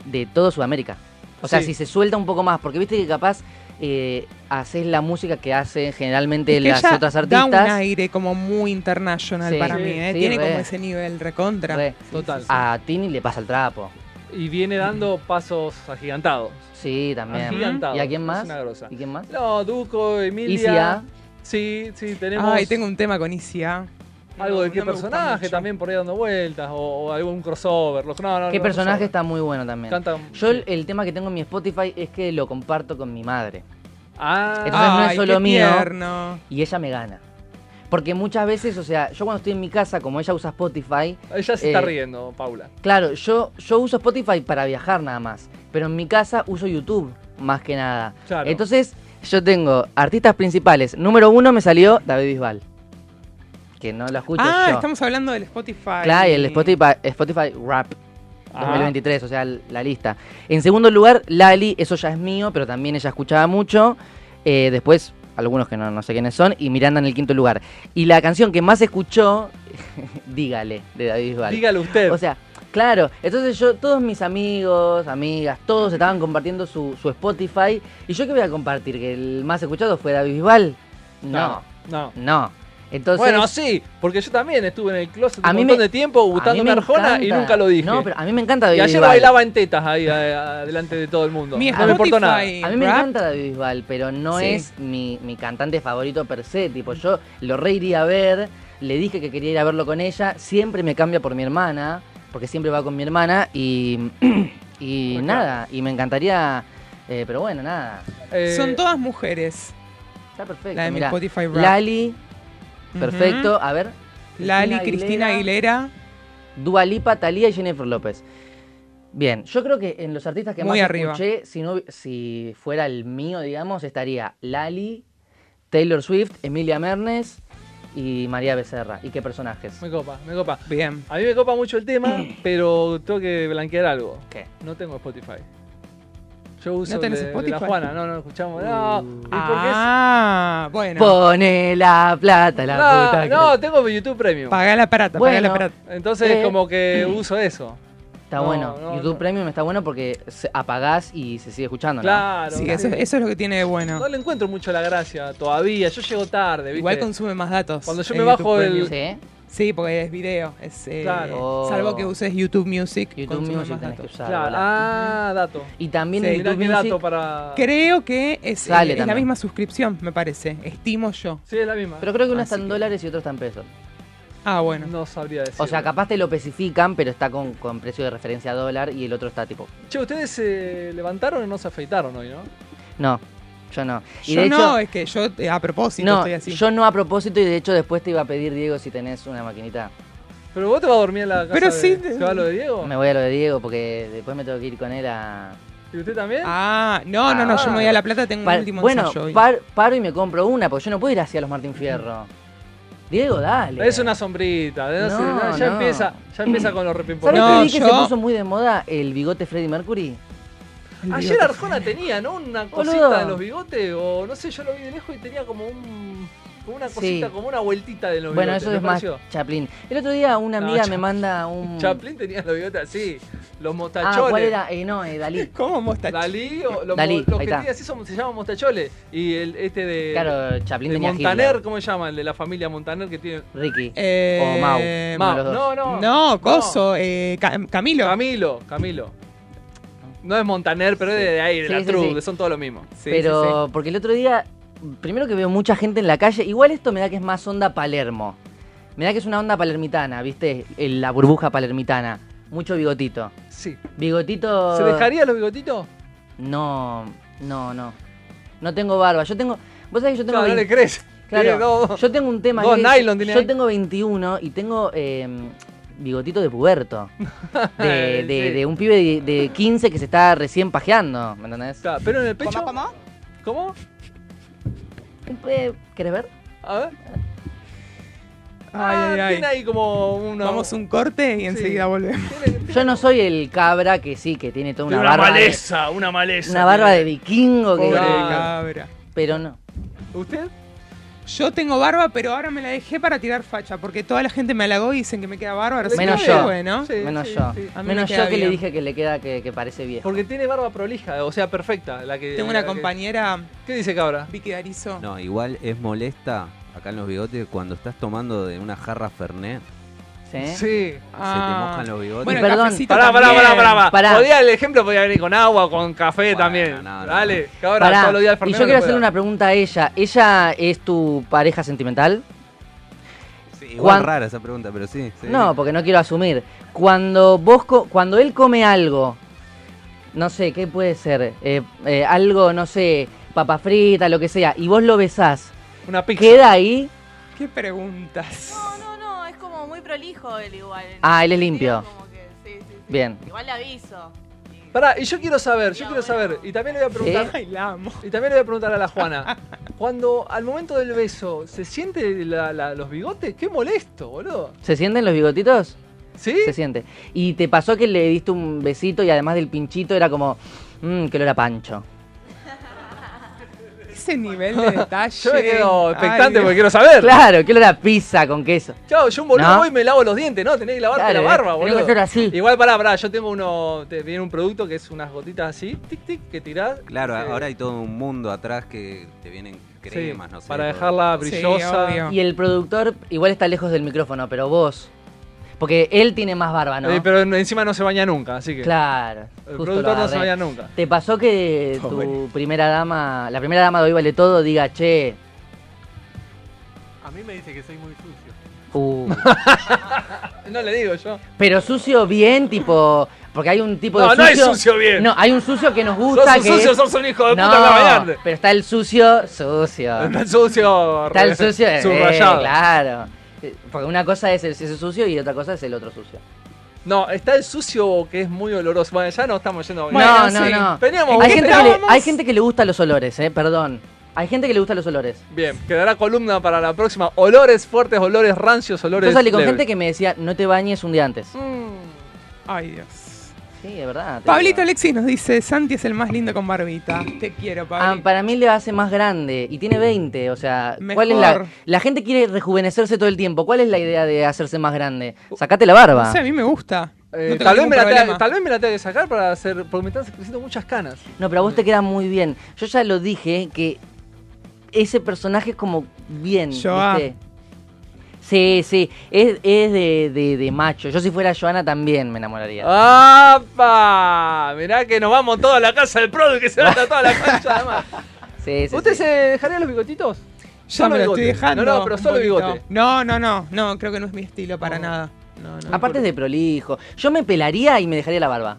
S5: de todo Sudamérica. O sea,
S3: Sí.
S5: si se suelta un poco más, porque viste que capaz eh, haces la música que hacen generalmente
S4: Es que
S5: las
S4: ella
S5: otras
S4: Da un
S5: artistas.
S4: aire como muy international
S5: Sí.
S4: para
S3: Sí,
S4: mí, ¿eh?
S5: sí,
S4: Tiene
S5: re.
S4: como ese nivel recontra.
S5: Re.
S3: Total.
S5: A Tini le pasa el trapo.
S3: Y viene dando pasos agigantados.
S5: Sí, también.
S3: Agigantados.
S5: ¿Y a quién
S3: es
S5: más?
S3: una grosa.
S5: ¿Y quién más?
S3: No, Duco,
S5: Easy
S3: Emilia.
S5: A.
S3: Sí, sí, tenemos
S4: Ay, tengo un tema con ICA.
S3: algo de qué personaje también por ahí dando vueltas o, o algún crossover. Los, no, no,
S5: ¿Qué
S3: no,
S5: personaje
S3: crossover.
S5: está muy bueno también?
S3: Cantan-
S5: Yo el, el tema que tengo en mi Spotify es que lo comparto con mi madre.
S3: Ah,
S5: Entonces no es
S4: Ay,
S5: solo
S4: qué
S5: mío.
S4: tierno.
S5: y ella me gana. Porque muchas veces, o sea, yo cuando estoy en mi casa, como ella usa Spotify,
S3: ella se está
S5: eh,
S3: riendo, Paula.
S5: claro, yo, yo uso Spotify para viajar nada más, pero en mi casa uso YouTube más que nada.
S3: Claro.
S5: Entonces, yo tengo artistas principales. Número uno me salió David Bisbal, que no lo escucho
S4: Ah,
S5: yo.
S4: estamos hablando del Spotify.
S5: Claro, y el Spotify, Spotify Rap
S3: Ah.
S5: 2023, o sea, l- la lista. En segundo lugar, Lali, eso ya es mío, pero también ella escuchaba mucho. Eh, después, algunos que no, no sé quiénes son, y Miranda en el quinto lugar. Y la canción que más escuchó, Dígale, de David Bisbal.
S3: Dígale usted.
S5: O sea, Claro, entonces yo, todos mis amigos, amigas, todos estaban compartiendo su, su Spotify. ¿Y yo qué voy a compartir? ¿Que el más escuchado fue David Bisbal? No,
S3: no.
S5: no. Entonces,
S3: bueno, sí, porque yo también estuve en el closet
S5: A
S3: un
S5: mí
S3: montón
S5: me-
S3: de tiempo
S5: a mí
S3: gustando
S5: me
S3: Arjona y
S5: encanta.
S3: nunca lo dije.
S5: No, pero a mí me encanta David
S3: Y ayer
S5: Bisbal.
S3: bailaba en tetas ahí, eh, a- delante de todo el mundo.
S5: Mi
S3: no me importó nada.
S5: A mí me encanta David Bisbal, pero no
S3: Sí.
S5: es mi, mi cantante favorito per se. Tipo, yo lo re iría a ver, le dije que quería ir a verlo con ella, siempre me cambia por mi hermana, porque siempre va con mi hermana y, y nada, y me encantaría, eh, pero bueno, nada.
S3: Eh,
S4: Son todas mujeres.
S5: Está perfecto.
S4: La de mi
S5: mirá.
S4: Spotify Wrapped.
S5: Lali, perfecto,
S4: Ujú.
S5: a ver.
S4: Lali, Cristina
S5: Aguilera. Dua Lipa, Talía y Jennifer López. Bien, yo creo que en los artistas que
S4: Muy
S5: más
S4: arriba.
S5: escuché, si, no, hubi- si fuera el mío, digamos, estaría Lali, Taylor Swift, Emilia Mernes y María Becerra. ¿Y qué personajes?
S3: Me copa, me copa.
S4: Bien.
S3: A mí me copa mucho el tema, pero tengo que blanquear algo.
S5: ¿Qué?
S3: No tengo Spotify. Yo uso
S4: tenés
S3: el de- el de
S4: Spotify?
S3: la Juana, no, no escuchamos. No,
S5: Uh.
S3: ¿Y por qué es-
S4: Ah, bueno.
S5: Pone la plata, la
S3: no,
S5: puta. que-
S3: Ah, no, tengo YouTube Premium.
S4: Pagá la plata, pagá la
S5: Bueno.
S4: plata.
S3: Entonces
S5: Eh.
S3: como que uso eso.
S5: Está
S3: No,
S5: bueno.
S3: no,
S5: YouTube Premium está bueno porque se- apagás y se sigue escuchando, ¿no?
S3: Claro.
S4: Sí, eso, eso es lo que tiene de bueno.
S3: No le encuentro mucho la gracia todavía. Yo llego tarde, ¿viste?
S4: Igual consume más datos.
S3: Cuando yo
S4: en
S3: me
S4: YouTube
S3: bajo
S4: Premium.
S3: el-
S5: ¿Sí?
S4: Sí, porque es video. Es, eh,
S3: Claro.
S4: Salvo que uses YouTube Music.
S5: Oh. YouTube
S4: consume
S5: Music
S4: más
S5: tenés que
S4: datos.
S5: usar.
S3: Claro.
S5: ¿verdad?
S3: Ah, dato.
S5: Y también
S4: Sí.
S5: en
S3: Mirá
S5: YouTube
S3: qué
S5: Music...
S3: dato para...
S4: Creo que es, eh,
S5: Sale
S4: es la
S5: también.
S4: misma suscripción, me parece. Estimo yo.
S3: Sí, es la misma.
S5: Pero creo que uno está
S4: Así
S5: en
S4: que-
S5: dólares y otro está en pesos.
S4: Ah, bueno.
S3: No sabría decir.
S5: O sea, capaz te lo especifican, pero está con, con precio de referencia a dólar y el otro está tipo.
S3: Che, ustedes se levantaron y no se afeitaron hoy, ¿no?
S5: No, yo no. Y
S4: yo
S5: de hecho,
S4: no, es que yo eh, a propósito
S5: no,
S4: estoy así.
S5: yo no a propósito y de hecho después te iba a pedir, Diego, si tenés una maquinita.
S3: Pero vos te vas a dormir en la casa
S4: Pero
S3: de...
S4: sí-
S3: ¿Se va lo de Diego?
S5: Me voy a lo de Diego porque después me tengo que ir con él a...
S3: ¿Y usted también?
S4: Ah, no, no, no, yo me voy a La Plata, tengo
S5: Par-
S4: un último
S5: bueno,
S4: ensayo hoy.
S5: par- paro y me compro una, porque yo no puedo ir hacia los Martín Fierro. Diego, dale.
S3: Es una sombrita. de-
S5: No,
S3: ya- ya
S5: no.
S3: empieza, ya empieza con los
S5: ¿Sabes
S3: repimpones.
S4: No,
S5: que vi que
S4: yo-
S5: se puso muy de moda el bigote Freddie Mercury?
S3: Ayer Arjona tenía, ¿no? Una cosita
S5: Boludo.
S3: de los bigotes, o no sé, yo lo vi de lejos y tenía como un. como una
S5: Sí.
S3: cosita, como una vueltita de los
S5: Bueno,
S3: bigotes.
S5: eso
S3: ¿le
S5: es más
S3: pareció?
S5: Chaplin. El otro día una
S3: No,
S5: amiga me
S3: Chaplin.
S5: manda un...
S3: Chaplin tenía los bigotes así, los mostacholes.
S5: Ah, ¿cuál era? Eh, no, eh, Dalí.
S4: ¿Cómo mostacho?
S3: Dalí, o los,
S5: Dalí,
S3: mo- los
S5: ahí
S3: que
S5: está.
S3: tiene así son- se llaman mostacholes. Y el este de.
S5: Claro, Chaplin
S3: de
S5: tenía
S3: Montaner,
S5: Hitler.
S3: ¿cómo se llama? El de la familia Montaner que tiene.
S5: Ricky.
S4: Eh,
S5: o Mau.
S3: Mau.
S5: los dos.
S3: No, no.
S4: No, Coso, eh, Ca- Camilo.
S3: Camilo, Camilo. No es Montaner, pero es de ahí, de
S5: Sí,
S3: la
S5: sí,
S3: troupe,
S5: sí.
S3: son todos lo mismo.
S4: Sí,
S5: pero
S4: sí,
S5: porque el otro día, primero que veo mucha gente en la calle, igual esto me da que es más onda Palermo. Me da que es una onda palermitana, ¿viste? El- la burbuja palermitana. Mucho bigotito.
S3: Sí.
S5: Bigotito...
S3: ¿Se dejaría los bigotitos?
S5: No, no, no. No tengo barba. Yo tengo... Vos sabés que yo tengo...
S3: Claro, no
S5: vein-
S3: le crees.
S5: Claro,
S3: Tiene dos-
S5: yo tengo un tema
S3: dos
S5: que-
S3: nylon tiene ahí.
S5: Yo tengo 21 y tengo eh, bigotito de puberto. De, de-
S3: Sí.
S5: de un pibe de, de 15 que se está recién pajeando, ¿me entendés?
S3: Claro, Pero en el pecho.
S9: ¿Cómo, cómo?
S3: ¿Cómo?
S5: Eh, ¿Querés ver?
S3: A ver.
S4: Ay,
S3: Ah,
S4: ay, ay.
S3: tiene ahí como una.
S4: Vamos un corte y enseguida volvemos.
S5: Yo no soy el cabra que sí, que tiene toda una, barba.
S3: una
S5: de,
S3: maleza.
S5: una barba de vikingo que.
S4: Pobre
S3: Claro.
S4: cabra.
S5: Pero no.
S3: ¿Usted?
S4: Yo tengo barba, pero ahora me la dejé para tirar facha, porque toda la gente me halagó y dicen que me queda bárbaro. así
S5: Menos
S4: que
S5: yo.
S4: Bueno,
S3: Sí,
S5: menos
S3: sí,
S5: yo.
S3: sí.
S4: A mí me
S5: Menos
S4: queda
S5: yo que le
S4: bien.
S5: dije que le queda que, que parece viejo.
S3: Porque tiene barba prolija, o sea, perfecta. La que,
S4: tengo una
S3: la que-
S4: compañera,
S3: ¿Qué dice cabra?
S4: Vicky Darizo.
S6: No, igual es molesta acá en los bigotes cuando estás tomando de una jarra Fernet,
S5: ¿sí?
S3: Sí.
S4: Ah.
S6: se te mojan los bigotes.
S4: Bueno, el
S5: Perdón.
S4: cafecito
S3: Pará, pará,
S4: también.
S3: pará, pará,
S5: Pará.
S3: Podía, el ejemplo podía venir con agua, con café
S6: Bueno,
S3: también.
S6: no, no.
S3: Dale, cabra,
S5: Pará,
S3: todos los días el
S5: y
S3: Fernet
S5: yo
S3: no
S5: quiero
S3: le puede
S5: hacerle una
S3: dar.
S5: pregunta a ella. ¿Ella es tu pareja sentimental?
S6: Sí, igual
S5: Juan-
S6: rara esa pregunta, pero sí. sí.
S5: No, porque no quiero asumir. Cuando vos co- cuando él come algo, no sé, ¿qué puede ser? Eh, eh, algo, no sé, papa frita, lo que sea, y vos lo besás,
S3: Una pizza.
S5: ¿queda ahí?
S4: ¿Qué preguntas?
S10: No, no, no, es como muy prolijo él igual. en
S5: Ah, él es
S10: ese sentido,
S5: limpio.
S10: como que, sí, sí, sí.
S5: Bien.
S10: Igual le aviso.
S3: Pará, y yo quiero saber, yo
S10: Ya,
S3: quiero
S10: bueno.
S3: saber. Y también le voy a preguntar.
S4: Ay, la amo.
S3: Y también le voy a preguntar a la Juana. Cuando al momento del beso, ¿se siente la- la- los bigotes? ¡Qué molesto, boludo!
S5: ¿Se sienten los bigotitos?
S3: ¿Sí?
S5: Se siente. ¿Y te pasó que le diste un "Mm, besito y además del pinchito era como, mmm, que lo era pancho?
S4: ese nivel de detalle.
S3: Yo me quedo Oh, expectante
S4: Ay,
S3: porque quiero saber.
S5: Claro, quiero la pizza con queso.
S3: Chao, yo un boludo
S5: ¿No?
S3: voy y me lavo los dientes, ¿no? Tenés que lavarte
S5: Claro,
S3: la barba,
S5: eh.
S3: boludo.
S5: Tenés que hacer así.
S3: Igual, pará, pará, yo tengo uno. Te viene un producto que es unas gotitas así, tic, tic, que tirás.
S6: Claro,
S3: Eh,
S6: ahora hay todo un mundo atrás que te vienen cremas,
S3: Sí,
S6: no sé.
S3: para
S6: todo.
S3: dejarla brillosa.
S5: Y el productor igual está lejos del micrófono, pero vos. Porque él tiene más barba, ¿no?
S3: eh, pero no- encima no se baña nunca, así que.
S5: Claro.
S3: El
S5: justo lo
S3: productor no se
S5: agarré.
S3: baña nunca.
S5: ¿Te pasó que tu primera dama, la primera dama de hoy vale todo, diga, che,
S11: A mí me dice que soy muy sucio.
S5: uh,
S3: No le digo yo.
S5: pero sucio bien, tipo, porque hay un tipo
S3: No,
S5: de
S3: no hay
S5: sucio.
S3: sucio bien.
S5: No, hay un sucio que nos
S3: Sos
S5: gusta
S3: un
S5: que
S3: sucio,
S5: es-
S3: sos un hijo de
S5: No,
S3: puta caminante.
S5: pero está el sucio, sucio.
S3: Está el sucio.
S5: Está el
S3: re-
S5: sucio, eh,
S3: subrayado.
S5: claro. Eh, Porque una cosa es el ese sucio y otra cosa es el otro sucio.
S3: No, está el sucio que es muy oloroso. Bueno, ya no estamos yendo.
S5: no, no, no.
S3: Teníamos
S5: hay,
S3: un
S5: gente que le,
S3: tema.
S5: hay gente que le gusta los olores, eh, perdón. Hay gente que le gusta los olores.
S3: Bien, quedará columna para la próxima. Olores fuertes, olores rancios, olores.
S5: Yo salí con
S3: leves.
S5: gente que me decía, no te bañes un día antes.
S3: Mm.
S4: Ay, Dios.
S5: Sí, es verdad. te
S4: Pablito
S5: digo.
S4: Alexis nos dice, Santi es el más lindo con barbita. Te quiero,
S5: Ah,
S4: Pablo.
S5: para mí le hace más grande y tiene 20, o sea, ¿cuál es
S4: Mejor.
S5: la la gente quiere rejuvenecerse todo el tiempo? ¿Cuál es la idea de hacerse más grande? Sacate la barba.
S4: No sé, a mí me gusta.
S3: Uh,
S4: No
S3: Eh,
S4: tengo
S3: tal, vez
S4: ningún
S3: me la tenga,
S4: problema.
S3: tal vez me la tenga que sacar para hacer. Porque me están creciendo muchas canas.
S5: No, pero a vos te queda muy bien. Yo ya lo dije que ese personaje es como bien,
S4: Joa.
S5: Mm, ¿viste? Sí, sí, es, es de, de- de macho. Yo si fuera Joana también me enamoraría.
S3: Ah. ¡Apa! Mirá que nos vamos toda la casa del Produ que se va a toda la cancha además.
S5: Sí, sí,
S3: ¿Usted
S5: sí.
S3: se dejaría los bigotitos?
S4: Ya me lo estoy
S3: bigote.
S4: dejando.
S3: No, no, pero
S4: un
S3: solo
S4: poquito.
S3: bigote.
S4: No, no, no, no, creo que no es mi estilo para nada. No, no.
S5: Aparte es de prolijo. Yo me pelaría y me dejaría la barba.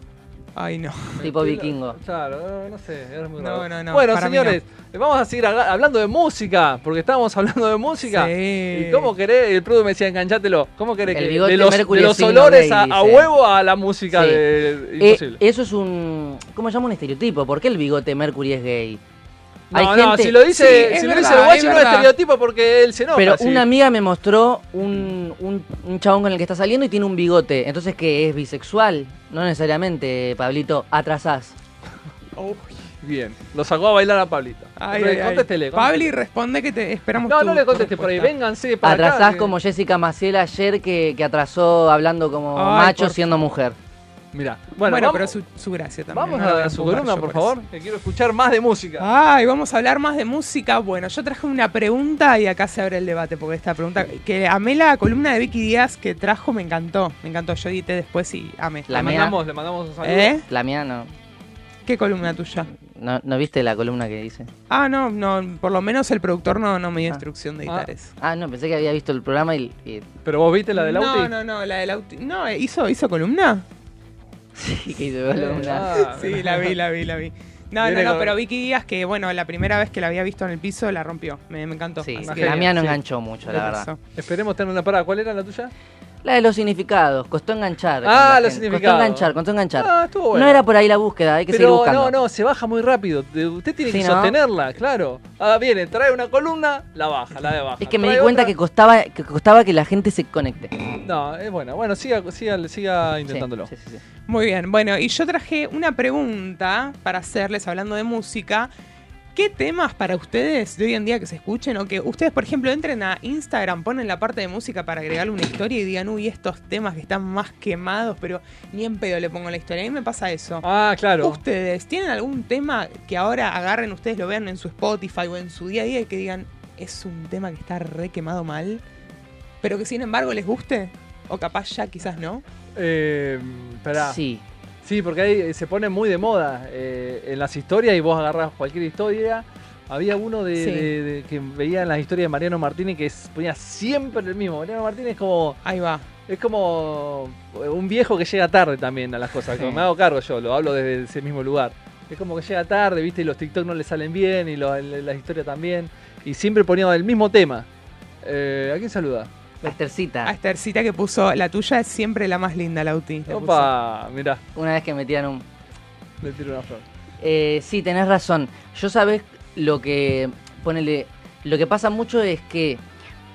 S4: Ay, no.
S5: Tipo vikingo.
S3: Claro, no, no sé, es muy
S4: No,
S3: raro.
S4: no, no,
S3: bueno,
S4: para mí
S3: señores, eh, vamos a seguir habla- hablando de música, porque estábamos hablando de música.
S4: Sí.
S3: ¿Y cómo querés? El Produ me decía, enganchátelo. ¿Cómo querés
S5: El
S3: que
S5: bigote
S3: de los,
S5: Mercury
S3: de
S5: es
S3: los
S5: signo
S3: olores
S5: gay,
S3: a, a
S5: dice.
S3: huevo a la música
S5: Sí.
S3: de
S5: Eh,
S3: imposible?
S5: eso es un. ¿Cómo se llama un estereotipo? ¿Por qué el bigote Mercury es gay?
S3: no,
S5: Hay
S3: no,
S5: gente-
S3: si lo dice, si lo dice el guacho no es estereotipo porque él se enoja.
S5: Pero
S3: sí.
S5: una amiga me mostró un, un, un chabón con el que está saliendo y tiene un bigote. Entonces, que es bisexual? No necesariamente, Pablito. Atrasás.
S4: Uy,
S3: Bien, lo sacó a bailar a Pablito.
S4: ay,
S3: Pero
S4: ay, ay.
S3: contéstele,
S4: Pabli,
S3: contéstele.
S4: responde que te esperamos
S3: No,
S4: tu-
S3: no le
S4: tu
S3: conteste por ahí,
S4: respuesta.
S3: vénganse para acá. eh.
S5: Atrasás
S3: que-
S5: como Jessica Maciel ayer que, que atrasó hablando como
S4: Ay,
S5: macho
S4: por-
S5: siendo mujer.
S3: Mirá,
S4: Bueno,
S3: bueno,
S4: pero
S3: vamos-
S4: es su, su gracia también.
S3: Vamos
S4: no la voy
S3: a su
S4: empujar
S3: columna,
S4: yo
S3: por
S4: eso.
S3: favor, que quiero escuchar más de música.
S4: Ay, vamos a hablar más de música. Bueno, yo traje una pregunta y acá se abre el debate, porque esta pregunta, que amé la columna de Vicky Díaz que trajo, me encantó. Me encantó, yo edité después y ah, amé.
S5: La
S3: le
S5: mía.
S3: mandamos, le mandamos un saludo.
S4: ¿Eh?
S5: La mía no.
S4: ¿Qué columna tuya?
S5: ¿No, no viste la columna que hice?
S4: Ah, no, no, por lo menos el productor no, no me dio instrucción de editar
S5: Ah.
S4: eso.
S5: Ah, no, pensé que había visto el programa y. y-
S3: Pero vos viste la del
S4: no,
S3: Auti.
S4: no, no, la del Auti. No, eh, ¿hizo, ¿hizo columna?
S5: y que hice columna.
S3: Ah,
S4: sí, la vi, la vi, la vi. No, no,
S3: Viene
S4: no,
S3: con-
S4: pero Vicky Díaz, que bueno, la primera vez que la había visto en el piso, la rompió. Me, me encantó.
S5: Sí,
S4: Así
S5: la
S4: que-
S5: mía no
S4: sí.
S5: enganchó mucho, la
S4: Eso.
S5: verdad.
S3: Esperemos tener una parada. ¿Cuál era la tuya?
S5: La de los significados, costó enganchar. con
S3: Ah,
S5: la
S3: los
S5: gente.
S3: significados.
S5: Costó enganchar, costó enganchar.
S3: Ah, estuvo bueno.
S5: No era por ahí la búsqueda, hay que seguir
S3: Pero
S5: buscando.
S3: no, no, se baja muy rápido. Te- Usted tiene
S5: Sí,
S3: que
S5: ¿no?
S3: sostenerla, claro. Ah, viene, trae una columna, la baja, la de baja.
S5: Es que me
S3: Trae
S5: di cuenta
S3: otra.
S5: que costaba, que costaba que la gente se conecte.
S3: No, es buena. Bueno, siga, siga, siga intentándolo.
S5: Sí, sí, sí.
S4: Muy bien, bueno, y yo traje una pregunta para hacerles hablando de música. ¿Qué temas para ustedes de hoy en día que se escuchen o que ustedes, por ejemplo, entren a Instagram, ponen la parte de música para agregarle una historia y digan, uy, estos temas que están más quemados, pero ni en pedo le pongo la historia? A mí me pasa eso.
S3: Ah, claro.
S4: ¿Ustedes tienen algún tema que ahora agarren ustedes, lo vean en su Spotify o en su día a día y que digan, es un tema que está re quemado mal, pero que sin embargo les guste? O capaz ya quizás no.
S3: Eh, esperá.
S5: Sí.
S3: Sí, porque ahí eh, se pone muy de moda eh, en las historias y vos agarrás cualquier historia. Había uno de,
S4: Sí.
S3: de- de- que veía en las historias de Mariano Martínez que s- ponía siempre el mismo. Mariano Martínez es como,
S4: Ahí va.
S3: es como eh, un viejo que llega tarde también a las cosas.
S5: Sí.
S3: como Me hago cargo yo, lo hablo desde ese mismo lugar. Es como que llega tarde, viste, y los TikTok no le salen bien y lo- el- las historias también. Y siempre ponía el mismo tema. Eh, ¿A quién saluda?
S5: La estercita.
S4: A Estercita que puso, la tuya es siempre la más linda, Lauti. le
S3: Opa, mirá,
S5: Una vez que me tiraron un.
S3: le tiro una flor.
S5: Eh, sí, tenés razón. Yo sabes lo que. Ponele. Lo que pasa mucho es que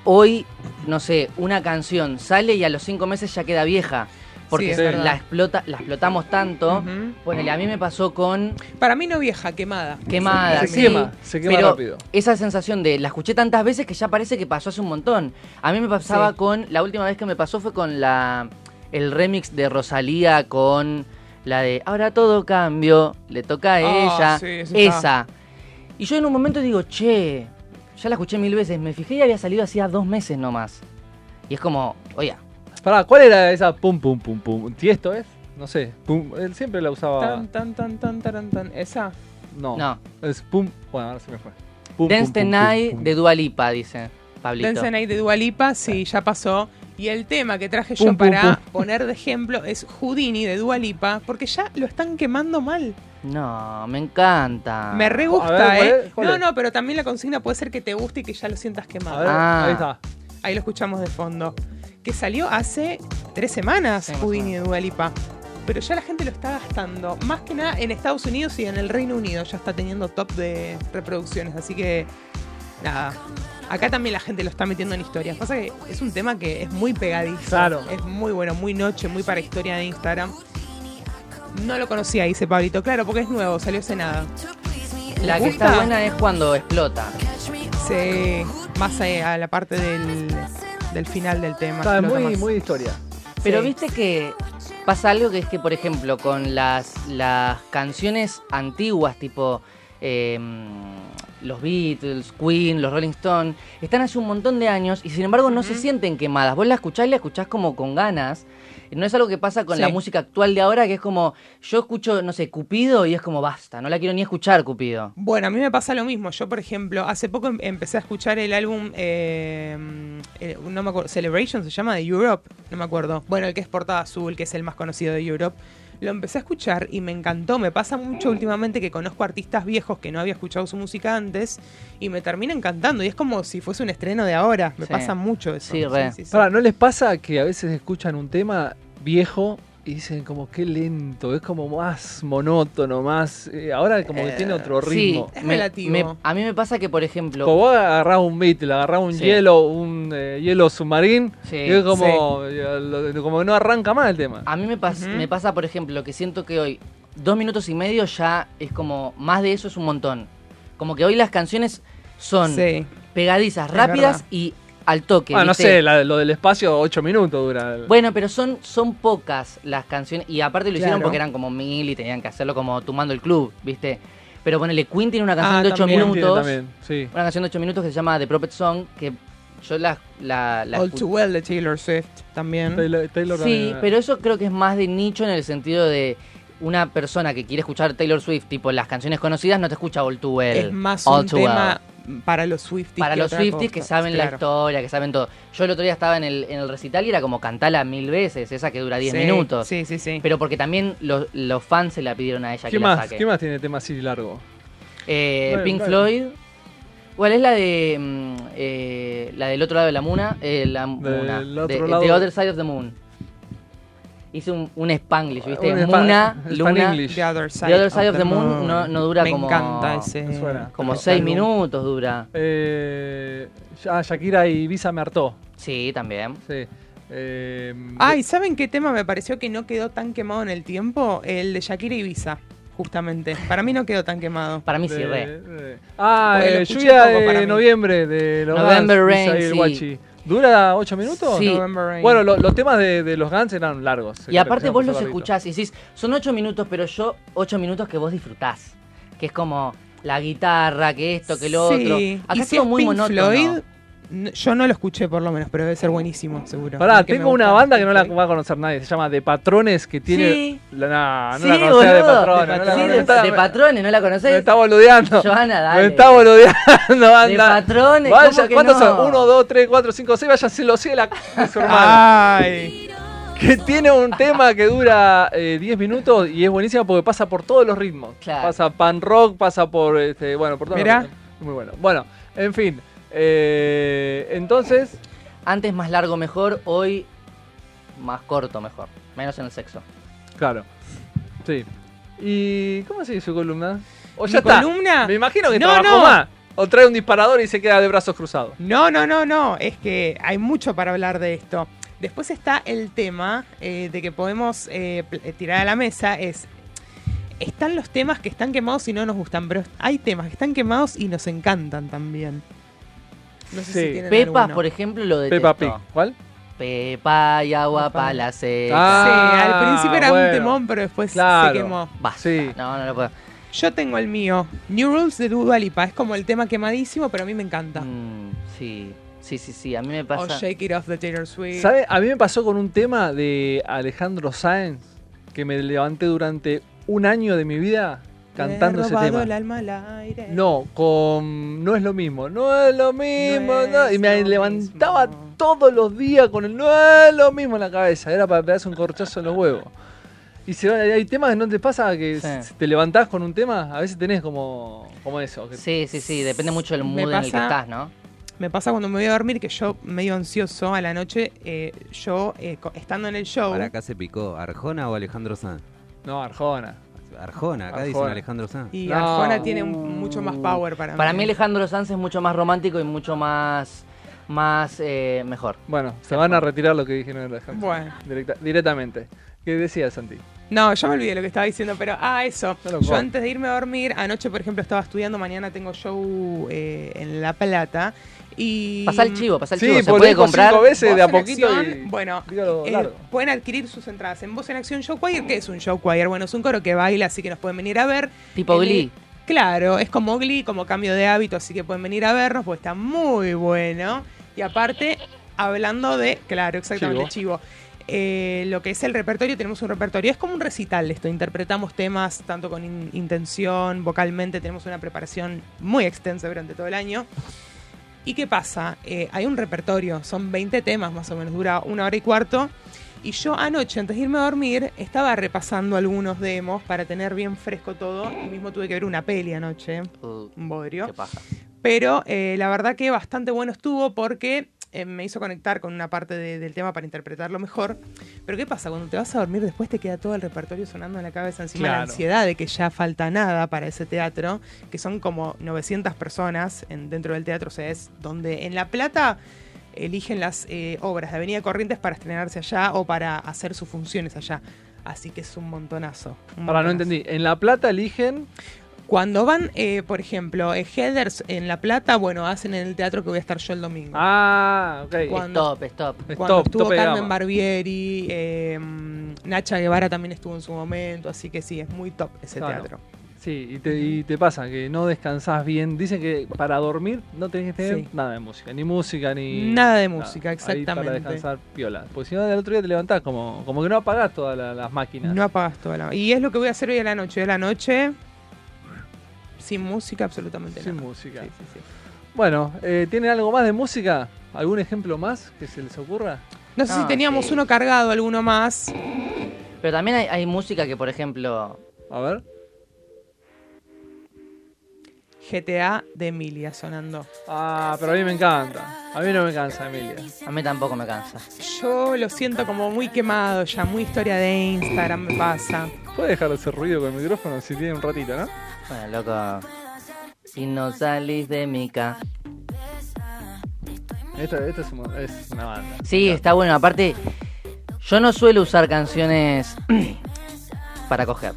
S5: hoy, no sé, una canción sale y a los cinco meses ya queda vieja.
S4: puso.
S5: Porque
S4: Sí, es verdad.
S5: la, explota, la explotamos tanto.
S4: Ujú.
S5: Ponele, a mí me pasó con
S4: Para mí no vieja, quemada.
S5: quemada.
S3: Se
S5: sí.
S3: quema, se quema
S5: Pero
S3: rápido.
S5: Esa sensación de la escuché tantas veces que ya parece que pasó hace un montón. A mí me pasaba
S4: Sí.
S5: con. La última vez que me pasó fue con la el remix de Rosalía con la de Ahora todo cambio, le toca a
S4: Ah,
S5: ella.
S4: sí, esa está.
S5: esa. Y yo en un momento digo, che, ya la escuché mil veces. Me fijé y había salido hacía dos meses nomás. Y es como, oye,
S3: Pará, ¿cuál era esa pum pum pum pum? ¿Tiesto es? No sé. Pum, él siempre la usaba.
S4: Tan, tan, tan, tan, tan, tan. Esa.
S3: No.
S5: No.
S3: Es pum. Bueno, ahora se me fue. Pum,
S5: Dance
S3: pum,
S5: the
S3: pum,
S5: Night
S3: pum, pum.
S5: de Dua Lipa, dice Pablito.
S4: Dance the Night de Dualipa, sí, ya pasó. Y el tema que traje yo
S5: Pum, pum,
S4: para
S5: pum.
S4: poner de ejemplo es Houdini de Dualipa, porque ya lo están quemando mal.
S5: No, me encanta.
S4: Me re
S5: A
S4: gusta,
S5: ver, ¿cuál
S4: ¿eh?
S5: es? ¿Cuál
S4: No,
S5: es?
S4: no, pero también la consigna puede ser que te guste y que ya lo sientas quemado.
S5: A ver, Ah. ahí está.
S4: Ahí lo escuchamos de fondo. Que salió hace tres semanas
S5: más o
S4: Houdini de Dualipa. Pero ya la gente lo está gastando. Más que nada en Estados Unidos y en el Reino Unido. Ya está teniendo top de reproducciones. Así que, nada. Acá también la gente lo está metiendo en historias. Pasa que es un tema que es muy pegadizo.
S3: Claro.
S4: Es muy bueno, muy noche, muy para historia de Instagram. No lo conocía, dice Pablito. Claro, porque es nuevo, salió hace nada.
S5: La que
S4: ¿Te
S5: está
S4: gusta?
S5: buena es cuando explota.
S4: Sí, más eh, a la parte del, del final del tema.
S3: Está
S4: explota
S3: muy,
S4: más.
S3: muy de historia.
S5: Pero
S4: Sí.
S5: viste que pasa algo que es que, por ejemplo, con las, las canciones antiguas, tipo eh, los Beatles, Queen, los Rolling Stones, están hace un montón de años y sin embargo no se sienten quemadas. Vos la escuchás y la escuchás como con ganas. No es algo que pasa con la
S4: Sí.
S5: música actual de ahora, que es como, yo escucho, no sé, Cupido y es como, basta, no la quiero ni escuchar, Cupido.
S4: Bueno, a mí me pasa lo mismo. Yo, por ejemplo, hace poco em- empecé a escuchar el álbum, eh, eh, no me acuerdo, Celebration se llama, de Europe, no me acuerdo. Bueno, el que es portada azul, que es el más conocido de Europe. Lo empecé a escuchar y me encantó. Me pasa mucho últimamente que conozco artistas viejos que no había escuchado su música antes y me termina encantando. Y es como si fuese un estreno de ahora. Me
S5: Sí.
S4: pasa mucho eso.
S5: Sí, re.
S4: sí, sí.
S3: Pará, ¿no les pasa que a veces escuchan un tema viejo y dicen como qué lento, es como más monótono, más... eh, ahora como que tiene
S5: Eh,
S3: otro ritmo.
S5: me- me- a mí me pasa que, por ejemplo,
S3: Como vos agarrás un Beatle, agarrás un
S5: Sí.
S3: hielo, un eh, hielo submarín,
S5: Sí.
S3: y es como, eh, lo- como que no arranca más el tema.
S5: A mí me, pas-
S3: Ujú.
S5: me pasa, por ejemplo, que siento que hoy dos minutos y medio ya es como, más de eso es un montón. Como que hoy las canciones son
S4: Sí.
S5: pegadizas,
S3: Es
S5: rápidas
S3: verdad.
S5: y al toque.
S3: Ah, no
S5: ¿viste?
S3: sé, la- lo del espacio, 8 minutos dura. el-
S5: Bueno, pero son, son pocas las canciones. Y aparte lo hicieron
S3: Claro.
S5: porque eran como mil y tenían que hacerlo como tumando el club, ¿viste? Pero ponele, Queen tiene una canción
S3: Ah,
S5: de 8
S3: también. Queen tiene
S5: minutos.
S3: también, sí.
S5: Una canción de 8 minutos que se llama The Prophet Song, que yo la... la, la
S4: All
S5: escu-
S4: Too Well de Taylor Swift también.
S3: Taylor, Taylor
S5: Sí,
S3: también, eh.
S5: pero eso creo que es más de nicho en el sentido de una persona que quiere escuchar Taylor Swift, tipo las canciones conocidas, no te escucha All Too Well.
S4: es más
S5: All
S4: un
S5: Too Well.
S4: tema para los Swifties.
S5: Para
S4: que
S5: los
S4: otra
S5: Swifties que
S4: cosa,
S5: saben la
S4: claro.
S5: historia, que saben todo. Yo el otro día estaba en el, en el recital y era como cantala mil veces, esa que dura 10
S4: Sí,
S5: minutos.
S4: Sí, sí, sí.
S5: Pero porque también los, los fans se la pidieron a ella
S3: ¿Qué
S5: que la
S3: más?
S5: saque.
S3: ¿Qué más tiene tema así largo?
S5: Eh,
S3: Bueno,
S5: Pink
S3: claro.
S5: Floyd. ¿Cuál es la de mm, eh, la del otro lado de la muna? Eh, la muna.
S3: Del otro
S5: de, eh,
S3: lado.
S5: The Other Side of the Moon. Hice un, un Spanglish, ¿viste?
S3: Un spa-
S5: muna,
S3: Span
S5: luna.
S3: English.
S4: The Other Side,
S5: The Other Side of the Moon, no, no dura
S4: Me
S5: como.
S4: encanta ese. Me suena.
S5: Como
S4: Pero-
S5: 6
S4: álbum.
S5: minutos dura.
S3: Eh, ah, Shakira y Visa me hartó.
S5: Sí, también.
S3: Sí. Eh,
S4: Ay, ¿saben qué tema me pareció que no quedó tan quemado en el tiempo? El de Shakira y Visa, justamente. Para mí no quedó tan quemado.
S5: Para mí sí,
S3: De-
S5: re.
S3: de- Ah,
S4: Porque lo
S3: eh,
S4: escuché
S3: lluvia
S4: poco para mí.
S3: de noviembre de los
S5: November
S3: Guns,
S5: Rain,
S3: Misael
S5: sí.
S3: Guachi. ¿Dura 8 minutos?
S5: Sí.
S4: November Rain.
S3: Bueno, lo- los temas de, de los Guns eran largos.
S5: Y aparte vos los
S3: escuchás
S5: escuchás y decís, son ocho minutos, pero yo ocho minutos que vos disfrutás. Que es como la guitarra, que esto, que lo otro.
S4: Sí.
S5: Acá
S4: y
S5: es
S4: si
S5: todo
S4: es
S5: muy
S4: Pink
S5: monótono.
S4: Floyd, n- yo no lo escuché por lo menos, pero debe ser buenísimo, seguro.
S3: Pará,
S4: Que me
S3: tengo una
S4: gusta.
S3: banda que no la va a conocer nadie, se llama De Patrones, que tiene...
S5: Sí.
S3: La, Ah, no, no
S5: sí,
S3: la conocía De
S5: boludo.
S3: Patrones. no la-
S5: Sí,
S3: me
S5: de,
S3: está-
S5: de patrones, ¿no la conocés?
S3: Me está boludeando.
S5: Johanna, dale.
S3: Me está boludeando, banda.
S5: De Patrones,
S3: Vaya,
S5: ¿cómo que
S3: ¿Cuántos
S5: no?
S3: son? Uno, dos, tres, cuatro, cinco, seis. Váyanse los cielos de su hermano.
S4: Ay.
S3: Que tiene un tema que dura eh, 10 minutos y es buenísimo porque pasa por todos los ritmos.
S5: Claro.
S3: Pasa pan rock, pasa por. Este, bueno, por todos los
S4: Mirá.
S3: ritmos. Muy bueno. Bueno, en fin. eh, entonces.
S5: Antes más largo mejor, hoy más corto mejor. Menos en el sexo.
S3: Claro. Sí. ¿Y cómo sigue su columna? ¿O
S4: Mi
S3: ya está?
S4: columna-
S3: Me imagino que
S4: No,
S3: trabajó
S4: no.
S3: más. O trae un disparador y se queda de brazos cruzados.
S4: No, no, no, no. Es que hay mucho para hablar de esto. Después está el tema eh, de que podemos eh, pl- eh, tirar a la mesa es están los temas que están quemados y no nos gustan, pero hay temas que están quemados y nos encantan también. No sé si tienen
S5: Pepa,
S4: alguno.
S5: por ejemplo, lo de
S3: Peppa Pig. ¿Cuál?
S5: Pepa y agua para la sed.
S4: Ah, Sí, al principio era un bueno. temón, pero después se Claro. quemó.
S5: Basta. No, no lo puedo.
S4: Yo tengo el mío, New Rules de Dua Lipa. Es como el tema quemadísimo, pero a mí me encanta.
S5: Mm, sí, sí, sí, sí. A mí me
S4: O
S5: pasa.
S4: Oh, Shake It Off de Taylor Swift.
S3: ¿Sabe? A mí me pasó con un tema de Alejandro Sáenz que me levanté durante un año de mi vida cantando
S4: Le he
S3: ese
S4: robado
S3: tema.
S4: el alma al aire.
S3: No, con no es lo mismo, no es lo mismo, no- y me levantaba todos los días con el no es lo mismo en la cabeza, era para pegarse un corchazo en los huevos. Y se, va- hay temas que no te pasa que
S5: Sí.
S3: si te levantás con un tema, a veces tenés como, como eso.
S5: Sí, sí, sí, depende mucho del
S4: Me
S5: mood en el que
S4: pasa-
S5: estás, ¿no?
S4: Me pasa cuando me voy a dormir que yo, medio ansioso a la noche, eh, yo, eh, co- estando en el show,
S6: Para acá se picó. ¿Arjona o Alejandro Sanz?
S3: No, Arjona.
S6: Arjona, acá dicen
S3: Arjona.
S6: Alejandro Sanz.
S4: y Arjona tiene un- mucho más power para,
S5: Ah.
S4: ¿eh?
S5: Para mí Alejandro Sanz es mucho más romántico y mucho más, más eh, mejor.
S3: Bueno, se van a retirar lo que dijeron en la
S4: Bueno.
S3: Directa- directamente. ¿Qué decía Santi?
S4: No, ya me olvidé lo que estaba diciendo, pero ah, eso.
S3: lo
S4: Yo
S3: cual.
S4: antes de irme a dormir, anoche, por ejemplo, estaba estudiando, mañana tengo show eh, en La Plata. Y...
S5: Pasá el chivo, pasá el Sí, chivo, se porque puede dijo comprar. cinco veces
S4: Voz
S5: de a
S4: en
S5: poquito
S4: Acción,
S5: y-
S4: Bueno,
S5: dígalo
S4: eh,
S5: largo.
S4: pueden adquirir sus entradas en Voz en Acción Show Choir. ¿Qué es un show choir? Bueno, es un coro que baila, así que nos pueden venir a ver.
S5: Tipo
S4: Eh,
S5: Glee.
S4: Claro, es como Glee, como cambio de hábito, así que pueden venir a vernos, pues está muy bueno. Y aparte, hablando de, claro, exactamente, chivo. eh, lo que es el repertorio, tenemos un repertorio, es como un recital esto, interpretamos temas tanto con in- intención, vocalmente, tenemos una preparación muy extensa durante todo el año. ¿Y qué pasa? Eh, hay un repertorio, son 20 temas más o menos, dura una hora y cuarto. Y yo anoche, antes de irme a dormir, estaba repasando algunos demos para tener bien fresco todo. Y mismo tuve que ver una peli anoche, un bodrio.
S5: ¿Qué pasa?
S4: Pero eh, la verdad que bastante bueno estuvo porque eh, me hizo conectar con una parte de- del tema para interpretarlo mejor. Pero ¿qué pasa? Cuando te vas a dormir después te queda todo el repertorio sonando en la cabeza encima la
S3: Claro.
S4: ansiedad de que ya falta nada para ese teatro, que son como 900 personas en- dentro del teatro, o sea, es donde en La Plata eligen las eh, obras de Avenida Corrientes para estrenarse allá o para hacer sus funciones allá. Así que es un montonazo. un
S3: Ahora no
S4: montonazo.
S3: entendí. En La Plata eligen.
S4: Cuando van, eh, por ejemplo, eh, Headers en La Plata, bueno, hacen en el teatro que voy a estar yo el domingo.
S3: Ah, ok.
S4: Cuando-
S5: Stop, stop.
S4: Cuando
S3: Top,
S4: estuvo
S3: tope de
S4: Carmen
S3: gama.
S4: Barbieri, eh, mm, Nacha Guevara también estuvo en su momento, así que sí, es muy top ese
S3: Claro.
S4: teatro.
S3: Sí, y te, y te pasa que no descansás bien. Dicen que para dormir no tenés que tener
S4: Sí.
S3: nada de música, ni música, ni.
S4: Nada de música,
S3: Ahí
S4: exactamente.
S3: para descansar piola. Porque si no, del otro día te levantás como, como que no apagás todas la- las máquinas.
S4: No apagas toda la... Y es lo que voy a hacer hoy a la noche. Hoy a la noche, sin música absolutamente
S3: Sin
S4: nada.
S3: música.
S4: Sí, sí, sí.
S3: Bueno, eh, ¿tienen algo más de música? ¿Algún ejemplo más que se les ocurra?
S4: No sé
S5: Ah,
S4: si teníamos
S5: sí.
S4: uno cargado, alguno más.
S5: Pero también hay, hay música que, por ejemplo...
S3: A ver.
S4: GTA de Emilia sonando.
S3: Ah, pero a mí me encanta. A mí no me cansa, Emilia.
S5: A mí tampoco me cansa.
S4: Yo lo siento como muy quemado ya, muy historia de Instagram me pasa.
S3: ¿Puedes dejar de hacer ruido con el micrófono si tiene un ratito, no?
S5: Bueno, loco. Y no salís de mi casa.
S3: Esto, esto es, un- es una banda.
S5: Sí, está bueno. Aparte, yo no suelo usar canciones para coger.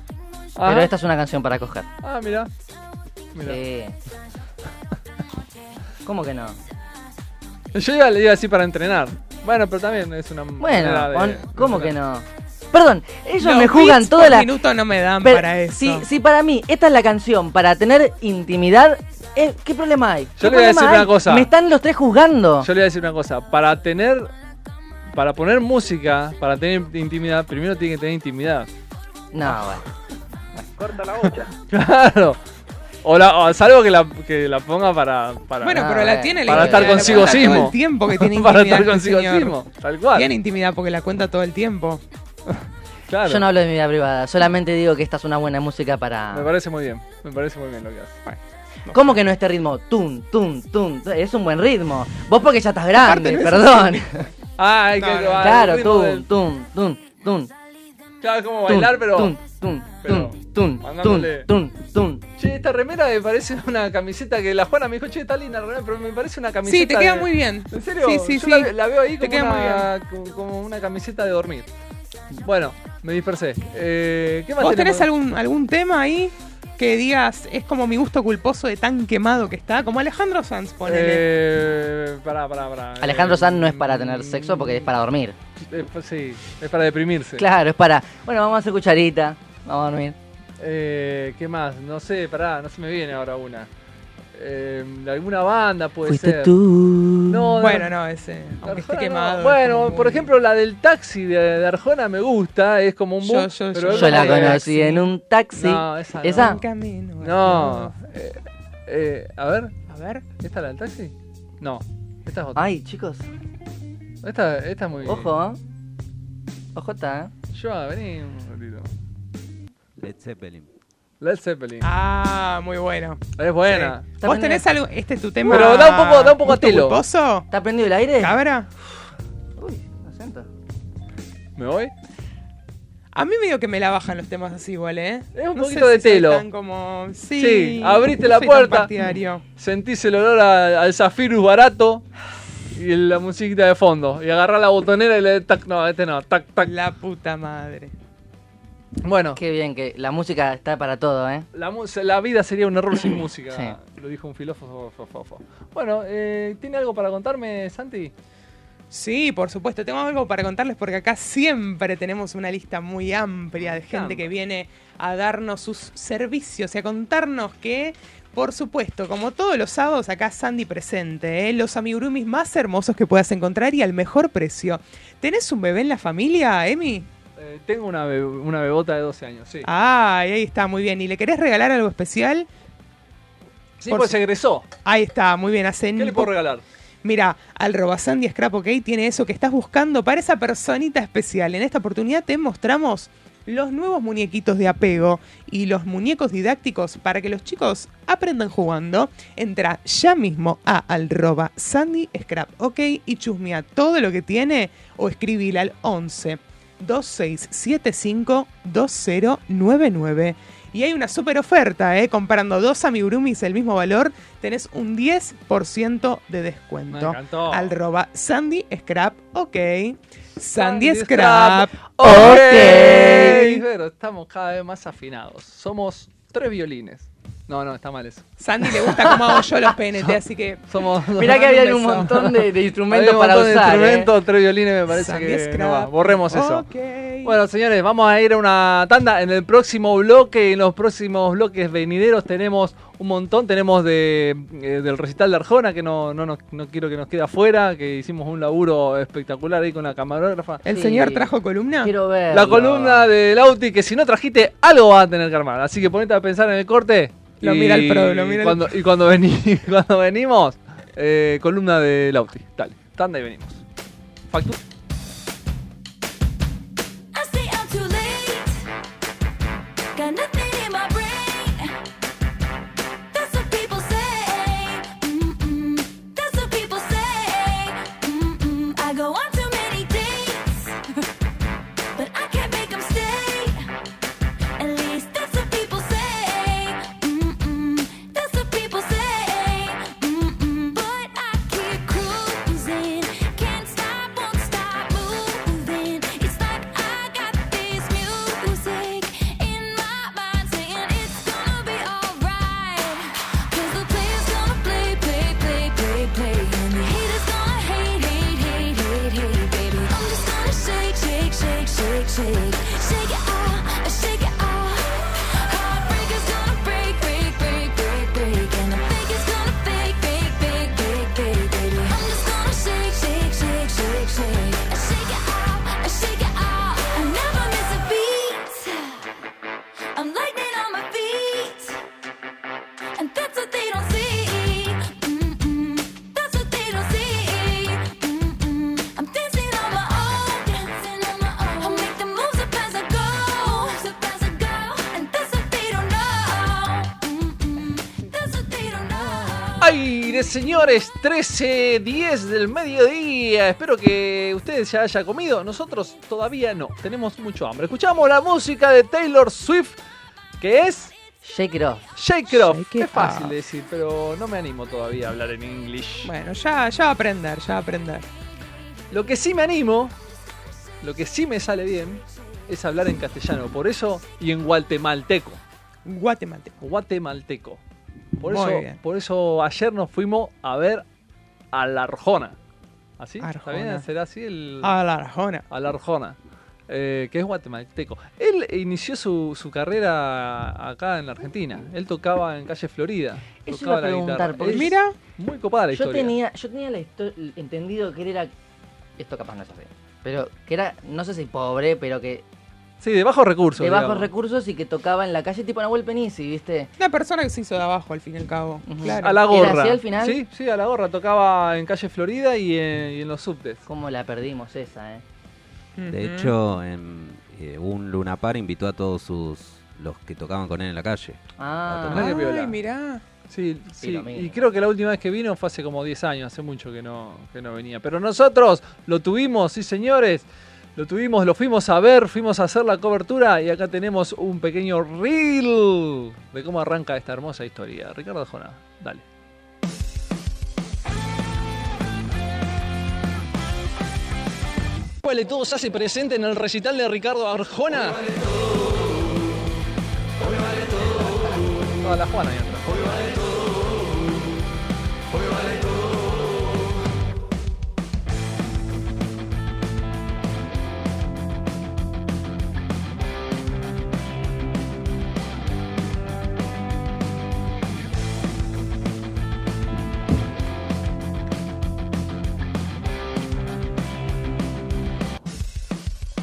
S3: Ah.
S5: Pero esta es una canción para coger.
S3: Ah, mira. Mira.
S5: Sí. ¿Cómo que no?
S3: Yo iba, iba así para entrenar. Bueno, pero también es una.
S5: Bueno,
S3: manera de-
S5: pon- ¿cómo que no? Perdón, ellos me juegan
S4: todo
S5: toda la...
S4: minuto no me dan
S5: Pero
S4: para eso.
S5: Si, si para mí esta es la canción para tener intimidad, eh, ¿qué problema hay? ¿Qué
S3: le voy a
S5: problema
S3: decir una
S5: hay?
S3: cosa.
S5: Me están los tres juzgando.
S3: Yo le voy a decir una cosa. Para tener. Para poner música, para tener intimidad, primero tiene que tener intimidad.
S5: No, bueno.
S12: Corta la bocha.
S3: Claro. O, la, o salvo que la, que la ponga para. para
S5: Ah,
S3: eh.
S4: Bueno, pero la tiene la
S3: Para estar
S4: intimidad, la
S3: consigo
S4: cuenta
S3: mismo.
S4: Todo el tiempo que tiene
S3: para
S4: intimidad
S3: estar
S4: este
S3: consigo
S4: señor.
S3: mismo. Tal cual.
S4: Tiene intimidad porque la cuenta todo el tiempo.
S3: Claro.
S5: Yo no hablo de mi vida privada, solamente digo que esta es una buena música
S3: Ah. Me
S5: para...
S3: parece muy bien. Me parece muy bien lo que hace.
S5: ¿Cómo que no este ritmo? Tum, tum, tum. tum. Es un buen ritmo. Vos porque ya estás grande,
S3: Aparte no es
S5: perdón.
S3: Ah, hay que.
S5: No, no,
S3: ah, el
S5: claro,
S3: ritmo
S5: tum,
S3: del-
S5: tum, tum, tum.
S3: Claro, es como bailar,
S5: Tum,
S3: pero.
S5: tum, tum,
S3: pero
S5: tum. tun, tun,
S3: Mandándole.
S5: tun, tun.
S3: Che, esta remera me parece una camiseta que la Juana me dijo, che, está linda la remera, pero me parece una camiseta.
S4: Sí, te queda
S3: de-
S4: muy bien.
S3: ¿En serio?
S4: Sí, sí,
S3: Yo
S4: sí.
S3: La, ve- la veo ahí
S4: Te
S3: como
S4: queda muy
S3: una, co- como una camiseta de dormir. Bueno, me dispersé. Eh, ¿Qué más
S4: ¿Vos
S3: tenemos?
S4: tenés algún, algún tema ahí que digas, es como mi gusto culposo de tan quemado que está? Como Alejandro Sanz, ponele.
S3: Eh, pará, pará, pará. Mm.
S5: Alejandro Sanz no es para tener sexo porque es para dormir.
S3: Eh, pues sí, es para deprimirse.
S5: Claro, es para. Bueno, vamos a hacer cucharita. Vamos a dormir.
S3: Eh, ¿Qué más? No sé, pará, no se me viene ahora una. Eh, alguna banda puede
S5: Fuiste
S3: ser.
S5: tú.
S3: No, no.
S4: bueno, no, ese. Aunque esté
S3: Arjona no.
S4: quemado.
S3: Bueno, por ejemplo, la del taxi de, de Arjona me gusta, es como un
S4: Yo-
S3: boom.
S4: yo-
S3: pero
S5: Yo
S3: es
S5: la
S3: como que-
S5: conocí en un taxi.
S3: No, esa. no.
S5: ¿Esa?
S3: No. Eh, eh, a ver,
S4: A ver.
S3: ¿esta es la del taxi? No, esta es otra.
S5: Ay, chicos.
S3: Esta, esta es muy.
S5: Ojo. Ojota, eh.
S3: Yo, vení un ratito.
S6: Led Zeppelin.
S3: Led Zeppelin.
S4: Ah, muy bueno.
S3: Es buena.
S4: Sí. ¿Vos
S5: También
S4: tenés
S5: es-
S4: algo? Este es tu tema.
S3: Pero da un poco- da un poco
S4: gusto
S3: telo.
S4: culposo?
S5: ¿Está prendido el aire?
S4: ¿Cabra?
S5: Uy, acento.
S3: ¿Me voy?
S4: A mí medio que me la bajan los temas así igual, ¿eh?
S3: Es un
S4: No
S3: poquito
S4: sé
S3: de
S4: si soy
S3: telo.
S4: tan como... Sí,
S3: Sí, abriste
S4: no
S3: la
S4: soy tan
S3: puerta.
S4: partidario.
S3: Sentís el olor a- al Zafirus barato y la musiquita de fondo. Y agarrás la botonera y le tac, no, este no, tac, tac.
S4: La puta madre.
S3: Bueno,
S5: Qué bien que la música está para todo, eh.
S3: la, mus- la vida sería un error sin música,
S5: Sí.
S3: lo dijo un filósofo. fo- fo- fo. Bueno, eh, ¿tiene algo para contarme, Santi?
S4: Sí, por supuesto. Tengo algo para contarles porque acá siempre tenemos una lista muy amplia de gente que viene a darnos sus servicios y a contarnos que, por supuesto, como todos los sábados, acá Sandy presente, ¿eh? los amigurumis más hermosos que puedas encontrar y al mejor precio. ¿Tenés un bebé en la familia, Emi?
S3: Eh, tengo una, be- una bebota de 12 años, sí.
S4: Ay, ahí está, muy bien. ¿Y le querés regalar algo especial?
S3: sí,
S4: por
S3: pues
S4: si-
S3: se egresó.
S4: Ahí está, muy bien. Hace
S3: ¿Qué le puedo regalar?
S4: Mira, al Robasandy Scrap OK tiene eso que estás buscando para esa personita especial. En esta oportunidad te mostramos los nuevos muñequitos de apego y los muñecos didácticos para que los chicos aprendan jugando. Entra ya mismo a al arroba Sandy Scrap OK y chusmea todo lo que tiene o escribile al 11 2675 2099. Y hay una super oferta, ¿eh? Comprando dos amigurumis el mismo valor, tenés un 10% de
S3: Me
S4: descuento.
S3: encantó.
S4: Al roba Sandy Scrap, ok. Sandy
S3: Sandy
S4: Scrap,
S3: Scrap,
S4: ok.
S3: Pero estamos cada vez más afinados. Somos tres violines. No, no, está mal eso.
S4: Sandy le gusta cómo hago yo los PNT, así que.
S3: Somos
S5: Mirá
S4: mando
S5: que
S4: un
S5: había un
S4: beso.
S5: montón de, de instrumentos
S3: Había un
S5: para
S3: montón de
S5: usar. eh.
S3: instrumentos, tres violines me parece
S4: Sandy
S3: que no
S4: Scrap,
S3: va. Borremos eso.
S4: ok.
S3: Bueno, señores, vamos a ir a una tanda. En el próximo bloque, en los próximos bloques venideros, tenemos un montón. Tenemos de, eh, del recital de Arjona, que no, no, nos- no quiero que nos quede afuera, que hicimos un laburo espectacular ahí con la camarógrafa.
S4: ¿El
S5: Sí.
S4: señor trajo columna?
S5: Quiero ver.
S3: La columna de Lauti, que si no trajiste, algo vas a tener que armar. Así que ponete a pensar en el corte.
S4: Lo
S3: y
S4: mira el pro, lo mira el-
S3: cuando, Y cuando, veni- cuando venimos, eh, columna de Lauti. Dale, tanda y venimos. Factura.
S2: I stay up too late. Got nothing in my brain. That's what people say. Mm-mm. That's what people say. Mm-mm. I go on too many dates. but I can't make them stay. At least that's what people say. Mm-mm. That's what people say. Mm-mm. But I keep cruising. Can't stop, won't stop moving. It's like I got this music in my mind saying it's gonna be alright. 'Cause the player's gonna play, play, play, play, play. And the haters gonna hate, hate, hate, hate, hate, baby. I'm just gonna shake, shake, shake, shake, shake. Shake it out, shake it out. Heartbreaker's gonna break, break, break, break, break. And the fake is gonna fake, fake, fake, fake, fake, baby. I'm just gonna shake, shake, shake, shake, shake. Shake it out, shake it out. I never miss a beat. I'm lightning on my feet. And that's what they don't see. Mm-mm. That's what they don't see. Mm-mm. I'm dancing on my own. Dancing on my own. I make the moves up as I go. Moves up as I go. And that's what they don't know. Mm-mm. That's what they don't know.
S3: Aire, señores, 13.10 del mediodía. Espero que ustedes ya hayan comido. Nosotros todavía no, tenemos mucho hambre. Escuchamos la música de Taylor Swift que es
S5: Shake It Off.
S3: Shake It Off.
S4: Shake It
S3: es fácil
S4: Off.
S3: de decir, pero no me animo todavía a hablar en inglés.
S4: Bueno, ya, ya va a aprender, ya va a aprender.
S3: Lo que sí me animo, lo que sí me sale bien, es hablar en castellano. Por eso, y en guatemalteco.
S4: Guatemalteco.
S3: Guatemalteco. Por
S4: Muy
S3: eso,
S4: bien.
S3: por eso ayer nos fuimos a ver a la Arjona. ¿Así? ¿Está
S4: Arjona.
S3: bien? ¿Será así el...?
S4: A la Arjona.
S3: A la Arjona. eh, que es guatemalteco. Él inició su, su carrera acá en la Argentina. Él tocaba en calle Florida.
S5: Eso iba
S3: tocaba
S5: a preguntar, porque
S3: Es
S5: mira,
S3: muy copada
S5: yo
S3: la historia.
S5: tenía, yo tenía la histo- entendido que él era, esto capaz no es así, pero que era, no sé si pobre, pero que
S3: Sí, de bajos recursos.
S5: de bajos
S3: digamos.
S5: recursos y que tocaba en la calle tipo Nahuel Penisi, ¿viste?
S4: Una persona que se hizo de abajo, al fin y al cabo. Claro.
S3: A la gorra.
S5: así al final?
S3: Sí, sí, a la gorra. Tocaba en calle Florida y en, y en los subtes.
S5: ¿Cómo la perdimos esa, eh?
S6: De hecho, en, eh, un Luna Par invitó a todos sus los que tocaban con él en la calle.
S5: Ah.
S3: Mirá qué piola.
S4: Ay, mirá.
S3: Sí, sí.
S4: lo
S3: Y
S4: mismo.
S3: creo que la última vez que vino fue hace como 10 años, hace mucho que no, que no venía. Pero nosotros lo tuvimos, sí señores. Lo tuvimos, lo fuimos a ver, fuimos a hacer la cobertura y acá tenemos un pequeño reel de cómo arranca esta hermosa historia. Ricardo Jona, dale.
S13: Vale, todo se hace presente en el recital de Ricardo Arjona.
S3: Toda la Juana y otra.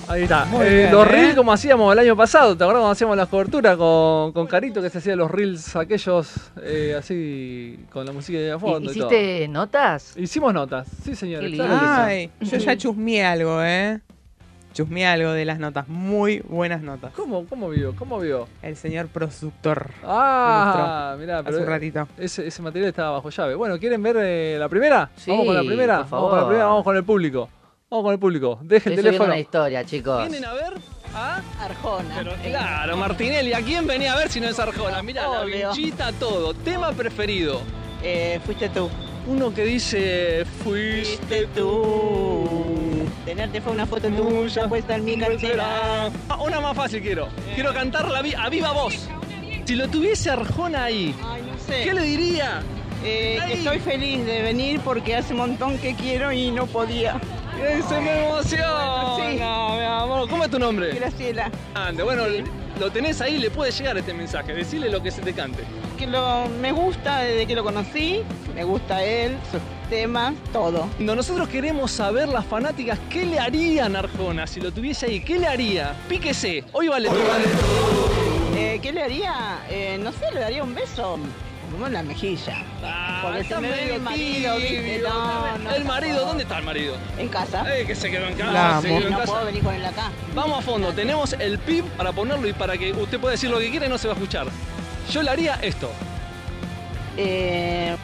S3: Ahí está.
S4: Muy
S3: Eh,
S4: bien,
S3: los
S4: ¿eh?
S3: reels como hacíamos el año pasado, ¿te acuerdas cuando hacíamos las coberturas con, con Carito que se hacían los reels aquellos eh, así con la música de fondo? y
S5: ¿Hiciste notas?
S3: todo? Hicimos notas, sí señores.
S5: Qué
S3: claro que sí.
S4: Ay, yo ya chusmeé algo, ¿eh? Chusmeé algo de las notas. Muy buenas notas.
S3: ¿Cómo, cómo vio? ¿Cómo vio?
S4: El señor productor.
S3: Ah,
S4: Ilustró.
S3: mirá,
S4: Hace
S3: pero
S4: un ratito.
S3: Ese, ese material estaba bajo llave. Bueno, ¿quieren ver eh, la primera?
S5: Sí,
S3: vamos con la primera.
S5: por
S3: Vamos con la
S5: favor.
S3: primera, vamos con el público. Vamos con el público. Deje
S5: Estoy
S3: el
S5: subiendo
S3: teléfono.
S5: una historia, chicos.
S13: Vienen a ver a
S10: Arjona.
S13: claro, Martinelli, ¿a quién venía a ver si no es Arjona? Mirá, la
S10: Obvio.
S13: vinchita, todo. Tema preferido.
S14: Eh, fuiste tú.
S13: Uno que dice, fuiste tú.
S14: Tenerte fue una foto tuya puesta en mi cartera.
S13: Ah, Una más fácil quiero. Quiero cantarla vi- a viva voz. Si lo tuviese Arjona ahí,
S14: Ay, no sé.
S13: ¿Qué le diría?
S14: Eh, que
S13: Ay.
S14: estoy feliz de venir porque hace un montón que quiero y no podía.
S13: ¡Ay, se me emociona, mi amor! ¿Cómo es tu nombre?
S14: Graciela,
S13: Ande, bueno, lo tenés ahí, le puede llegar este mensaje. Decile lo que se te cante.
S14: que lo, me gusta desde que lo conocí, me gusta él, sus temas, todo.
S13: Cuando nosotros queremos saber las fanáticas qué le harían a Arjona si lo tuviese ahí, ¿qué le haría? Píquese, hoy vale todo.
S14: Eh, ¿Qué le haría? Eh, no sé, le daría un beso. Como en la mejilla. porque
S13: Ah, está
S14: se me ve
S13: medio
S14: el marido, ¿viste?
S13: tibio,
S14: No, no,
S13: ¿El
S14: no.
S13: marido? ¿Dónde está el marido?
S14: En casa.
S13: Eh, que se quedó en
S14: La
S13: casa. se
S14: amo.
S13: quedó en
S14: No
S13: casa.
S14: puedo venir con él acá.
S13: Vamos a fondo, tenemos el pip para ponerlo y para que usted pueda decir lo que quiera y no se va a escuchar. Yo le haría esto.
S14: Eh,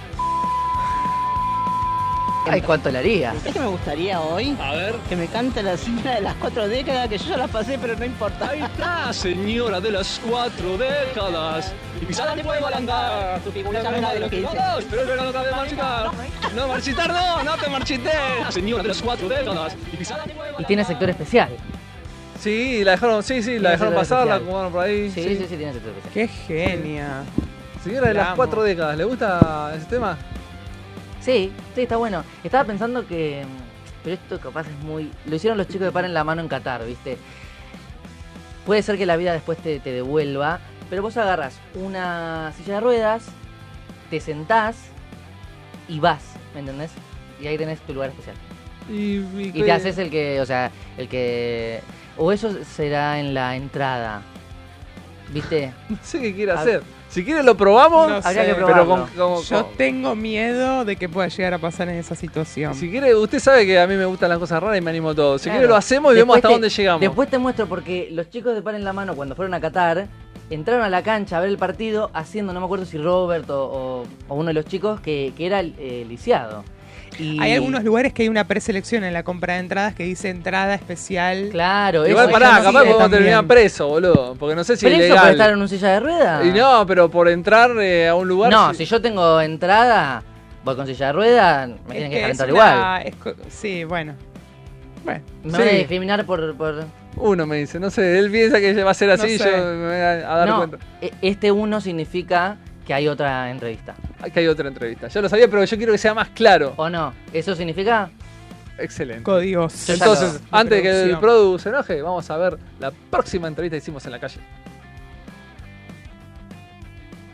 S5: Ay, ¿cuánto le haría?
S14: ¿Sabes qué me gustaría hoy?
S13: A ver.
S14: Que me cante la señora de las cuatro décadas, que yo ya las pasé, pero no importa.
S13: Ahí está, señora de las cuatro décadas. Y pisada de fuego al andar. Tu figura
S14: ya verá de lo que dice.
S13: Vamos, pero espera, no te de marchitar. No, marchitar no, no te marchites. Señora de las cuatro décadas. Y pisada de fuego
S5: Y tiene sector especial.
S3: Sí, la dejaron, sí, sí,
S5: Tiene
S3: la
S5: sector
S3: dejaron pasar, la
S5: especial.
S3: acomodaron por ahí.
S5: Sí, sí, sí, tiene sector especial.
S4: Qué genia.
S3: Señora de
S5: La
S3: las
S5: amo.
S3: cuatro décadas, ¿le gusta ese tema?
S5: Sí, sí, está bueno. Estaba pensando que. mm, Pero esto capaz es muy. Lo hicieron los chicos de Paren la Mano en Qatar, ¿viste? Puede ser que la vida después te, te devuelva, pero vos agarras una silla de ruedas, te sentás y vas, ¿me entendés? Y ahí tenés tu lugar especial.
S3: Y, y
S5: Y
S3: que-
S5: te haces el que, o sea, el que. O eso será en la entrada. ¿Viste?
S3: No sé qué quiere
S5: A-
S3: hacer. Si quiere lo probamos,
S4: No
S5: Habría
S4: sé,
S5: que
S3: pero
S5: probarlo.
S3: con, con-
S4: Yo
S3: con-
S4: tengo miedo de que pueda llegar a pasar en esa situación.
S3: Si quiere, usted sabe que a mí me gustan las cosas raras y me animo todo. Si
S5: Claro.
S3: quiere lo hacemos y vemos
S5: Después
S3: hasta
S5: te-
S3: dónde llegamos.
S5: Después te muestro porque los chicos de Par en la Mano cuando fueron a Qatar entraron a la cancha a ver el partido haciendo, no me acuerdo si Robert o, o- o uno de los chicos, que, que era eh, lisiado. Y-
S4: Hay algunos lugares que hay una preselección en la compra de entradas que dice entrada especial.
S5: Claro,
S3: Igual pará, capaz
S4: como
S3: podemos terminar preso, boludo. Porque no sé si es
S5: ¿Preso
S3: legal.
S5: por estar en un silla de rueda?
S3: Y no, pero por entrar eh, a un lugar.
S5: no,
S3: sí.
S5: si yo tengo entrada, voy con silla de rueda, me tienen que,
S4: que es
S5: calentar
S4: una-
S5: igual.
S4: es co- sí, bueno. Bueno.
S5: Me
S3: Sí.
S5: van a discriminar por... por...
S3: Uno me dice, no sé, él piensa que va a ser
S5: No
S3: así,
S5: sé.
S3: yo me voy a, a dar
S5: No,
S3: cuenta.
S5: e- este uno significa que hay otra entrevista.
S3: Aquí Ah, hay otra entrevista. Yo lo sabía, pero yo quiero que sea más claro.
S5: ¿O no? ¿Eso significa?
S3: Excelente.
S4: Códigos.
S3: Entonces,
S4: de
S3: antes de que el
S4: producción.
S3: Produ se enoje, vamos a ver la próxima entrevista que hicimos en la calle.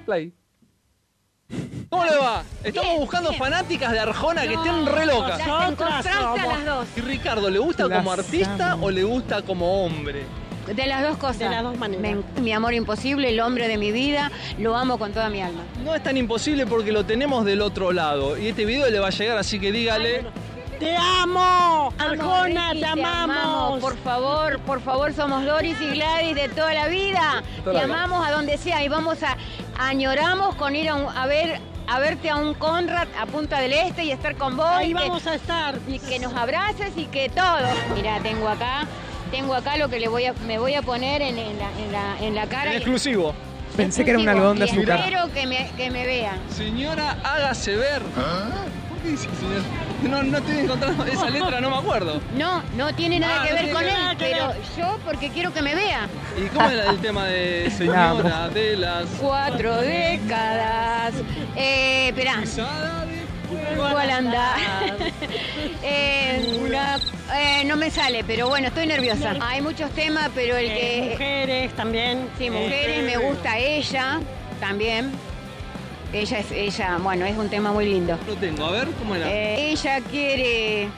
S3: Play.
S13: ¿Cómo le va? Estamos buscando fanáticas de Arjona que estén re locas.
S15: las encontraste a las dos.
S13: ¿Y Ricardo, le gusta
S15: Las
S13: como artista o le gusta como hombre?
S15: De las dos cosas.
S13: De las dos maneras.
S15: Me enc- mi amor imposible, el hombre de mi vida, lo amo con toda mi alma.
S13: No es tan imposible porque lo tenemos del otro lado. Y este video le va a llegar, así que dígale.
S15: ¡Te amo!
S14: Arjona, te amamos.
S15: Por favor, por favor, somos Doris y Gladys de toda la vida.
S14: Toda
S15: te
S14: la vida.
S15: amamos a donde sea y vamos a. Añoramos con ir a, un- a ver. A verte a un Conrad a Punta del Este y estar con vos.
S14: Ahí
S15: y que-
S14: vamos a estar.
S15: y que nos abraces y que todo. Mira, tengo acá, tengo acá lo que le voy a, me voy a poner en, en la, en la- en la cara.
S13: En
S15: y-
S13: exclusivo.
S4: Pensé que era un algodón de
S15: y
S4: azúcar.
S15: Espero que me, que me vean.
S13: Señora, hágase ver. ¿Por qué dice señor? No, no estoy encontrando esa letra, no me acuerdo.
S15: No, no tiene nada
S13: Ah,
S15: que
S13: no
S15: ver
S13: tiene
S15: con él,
S13: nada que
S15: pero
S13: ver.
S15: yo porque quiero que me vea.
S13: ¿Y cómo era el tema de señora de las
S15: Cuatro décadas. Eh, esperá. ¿Cuál anda? Eh, una- eh, no me sale, pero bueno, estoy nerviosa. Hay muchos temas, pero
S13: Eh,
S15: el que. mujeres también. Sí, mujeres, me gusta ella también. Ella es, ella, bueno, es un tema muy lindo.
S13: Lo tengo, a ver cómo era.
S15: Eh, ella quiere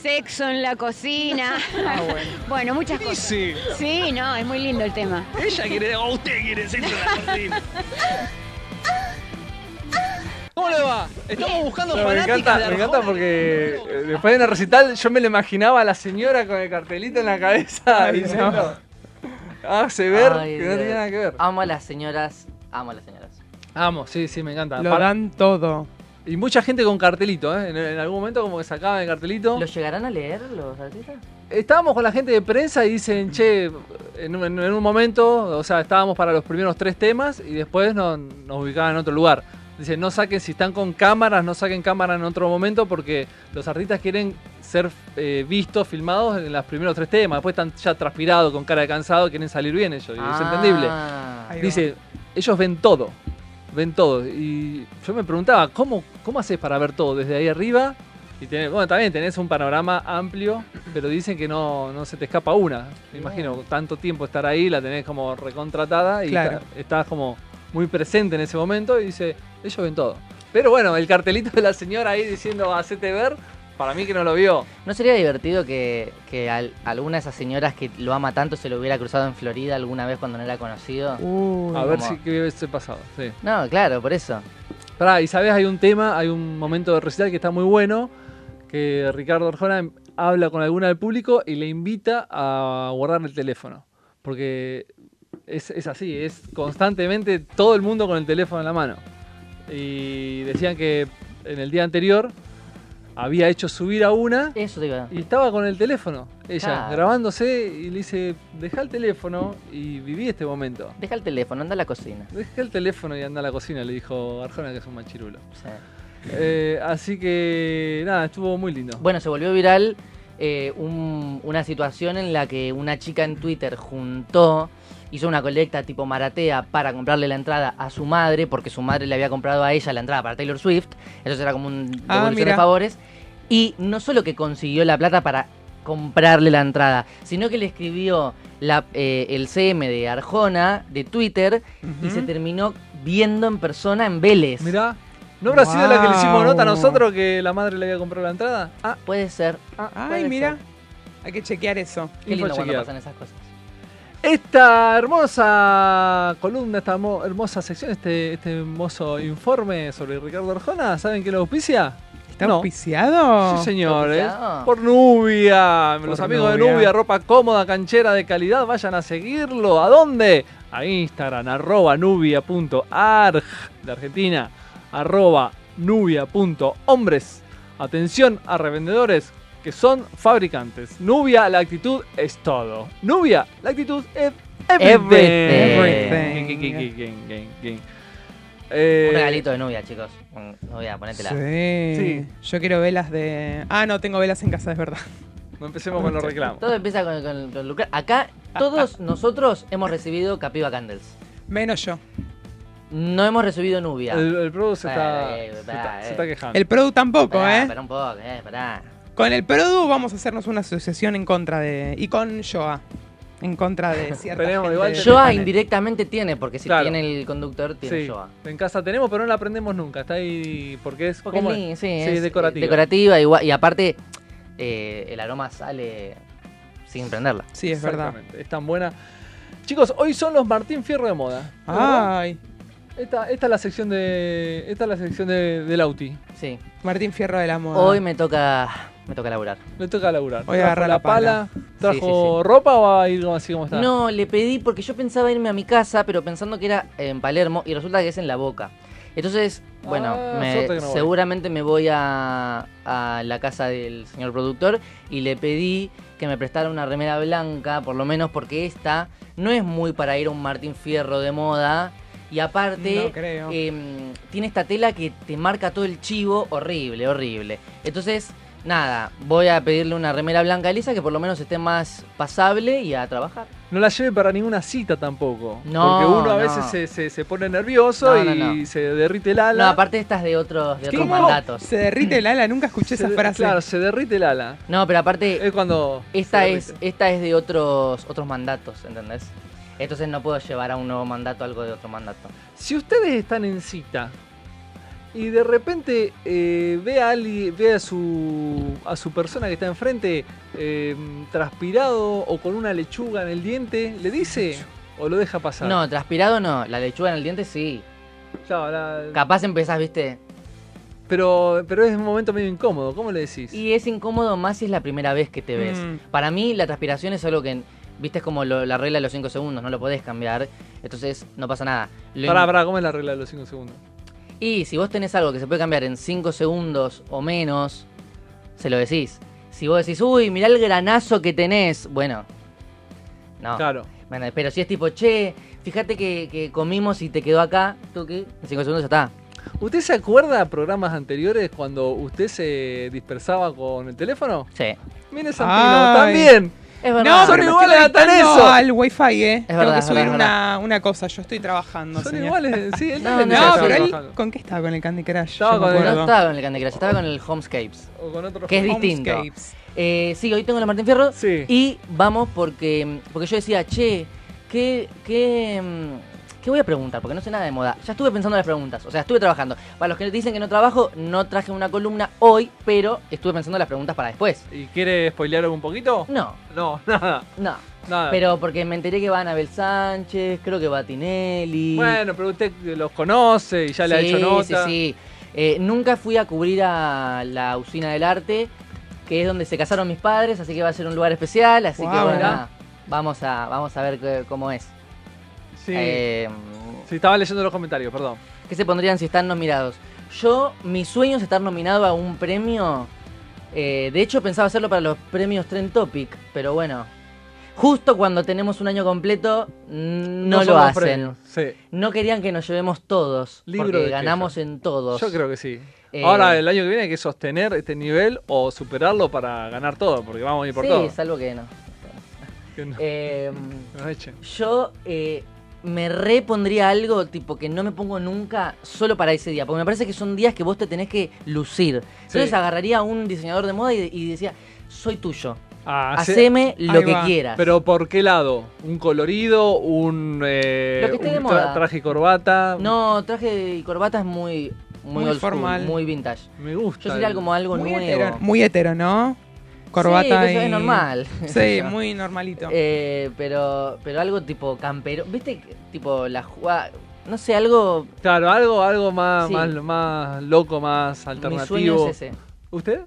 S15: sexo en la cocina.
S13: Ah,
S15: bueno. muchas cosas.
S13: Sí.
S15: Sí, no, es muy lindo el tema.
S13: Ella quiere, o usted quiere sexo en la cocina. ¿Cómo le va? Estamos buscando
S3: No, me
S13: fanáticas
S3: encanta,
S13: de
S3: me
S13: Arjona.
S3: encanta porque eh, después de una recital yo me lo imaginaba a la señora con el cartelito en la cabeza
S5: Ay,
S3: diciendo, hágase ver
S5: Ay,
S3: que no tiene
S5: Dios.
S3: nada que ver.
S5: Amo a las señoras, amo a las señoras.
S3: Amo, sí, sí, me encanta.
S4: Lo
S3: Para-
S4: dan todo.
S3: Y mucha gente con cartelito, ¿eh? En, en algún momento como que sacaban el cartelito.
S5: ¿Lo llegarán a leer los artistas?
S3: Estábamos con la gente de prensa y dicen, che, en un, en un momento, o sea, estábamos para los primeros tres temas y después nos, nos ubicaban en otro lugar. Dicen, no saquen, si están con cámaras, no saquen cámara en otro momento porque los artistas quieren ser eh, vistos, filmados en los primeros tres temas. Después están ya transpirados, con cara de cansado, quieren salir bien ellos. Y es entendible.
S5: Ah.
S3: Dice, ellos ven todo, ven todo. Y yo me preguntaba, ¿cómo, cómo haces para ver todo desde ahí arriba? Y tenés- bueno, también tenés un panorama amplio, pero dicen que no, no se te escapa una. Me imagino, con tanto tiempo estar ahí, la tenés como recontratada y
S4: Claro.
S3: está- estás como muy presente en ese momento y dice, ellos ven todo. Pero bueno, el cartelito de la señora ahí diciendo, hacete ver, para mí que no lo vio.
S5: ¿No sería divertido que, que al- alguna de esas señoras que lo ama tanto se lo hubiera cruzado en Florida alguna vez cuando no era conocido?
S3: A ver
S5: Como-
S3: si qué hubiese pasado, sí.
S5: No, Ah, claro, por eso.
S3: Pará, y sabes, hay un tema, hay un momento de recital que está muy bueno, que Ricardo Arjona em- habla con alguna del público y le invita a guardar el teléfono. Porque es, es así, es constantemente todo el mundo con el teléfono en la mano. Y decían que en el día anterior había hecho subir a una
S5: Eso te iba.
S3: y estaba con el teléfono, ella,
S5: Claro.
S3: grabándose y le dice, deja el teléfono y viví este momento.
S5: Deja el teléfono, anda a la cocina.
S3: Deja el teléfono y anda a la cocina, le dijo Arjona que es un machirulo.
S5: Sí.
S3: Eh, así que nada, estuvo muy lindo.
S5: Bueno, se volvió viral eh, un- una situación en la que una chica en Twitter juntó, hizo una colecta tipo maratea para comprarle la entrada a su madre, porque su madre le había comprado a ella la entrada para Taylor Swift. Eso era como un
S4: Ah,
S5: devolución de
S4: mira.
S5: favores. Y no solo que consiguió la plata para comprarle la entrada, sino que le escribió la, eh, el CM de Arjona de Twitter y se terminó viendo en persona en Vélez.
S3: Mirá, ¿no habrá sido la que le hicimos nota a
S5: Wow.
S3: nosotros que la madre le había comprado la entrada? Ah,
S5: Puede ser.
S4: Ay, mira. Hay que chequear eso.
S5: Qué lindo
S3: Info
S5: cuando
S3: chequear.
S5: pasan esas cosas.
S3: Esta hermosa columna, esta mo- hermosa sección, este, este hermoso informe sobre Ricardo Arjona, ¿saben qué lo auspicia?
S4: ¿Está
S3: No.
S4: auspiciado?
S3: Sí, señores.
S4: ¿Está auspiciado?
S3: Por Nubia. Los
S4: Por
S3: amigos de
S4: Nubia.
S3: Nubia, ropa cómoda, canchera de calidad, vayan a seguirlo. ¿A dónde? A Instagram, arroba nubia.arg de Argentina, arroba nubia.hombres, Atención a revendedores que son fabricantes. Nubia, la actitud es todo. Nubia, la actitud es everything.
S5: Everything.
S3: Gang, gang, gang, gang, gang, gang.
S5: Un
S3: Eh,
S5: regalito de novia, chicos. Un- Novia, ponétela.
S4: Sí. Yo quiero velas de. Ah, no, tengo velas en casa, es verdad.
S3: No empecemos con los reclamos.
S5: Todo empieza con, con- con lucrar. Acá todos nosotros hemos recibido Capiva Candles.
S4: Menos yo.
S5: No hemos recibido Nubia.
S3: El- el Produ se está-
S5: Eh,
S3: se
S5: pará,
S3: está- se
S5: eh.
S3: está quejando.
S4: El Produ tampoco,
S5: Pará,
S4: ¿eh?
S5: Pará un poco, eh, pará.
S4: Con el Produ vamos a hacernos una asociación en contra de. Y con Joa. En contra de cierta. gente de-
S5: Joa indirectamente tiene, porque si
S3: Claro.
S5: tiene el conductor, tiene
S3: Sí,
S5: Joa.
S3: En casa tenemos, pero no la aprendemos nunca. Está ahí porque es
S5: Porque
S3: ¿cómo
S5: es
S3: es?
S5: li- sí,
S3: Sí,
S5: es, eh,
S3: decorativa.
S5: decorativa, igual, y aparte eh, el aroma sale sin prenderla.
S4: Sí, es verdad.
S3: Exactamente, Es tan buena. Chicos, hoy son los Martín Fierro de moda.
S4: Ay.
S3: Esta, esta es la sección de. Esta es la sección de, del Auti.
S5: Sí.
S4: Martín Fierro de la moda.
S5: Hoy me toca me toca laburar.
S3: Le toca laburar.
S4: Hoy
S3: Trajo
S4: agarra la pala.
S3: ¿Trajo
S5: Sí, sí,
S3: ropa o va a ir así como está?
S5: No, le pedí porque yo pensaba irme a mi casa, pero pensando que era en Palermo y resulta que es en La Boca. Entonces, bueno,
S3: Ah,
S5: me-
S3: suerte que no voy.
S5: seguramente me voy a, a la casa del señor productor y le pedí que me prestara una remera blanca, por lo menos porque esta no es muy para ir a un Martín Fierro de moda. Y aparte,
S4: No creo.
S5: em, tiene esta tela que te marca todo el chivo, horrible, horrible. Entonces, nada, voy a pedirle una remera blanca a Elisa que por lo menos esté más pasable y a trabajar.
S3: No la lleve para ninguna cita tampoco.
S5: No,
S3: Porque uno
S5: no.
S3: a veces se, se- se pone nervioso
S5: No, no,
S3: y
S5: no.
S3: se derrite el ala.
S5: No, aparte estas de otros, de otros
S3: ¿Cómo?
S5: mandatos.
S4: Se derrite el ala, nunca escuché
S3: Se
S4: esa
S3: de-
S4: frase.
S3: Claro, se derrite el ala.
S5: No, pero aparte.
S3: Es cuando.
S5: Esta
S3: se
S5: es, esta es de otros, otros mandatos, ¿entendés? Entonces no puedo llevar a un nuevo mandato algo de otro mandato.
S3: Si ustedes están en cita y de repente eh, ve, a alguien, ve a, su, a su persona que está enfrente eh, transpirado o con una lechuga en el diente, ¿le dice o lo deja pasar?
S5: No, transpirado no. La lechuga en el diente sí.
S3: Claro, la-
S5: Capaz empezás, viste.
S3: pero, pero es un momento medio incómodo, ¿cómo le decís?
S5: Y es incómodo más si es la primera vez que te ves.
S3: Mm.
S5: Para mí la transpiración es algo que, viste, es como lo- la regla de los 5 segundos. No lo podés cambiar. Entonces no pasa nada. Lo
S3: Pará,
S5: im-
S3: pará, ¿cómo es la regla de los 5 segundos?
S5: Y si vos tenés algo que se puede cambiar en 5 segundos o menos, se lo decís. Si vos decís, uy, mirá el granazo que tenés, bueno. No.
S3: Claro.
S5: Bueno, pero si es tipo, che, fíjate que, que comimos y te quedó acá, tú que en 5 segundos ya está.
S3: ¿Usted se acuerda de programas anteriores cuando usted se dispersaba con el teléfono?
S5: Sí.
S3: Mire Santino,
S4: Ay.
S3: también.
S5: Es
S4: No,
S5: verdad.
S4: pero
S3: Son
S4: me
S3: iguales
S4: estoy
S3: hasta en
S4: conectando
S3: eso.
S4: al wifi, eh. Tengo
S5: verdad,
S4: que
S5: es
S4: subir
S5: verdad, es
S4: una, una cosa. Yo estoy trabajando,
S3: Son
S4: señor.
S3: iguales, sí, él
S4: No,
S3: también
S4: no,
S3: estaba
S4: pero él,
S3: trabajando.
S4: ¿con qué estaba con el Candy Crush?
S3: Estaba
S4: Yo me
S3: con el-
S4: acuerdo.
S5: No estaba con el Candy Crush, estaba con el Homescapes.
S3: O con otro
S5: que es
S3: juego.
S5: distinto.
S3: Homescapes.
S5: Eh, sí, hoy tengo la Martín Fierro.
S3: Sí.
S5: Y vamos porque, porque yo decía, che, ¿qué, qué, mm, qué voy a preguntar? Porque no sé nada de moda. Ya estuve pensando en las preguntas, o sea, estuve trabajando. Para los que dicen que no trabajo, no traje una columna hoy, pero estuve pensando en las preguntas para después.
S3: ¿Y quiere spoilear un poquito?
S5: No,
S3: No, nada.
S5: no.
S3: nada.
S5: Pero porque me enteré que va Anabel Sánchez, creo que va Tinelli.
S3: Bueno, pero usted los conoce y ya le ha hecho nota.
S5: Sí, sí. Eh, nunca fui a cubrir a la usina del arte, que es donde se casaron mis padres, así que va a ser un lugar especial, así que
S4: Guau.
S5: bueno,
S4: Mirá.
S5: nada, vamos a, vamos a ver qué- cómo es.
S3: Sí.
S5: Eh,
S3: Sí, estaba leyendo los comentarios, perdón.
S5: ¿Qué se pondrían si están nominados? Yo, mi sueño es estar nominado a un premio. eh, de hecho, pensaba hacerlo para los premios Trend Topic, pero bueno. Justo cuando tenemos un año completo, no,
S3: son
S5: lo
S3: los
S5: hacen.
S3: premios, sí.
S5: No querían que nos llevemos todos,
S3: Libro de
S5: porque
S3: queja.
S5: ganamos en todos.
S3: Yo creo que sí.
S5: Eh,
S3: Ahora, el año que viene hay que sostener este nivel o superarlo para ganar todo, porque vamos a ir por
S5: sí,
S3: todo.
S5: salvo que no.
S3: Que no-
S5: Eh,
S3: que nos echen.
S5: yo eh, me repondría algo tipo que no me pongo nunca solo para ese día, porque me parece que son días que vos te tenés que lucir. Entonces
S3: Sí.
S5: agarraría a un diseñador de moda y, y decía, soy tuyo.
S3: Ah, sí.
S5: Haceme lo
S4: Ahí
S5: que
S4: va.
S5: quieras.
S3: Pero ¿por qué lado? ¿Un colorido? ¿Un, eh,
S5: Lo que esté de
S3: un
S5: moda.
S3: traje y corbata?
S5: No, traje y corbata es muy, muy,
S4: Muy
S5: old school,
S4: formal.
S5: muy vintage.
S3: Me gusta.
S5: Yo sería
S3: el-
S5: como algo
S4: muy
S5: nuevo.
S4: hetero, muy hetero, ¿no? Corbata
S5: Sí, que eso
S4: y-
S5: es normal.
S4: Sí, muy normalito.
S5: Eh, pero, pero algo tipo campero. ¿Viste? Tipo la jugada. No sé, algo.
S3: Claro, algo, algo más,
S5: Sí.
S3: más, más loco, más alternativo.
S5: Mi sueño es ese.
S3: ¿Usted?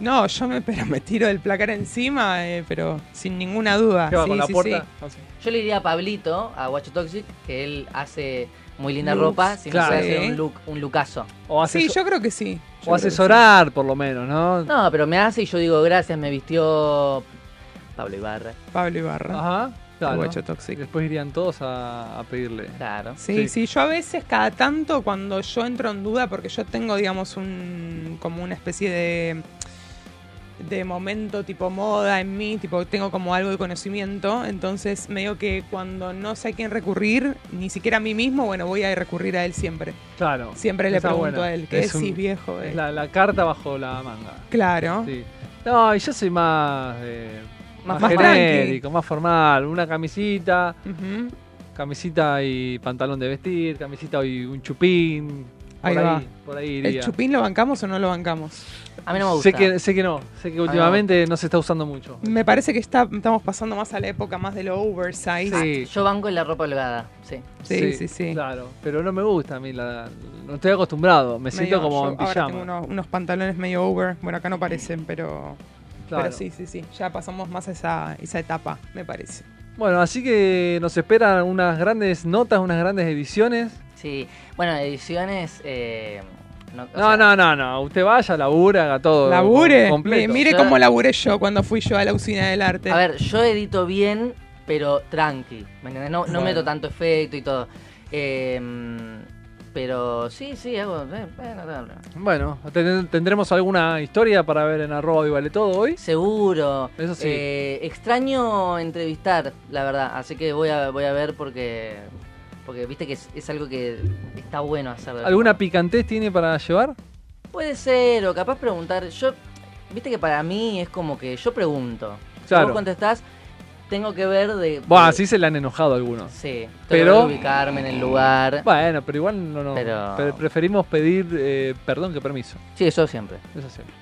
S4: No, yo me, pero me tiro del placar encima, eh, pero sin ninguna duda.
S3: ¿Qué va
S4: Ah, Sí,
S3: con la
S4: sí,
S3: puerta?
S4: sí.
S3: Ah, sí.
S5: Yo le diría a Pablito, a Guacho Toxic, que él hace muy linda
S3: Looks,
S5: ropa, sino
S3: claro.
S5: se hace
S3: Sí.
S5: un look, un lookazo.
S3: O
S4: Sí, yo creo que sí. Yo
S3: O
S4: creo que sí.
S3: asesorar, por lo menos, ¿no?
S5: No, pero me hace y yo digo gracias, me vistió Pablo Ibarra.
S4: Pablo Ibarra.
S3: Ajá. Claro.
S4: El guacho tóxico.
S3: Después irían todos a, a pedirle.
S5: Claro.
S4: Sí, sí, yo a veces cada tanto cuando yo entro en duda, porque yo tengo, digamos, un como una especie de de momento tipo moda en mí, tipo tengo como algo de conocimiento, entonces medio que cuando no sé a quién recurrir, ni siquiera a mí mismo, bueno, voy a recurrir a él siempre.
S3: Claro.
S4: Siempre le
S3: Está
S4: pregunto
S3: buena.
S4: a él, ¿qué
S3: Es un-
S4: decís viejo? Eh,
S3: Es la, la carta bajo la manga.
S4: Claro.
S3: Sí. No, y yo soy más. eh,
S4: Más-
S3: más,
S4: más tranqui.
S3: genérico, más formal. Una camisita. Camisita y pantalón de vestir. Camisita y un chupín. Por
S4: Ahí
S3: ahí,
S4: va.
S3: por ahí
S4: ¿El
S3: iría.
S4: chupín lo bancamos o no lo bancamos?
S5: A mí no me gusta.
S3: Sé que, sé que no. Sé que
S5: no.
S3: últimamente no se está usando mucho.
S4: Me parece que está, estamos pasando más a la época más de lo oversize.
S3: Sí.
S5: Ah, Yo banco en la ropa holgada, sí.
S4: Sí, sí, sí.
S3: Claro, pero no me gusta a mí. La, no estoy acostumbrado. Me siento
S4: Medio-
S3: como
S4: yo
S3: en
S4: ahora
S3: pijama.
S4: tengo uno- unos, pantalones medio over. Bueno, acá no parecen, pero.
S3: Claro.
S4: Pero sí, sí, sí. Ya pasamos más a esa, esa etapa, me parece.
S3: Bueno, así que nos esperan unas grandes notas, unas grandes ediciones.
S5: Sí. Bueno, ediciones. eh, no, o
S3: No,
S5: sea,
S3: no, no, no. Usted vaya, labura, haga todo.
S4: Labure. Mi-
S3: Completo.
S4: Mire
S5: Yo-
S4: cómo laburé yo cuando fui yo a la usina del arte.
S5: A ver, yo edito bien, pero tranqui. ¿me entendés? No, no
S4: Bueno.
S5: meto tanto efecto y todo. Eh, pero sí, sí, hago. eh, bueno, no, no.
S3: Bueno, ten- tendremos alguna historia para ver en arroba y vale todo hoy.
S5: Seguro.
S3: Eso sí.
S5: Eh, extraño entrevistar, la verdad. Así que voy a, voy a ver porque. Porque viste que es, es algo que está bueno hacer. de-
S3: ¿Alguna picantez tiene para llevar?
S5: Puede ser, o capaz preguntar. Yo, viste que para mí es como que yo pregunto. Si
S3: Claro.
S5: vos contestás, tengo que ver de.
S3: Bueno,
S5: de-
S3: así se le han enojado algunos.
S5: Sí, pero.
S3: Pero-
S5: Ubicarme en el lugar.
S3: Bueno, pero igual no, no.
S5: Pero-
S3: Pre- preferimos pedir eh, perdón que permiso.
S5: Sí, eso siempre.
S3: Eso siempre.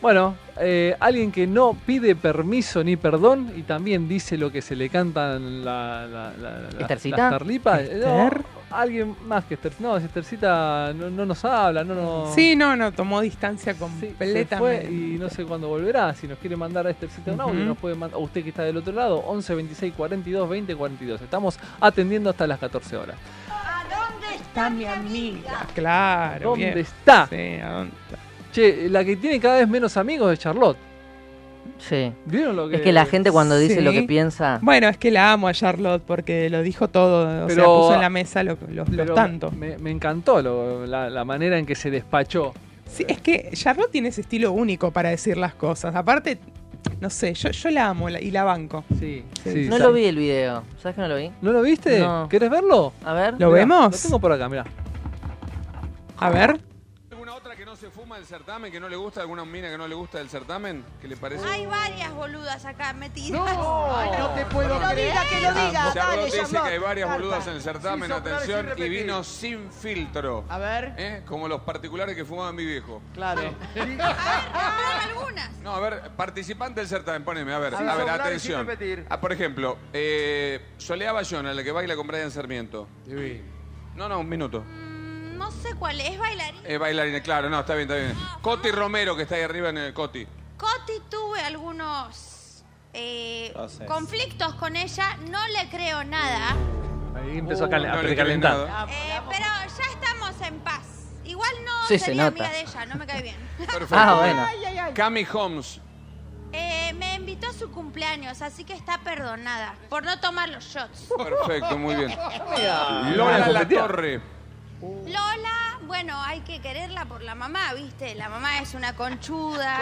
S3: Bueno, eh, alguien que no pide permiso ni perdón y también dice lo que se le cantan la, la, la, la-
S5: ¿Estercita?
S3: las tarlipas. Eh, no,
S4: Esther.
S3: alguien más que Esther. No, Estercita no, no nos habla, no nos.
S4: Sí, no, no, tomó distancia
S3: Oh. Se fue
S4: completamente.
S3: y no sé cuándo volverá. Si nos quiere mandar a este sitio un audio,
S4: Ujú.
S3: nos puede mandar. O usted que está del otro lado, 11 26 42 20 42. Estamos atendiendo hasta las 14 horas.
S4: Está mi amiga. Claro.
S3: ¿Dónde
S4: bien.
S3: está?
S4: Sí, ¿a dónde está?
S3: Che, la que tiene cada vez menos amigos es Charlotte.
S5: Sí.
S3: ¿Vieron lo que.?
S5: Es que la gente cuando dice lo que
S4: Sí.
S5: piensa.
S4: Bueno, es que la amo a Charlotte porque lo dijo todo. O sea,
S3: Pero-
S4: puso en la mesa lo- los, los
S3: Pero
S4: tantos.
S3: Me, me encantó lo- la, la manera en que se despachó.
S4: Sí, es que Charlotte tiene ese estilo único para decir las cosas. Aparte, no sé, yo, yo la amo la- y la banco.
S3: Sí,
S4: sí,
S5: no
S4: sí.
S5: lo vi el video. ¿Sabes que no lo vi?
S3: ¿No lo viste?
S5: No.
S3: ¿Querés verlo?
S5: A ver.
S4: ¿Lo
S3: Mirá,
S4: vemos?
S3: Lo tengo por acá, mirá.
S4: A ver.
S16: ¿Alguna otra que no se fuma del certamen, que no le gusta? ¿Alguna mina que no le gusta del certamen? ¿Qué le parece?
S10: Hay varias boludas acá metidas.
S16: No. Ay, no te puedo
S10: Que lo
S16: creer.
S10: diga, que lo diga.
S16: Charlotte
S10: Dale,
S16: Ah, dice
S10: Charlotte.
S16: que hay varias
S10: Garpa.
S16: boludas en el certamen,
S10: Sin soplar y sin
S16: atención, y
S10: repetir.
S16: vino sin filtro.
S10: A ver.
S16: ¿Eh? Como los particulares que fumaban mi viejo.
S10: Claro. algunas.
S16: No, a ver, participante del certamen, poneme, a ver,
S10: Sin
S16: a ver,
S10: soplar y sin
S16: atención.
S10: repetir.
S16: Ah, por ejemplo, eh, Soleá Bayona, la que baila con Brian Sarmiento. No, no, un minuto.
S10: No sé cuál es, es bailarina.
S16: Es bailarina, claro, no, está bien, está bien.
S10: Ah,
S16: Coti Romero, que está ahí arriba en el Coti.
S10: Coti tuve algunos eh,
S16: No sé.
S10: conflictos con ella, no le creo nada.
S3: Ahí empezó a, cal-
S16: Uh,
S3: a
S16: Eh, no le
S3: precalentar.
S16: creen nada.
S10: Eh, pero ya estamos en paz. Igual no
S3: Sí, se
S10: sería
S3: nota.
S10: amiga de ella, no me cae bien.
S16: Perfecto.
S5: Ah,
S10: Ay, ay, ay.
S16: Cami Holmes.
S10: Eh, me invitó a su cumpleaños, así que está perdonada por no tomar los shots.
S16: Perfecto, muy bien.
S10: Mira.
S16: Lola La Torre.
S10: Lola, bueno, hay que quererla por la mamá, ¿viste? La mamá es una conchuda.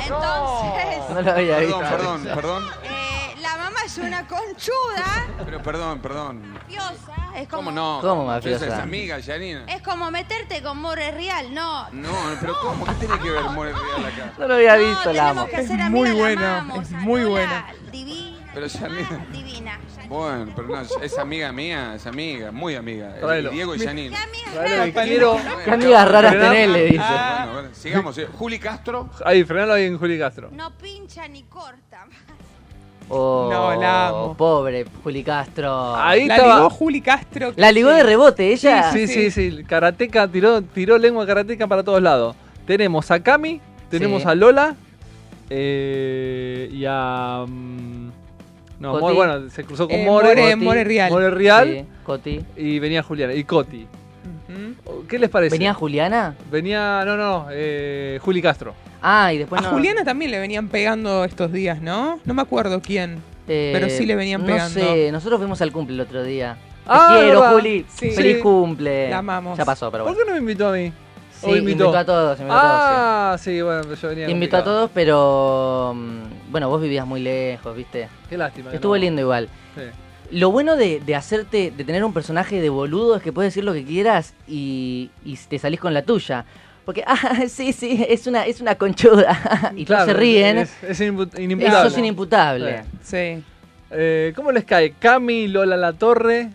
S10: Entonces,
S5: No lo había visto.
S16: Perdón, perdón, perdón.
S10: eh, la mamá es una conchuda,
S16: Pero perdón, perdón.
S10: mafiosa. Es como,
S16: ¿Cómo no?
S5: ¿Cómo,
S16: Esa
S5: mafiosa?
S16: es amiga, Janina.
S10: Es como meterte con More Real, no.
S16: No, no, pero ¿cómo? ¿Qué tiene que ver More Real acá?
S5: No lo había visto, la
S10: tenemos
S5: amo.
S10: que hacer
S4: Muy
S10: amiga, la
S4: buena,
S10: amamos,
S4: es
S10: a
S4: muy
S10: Lola,
S4: buena.
S10: Divina,
S16: Pero Janina.
S10: divina.
S16: Bueno, pero no, es amiga mía, es amiga, muy amiga.
S3: Tráelo.
S16: Diego y Janina.
S3: Tráelo, que quiero-
S16: ¿Qué
S5: amigas raras
S3: Frená-
S5: tenés, le dice.
S16: Ah, Bueno, bueno, sigamos. eh. Juli Castro.
S3: Ahí, frenalo ahí en Juli Castro.
S10: No pincha ni corta.
S5: Oh,
S4: No, la amo.
S5: Pobre Juli Castro.
S3: Ahí
S4: la
S3: estaba.
S4: ligó Juli Castro.
S5: La ligó de rebote ella.
S3: Sí, sí, sí. sí. Karateca tiró, tiró lengua karateca para todos lados. Tenemos a Cami, tenemos
S5: Sí.
S3: a Lola eh, y a. mm, No,
S5: Coti.
S3: More, bueno, se cruzó con
S5: Eh,
S3: More.
S5: More- Coti. More Real.
S3: More Real.
S5: Sí, Coti.
S3: Y venía Juliana. Y Coti.
S4: ¿Mm?
S3: ¿Qué les parece?
S5: ¿Venía Juliana?
S3: Venía, no, no, eh, Juli Castro.
S5: Ah, y después
S4: a
S5: no.
S4: Juliana también le venían pegando estos días, ¿no? No me acuerdo quién.
S5: Eh,
S4: pero sí le venían
S5: No
S4: pegando.
S5: sé, nosotros fuimos al cumple el otro día. Te
S4: Ah,
S5: quiero,
S4: ¿verdad?
S5: Juli.
S4: Sí.
S5: Feliz
S4: Sí.
S5: cumple.
S4: La amamos.
S5: Ya pasó, pero bueno.
S3: ¿Por qué no me invitó a mí?
S5: Sí, invitó a todos, invitó a todos,
S3: ah, sí. bueno, pero yo venía.
S5: Invitó a
S3: complicado.
S5: todos, pero. mm, Bueno, vos vivías muy lejos, ¿viste?
S3: Qué lástima. que
S5: Estuvo
S3: no.
S5: lindo igual.
S3: Sí.
S5: Lo bueno de, de hacerte, de tener un personaje de boludo es que puedes decir lo que quieras y, y te salís con la tuya. Porque, ah, sí, sí, es una, es una conchuda. y todos
S3: Claro,
S5: se ríen.
S3: Es, es inimpu- inimputable.
S5: Sos inimputable.
S4: Sí.
S3: Eh, ¿Cómo les cae? Cami, Lola La Torre.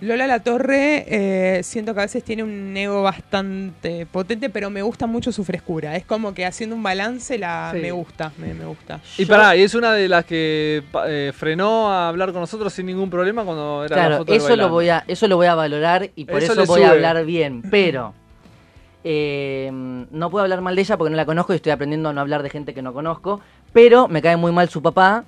S4: Lola La Torre, eh, siento que a veces tiene un ego bastante potente, pero me gusta mucho su frescura. Es como que haciendo un balance la
S3: Sí.
S4: me gusta, me, me gusta.
S3: Y pará, y es una de las que pa- eh, frenó a hablar con nosotros sin ningún problema cuando era la
S5: Claro,
S3: foto del
S5: eso lo,
S3: bailando.
S5: voy a, eso lo voy a valorar y por
S3: Eso
S5: eso,
S3: le
S5: voy a
S3: sube.
S5: hablar bien. Pero eh, no puedo hablar mal de ella porque no la conozco y estoy aprendiendo a no hablar de gente que no conozco. Pero me cae muy mal su papá.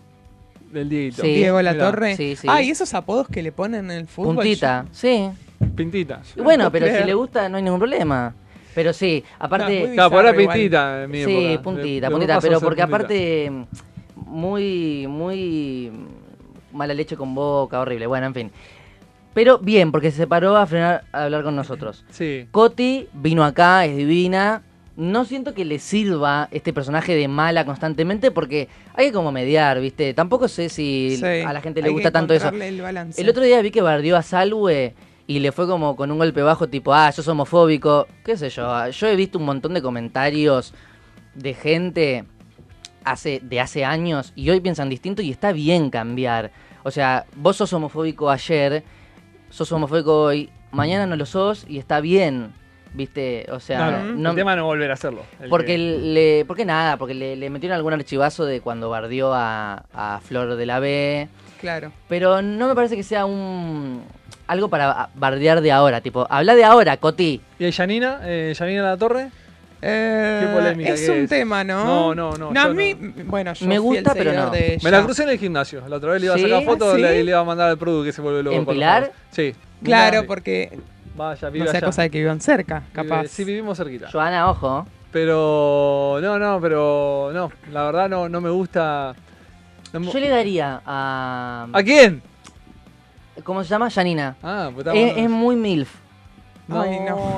S3: Del Dieguito.
S5: Sí.
S4: Diego La
S5: Mirá.
S4: Torre.
S5: Sí, sí.
S4: Ah, y esos apodos que le ponen en el fútbol.
S5: Puntita, sí.
S3: Pintita.
S5: Y Bueno,
S4: No puedo
S5: pero si
S4: creer.
S5: le gusta no hay ningún problema. Pero sí,
S4: No,
S5: aparte...
S4: muy Claro,
S3: pero era bizarro pintita igual. en mi
S5: Sí,
S3: época.
S5: puntita,
S3: Después
S5: puntita.
S3: pasó a
S5: Pero
S3: ser
S5: porque
S3: puntita.
S5: aparte mm, muy, muy mm, mala leche con boca, horrible. Bueno, en fin. Pero bien, porque se paró a frenar a hablar con nosotros.
S3: Sí.
S5: Coti vino acá, es divina. No siento que le sirva este personaje de mala constantemente porque hay que como mediar, ¿viste? Tampoco sé si
S4: Sí,
S5: a la gente le
S4: hay que
S5: gusta tanto eso.
S4: encontrarle el balance.
S5: El otro día vi que bardió a Salwe y le fue como con un golpe bajo tipo, ah, sos homofóbico, qué sé yo. Ah, Yo he visto un montón de comentarios de gente hace, de hace años y hoy piensan distinto y está bien cambiar. O sea, vos sos homofóbico ayer, sos homofóbico hoy, mañana no lo sos y está bien. ¿Viste? O sea,
S3: Claro, el tema no volver a hacerlo. El
S5: porque
S3: que-
S5: le, porque nada, porque le, le metieron algún archivazo de cuando bardió a, a Flor de la B.
S4: Claro.
S5: Pero no me parece que sea un algo para bardear de ahora, tipo, habla de ahora, Coti.
S3: ¿Y Yanina? Eh, ¿Yanina La Torre?
S4: Eh,
S3: Qué polémica
S4: es
S3: que
S4: un
S3: es.
S4: tema, ¿no?
S3: No, no, no,
S4: a
S3: yo
S4: mí, bueno, yo
S5: Me
S4: fui el
S5: gusta, pero
S4: seguidor
S5: no.
S4: de
S3: Me la
S4: ella.
S3: crucé en el gimnasio. La otra vez le iba a
S4: ¿Sí?
S3: sacar fotos
S4: ¿Sí?
S3: y le, le iba a mandar al Produ que se vuelve loco.
S5: ¿En
S3: con
S5: Pilar?
S3: nosotros. Sí.
S4: Claro, porque
S3: Vaya, vive
S4: no sea
S3: allá.
S4: cosa de que vivan cerca,
S3: Vive-
S4: capaz.
S3: Eh, Sí, vivimos cerquita.
S5: Joana, ojo.
S3: Pero, no, no, pero, no. La verdad no, no me gusta. no me-
S5: Yo le daría a
S3: ¿A quién?
S5: ¿Cómo se llama? Janina.
S3: Ah, pues está
S5: es,
S3: bueno.
S5: es muy milf.
S3: No,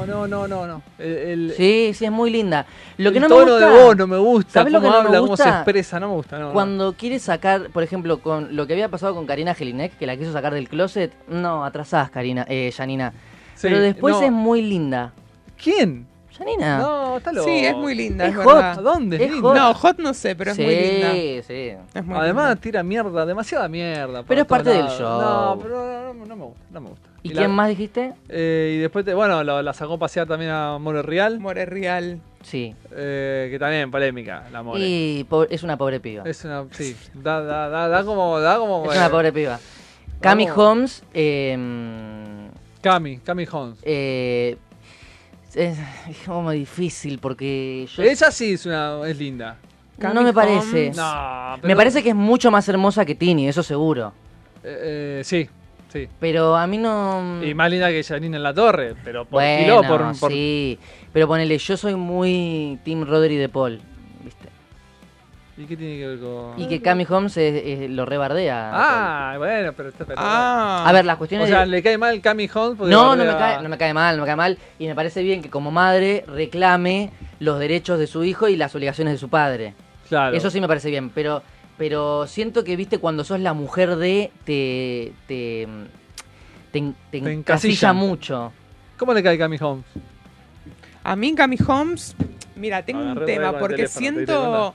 S3: no, no, no, no. El, el-
S5: Sí, sí es muy linda. Lo que
S3: el
S5: no me
S3: tono
S5: gusta
S3: de voz no me gusta.
S5: ¿Sabés
S3: Cómo
S5: lo que no me
S3: habla, cómo se
S5: gusta?
S3: expresa, no me gusta. No, no.
S5: Cuando quiere sacar, por ejemplo, con lo que había pasado con Karina Gelinek, que la quiso sacar del closet, no, atrasás, Karina, eh, Janina.
S3: Sí,
S5: Pero después
S3: no.
S5: es muy linda.
S3: ¿Quién?
S5: Janina.
S3: No, está loco.
S4: Sí, es muy linda,
S5: Es
S4: es,
S5: hot.
S4: verdad.
S3: ¿A dónde? Es
S5: Es
S3: linda.
S5: hot.
S4: No, hot no sé, pero
S5: sí,
S4: es muy linda.
S5: sí.
S4: Es muy
S3: Además tira mierda, demasiada mierda. por
S5: Pero es
S3: todos
S5: parte del
S3: lados.
S5: show.
S3: No, pero no, no, no me gusta, no me gusta.
S5: ¿Y,
S3: la-
S5: quién más dijiste?
S3: Eh, y después, te- bueno, la, la sacó a pasear también a More Real,
S4: More Real.
S5: Sí.
S3: eh, que también polémica, la More.
S5: Y po- es una pobre piba.
S3: Es una, sí, da, da, da, da como, da como.
S5: Es una pobre piba. Cami
S3: Vamos.
S5: Holmes. eh,
S3: Cami, Cami Holmes.
S5: eh, es, es como difícil porque yo.
S3: Esa sí es una, es linda.
S5: no me parece.
S3: No, pero-
S5: Me parece que es mucho más hermosa que Tini, eso seguro.
S3: Eh, eh, sí, sí.
S5: Pero a mí no.
S3: Y más linda que Janine en la torre, pero por
S5: Mm. bueno,
S3: kilo, por, por-
S5: sí. Pero ponele, yo soy muy Team Rodri de Paul. ¿viste?
S3: ¿Y qué tiene que ver con?
S5: Y que Cami Holmes es- es- lo rebardea.
S3: Ah, bueno, pero está. pero-
S4: Ah.
S5: A ver, las cuestiones
S3: O sea,
S5: de-
S3: le cae mal Cami Holmes porque
S5: No, no me,
S3: bardea-
S5: cae, no me cae mal, no me cae mal. Y me parece bien que como madre reclame los derechos de su hijo y las obligaciones de su padre.
S3: Claro.
S5: Eso sí me parece bien, pero, pero siento que, viste, cuando sos la mujer de, te, te, te, en- te
S3: Te
S5: encasilla
S3: encasillan.
S5: mucho.
S3: ¿Cómo le cae Cami Holmes?
S4: A mí, Cami Holmes, mira, tengo
S3: Agarré
S4: un
S3: todavía
S4: tema
S3: con el
S4: porque
S3: teléfono, ¿te diste
S4: siento.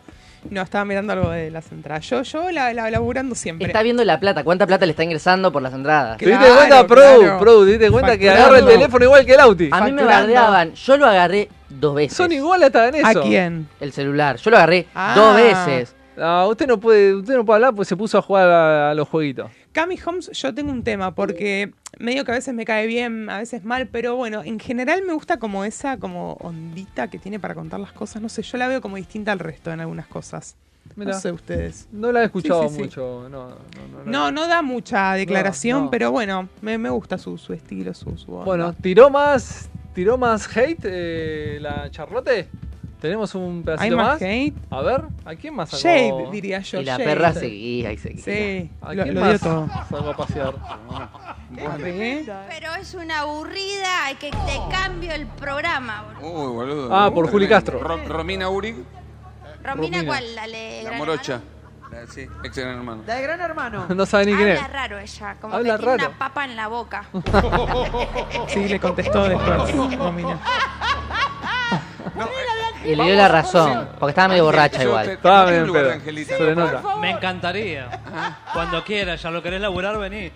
S4: No, estaba mirando algo de las entradas. Yo, yo la, la laburando siempre.
S5: Está viendo la plata, cuánta plata le está ingresando por las entradas.
S3: ¿Te diste cuenta, Pro? Pro, ¿te diste cuenta que agarra el
S5: Facturando.
S3: teléfono igual que el Auti?
S5: A mí me
S3: Facturando.
S5: bardeaban, yo lo agarré dos veces.
S3: Son iguales hasta en eso.
S5: El celular, yo lo agarré
S4: Ah.
S5: dos veces.
S3: Ah, usted no puede, usted no puede hablar pues se puso a jugar a, a los jueguitos.
S4: Cami Holmes, yo tengo un tema porque medio que a veces me cae bien, a veces mal, pero bueno, en general me gusta como esa como ondita que tiene para contar las cosas. No sé, yo la veo como distinta al resto en algunas cosas. No sé ustedes.
S3: No la he escuchado
S4: Sí, sí, sí.
S3: mucho. No, no, no, no.
S4: No, no da mucha declaración,
S3: no.
S4: pero bueno, me, me gusta su, su estilo, su, su onda.
S3: Bueno, tiró más, tiró más hate eh, la Charlotte. Tenemos un pedacito
S4: ¿Hay más hate?
S3: A ver, ¿a quién más sacó?
S4: Shade, diría yo.
S5: Y la perra
S3: seguía.
S5: seguía y seguía.
S4: Sí,
S3: ¿A
S4: lo,
S3: quién
S4: lo dio
S3: más
S4: todo.
S3: salgo a pasear?
S5: ¿Eh?
S10: Pero es una aburrida, hay que te cambio el programa. boludo.
S16: Uy, boludo.
S3: Ah, por Juli Castro.
S16: Ro- Romina Uric,
S10: Romina,
S16: Romina.
S10: ¿cuál? La, le-
S16: la
S10: gran
S16: morocha. Ah, Sí, ex gran hermano.
S14: La de Gran Hermano.
S3: No sabe ni quién es.
S10: hermano? Habla raro ella, como
S3: Habla
S10: que tiene
S3: raro.
S10: una papa en la boca.
S4: Sí, le contestó después. Romina.
S5: Y Eh, le dio la razón, porque estaba medio borracha igual.
S3: Estaba bien, pero se le nota.
S17: Me encantaría. Cuando quieras, ya lo querés laburar, vení.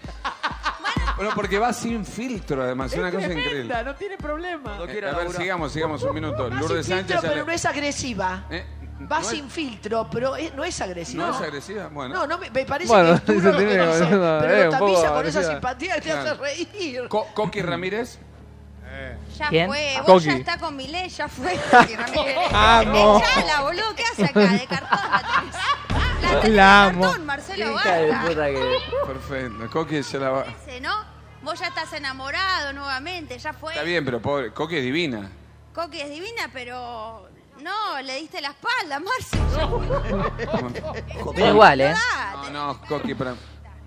S16: Bueno, porque va sin filtro, además. Es una cosa increíble.
S14: no tiene problema.
S16: Eh, a ver, sigamos, sigamos un minuto.
S14: Va
S16: Lourdes
S14: sin
S16: Sánchez
S14: filtro,
S16: sale.
S14: pero no es agresiva.
S16: Eh,
S14: Va
S16: no es-
S14: sin filtro, pero es- no es agresiva.
S16: ¿No es agresiva? Bueno.
S14: No, no, me, me parece
S16: Bueno,
S14: que es
S16: eso
S14: duro lo que
S16: tiene que
S14: dice,
S16: ver, no,
S14: pero
S16: eh,
S14: lo
S16: un poco
S14: tapiza con esa
S16: agresiva.
S14: simpatía que te hace
S16: Claro.
S14: reír.
S16: Co- Coqui Ramírez.
S10: Ya
S16: ¿Quién?
S10: fue, vos
S16: Coqui.
S10: ya está con Milei, ya fue.
S16: Amo.
S10: Echala, boludo, ¿qué hace acá? De cartón la tenés. La tenés de
S16: La amo.
S10: cartón, Marcelo, basta.
S16: Perfecto. Coqui se la va.
S10: Ese, ¿no? Vos ya estás enamorado nuevamente, ya fue.
S16: Está bien, pero pobre. Coqui es divina.
S10: Coqui es divina, pero no, le diste la espalda, Marcelo, ya fue.
S5: Pero igual, ¿eh?
S16: No, no, Coqui, pero.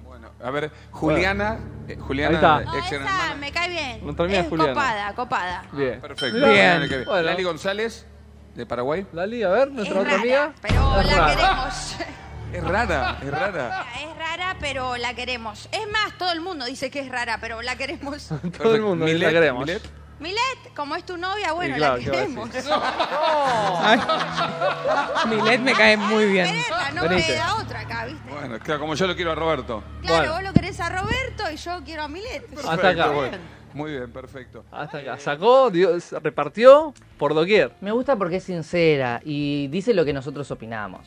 S16: Bueno, a ver, Juliana. eh,
S3: Ahí
S16: Juliana,
S3: está.
S16: ex hermana.
S10: Ah, me cae bien.
S16: No termina
S10: es
S16: Juliana.
S10: copada, copada.
S3: Bien.
S16: Ah, Perfecto.
S3: Bien.
S16: Bien.
S3: Bueno.
S16: Lali González, de Paraguay.
S3: Lali, a ver, nuestra
S10: Es
S3: otra
S10: rara,
S3: amiga.
S10: pero
S16: Es
S10: la
S16: rara.
S10: queremos.
S16: Es rara, es rara.
S10: Es rara, pero la queremos. Es más, todo el mundo dice que es rara, pero la queremos.
S3: Todo el mundo dice, la queremos.
S10: Milet, como es tu novia, bueno,
S3: claro,
S10: la
S3: ¿qué va a
S10: queremos.
S4: Ay, Milet me cae muy bien.
S10: Pereza, no
S16: Venite.
S10: me da otra acá, ¿viste?
S16: Bueno, claro, como yo lo quiero a Roberto.
S10: Claro, vos lo querés a Roberto y yo quiero a Milet.
S3: Hasta acá.
S16: bueno. Muy bien, perfecto.
S3: Hasta acá. Sacó, dio- repartió por doquier.
S5: Me gusta porque es sincera y dice lo que nosotros opinamos.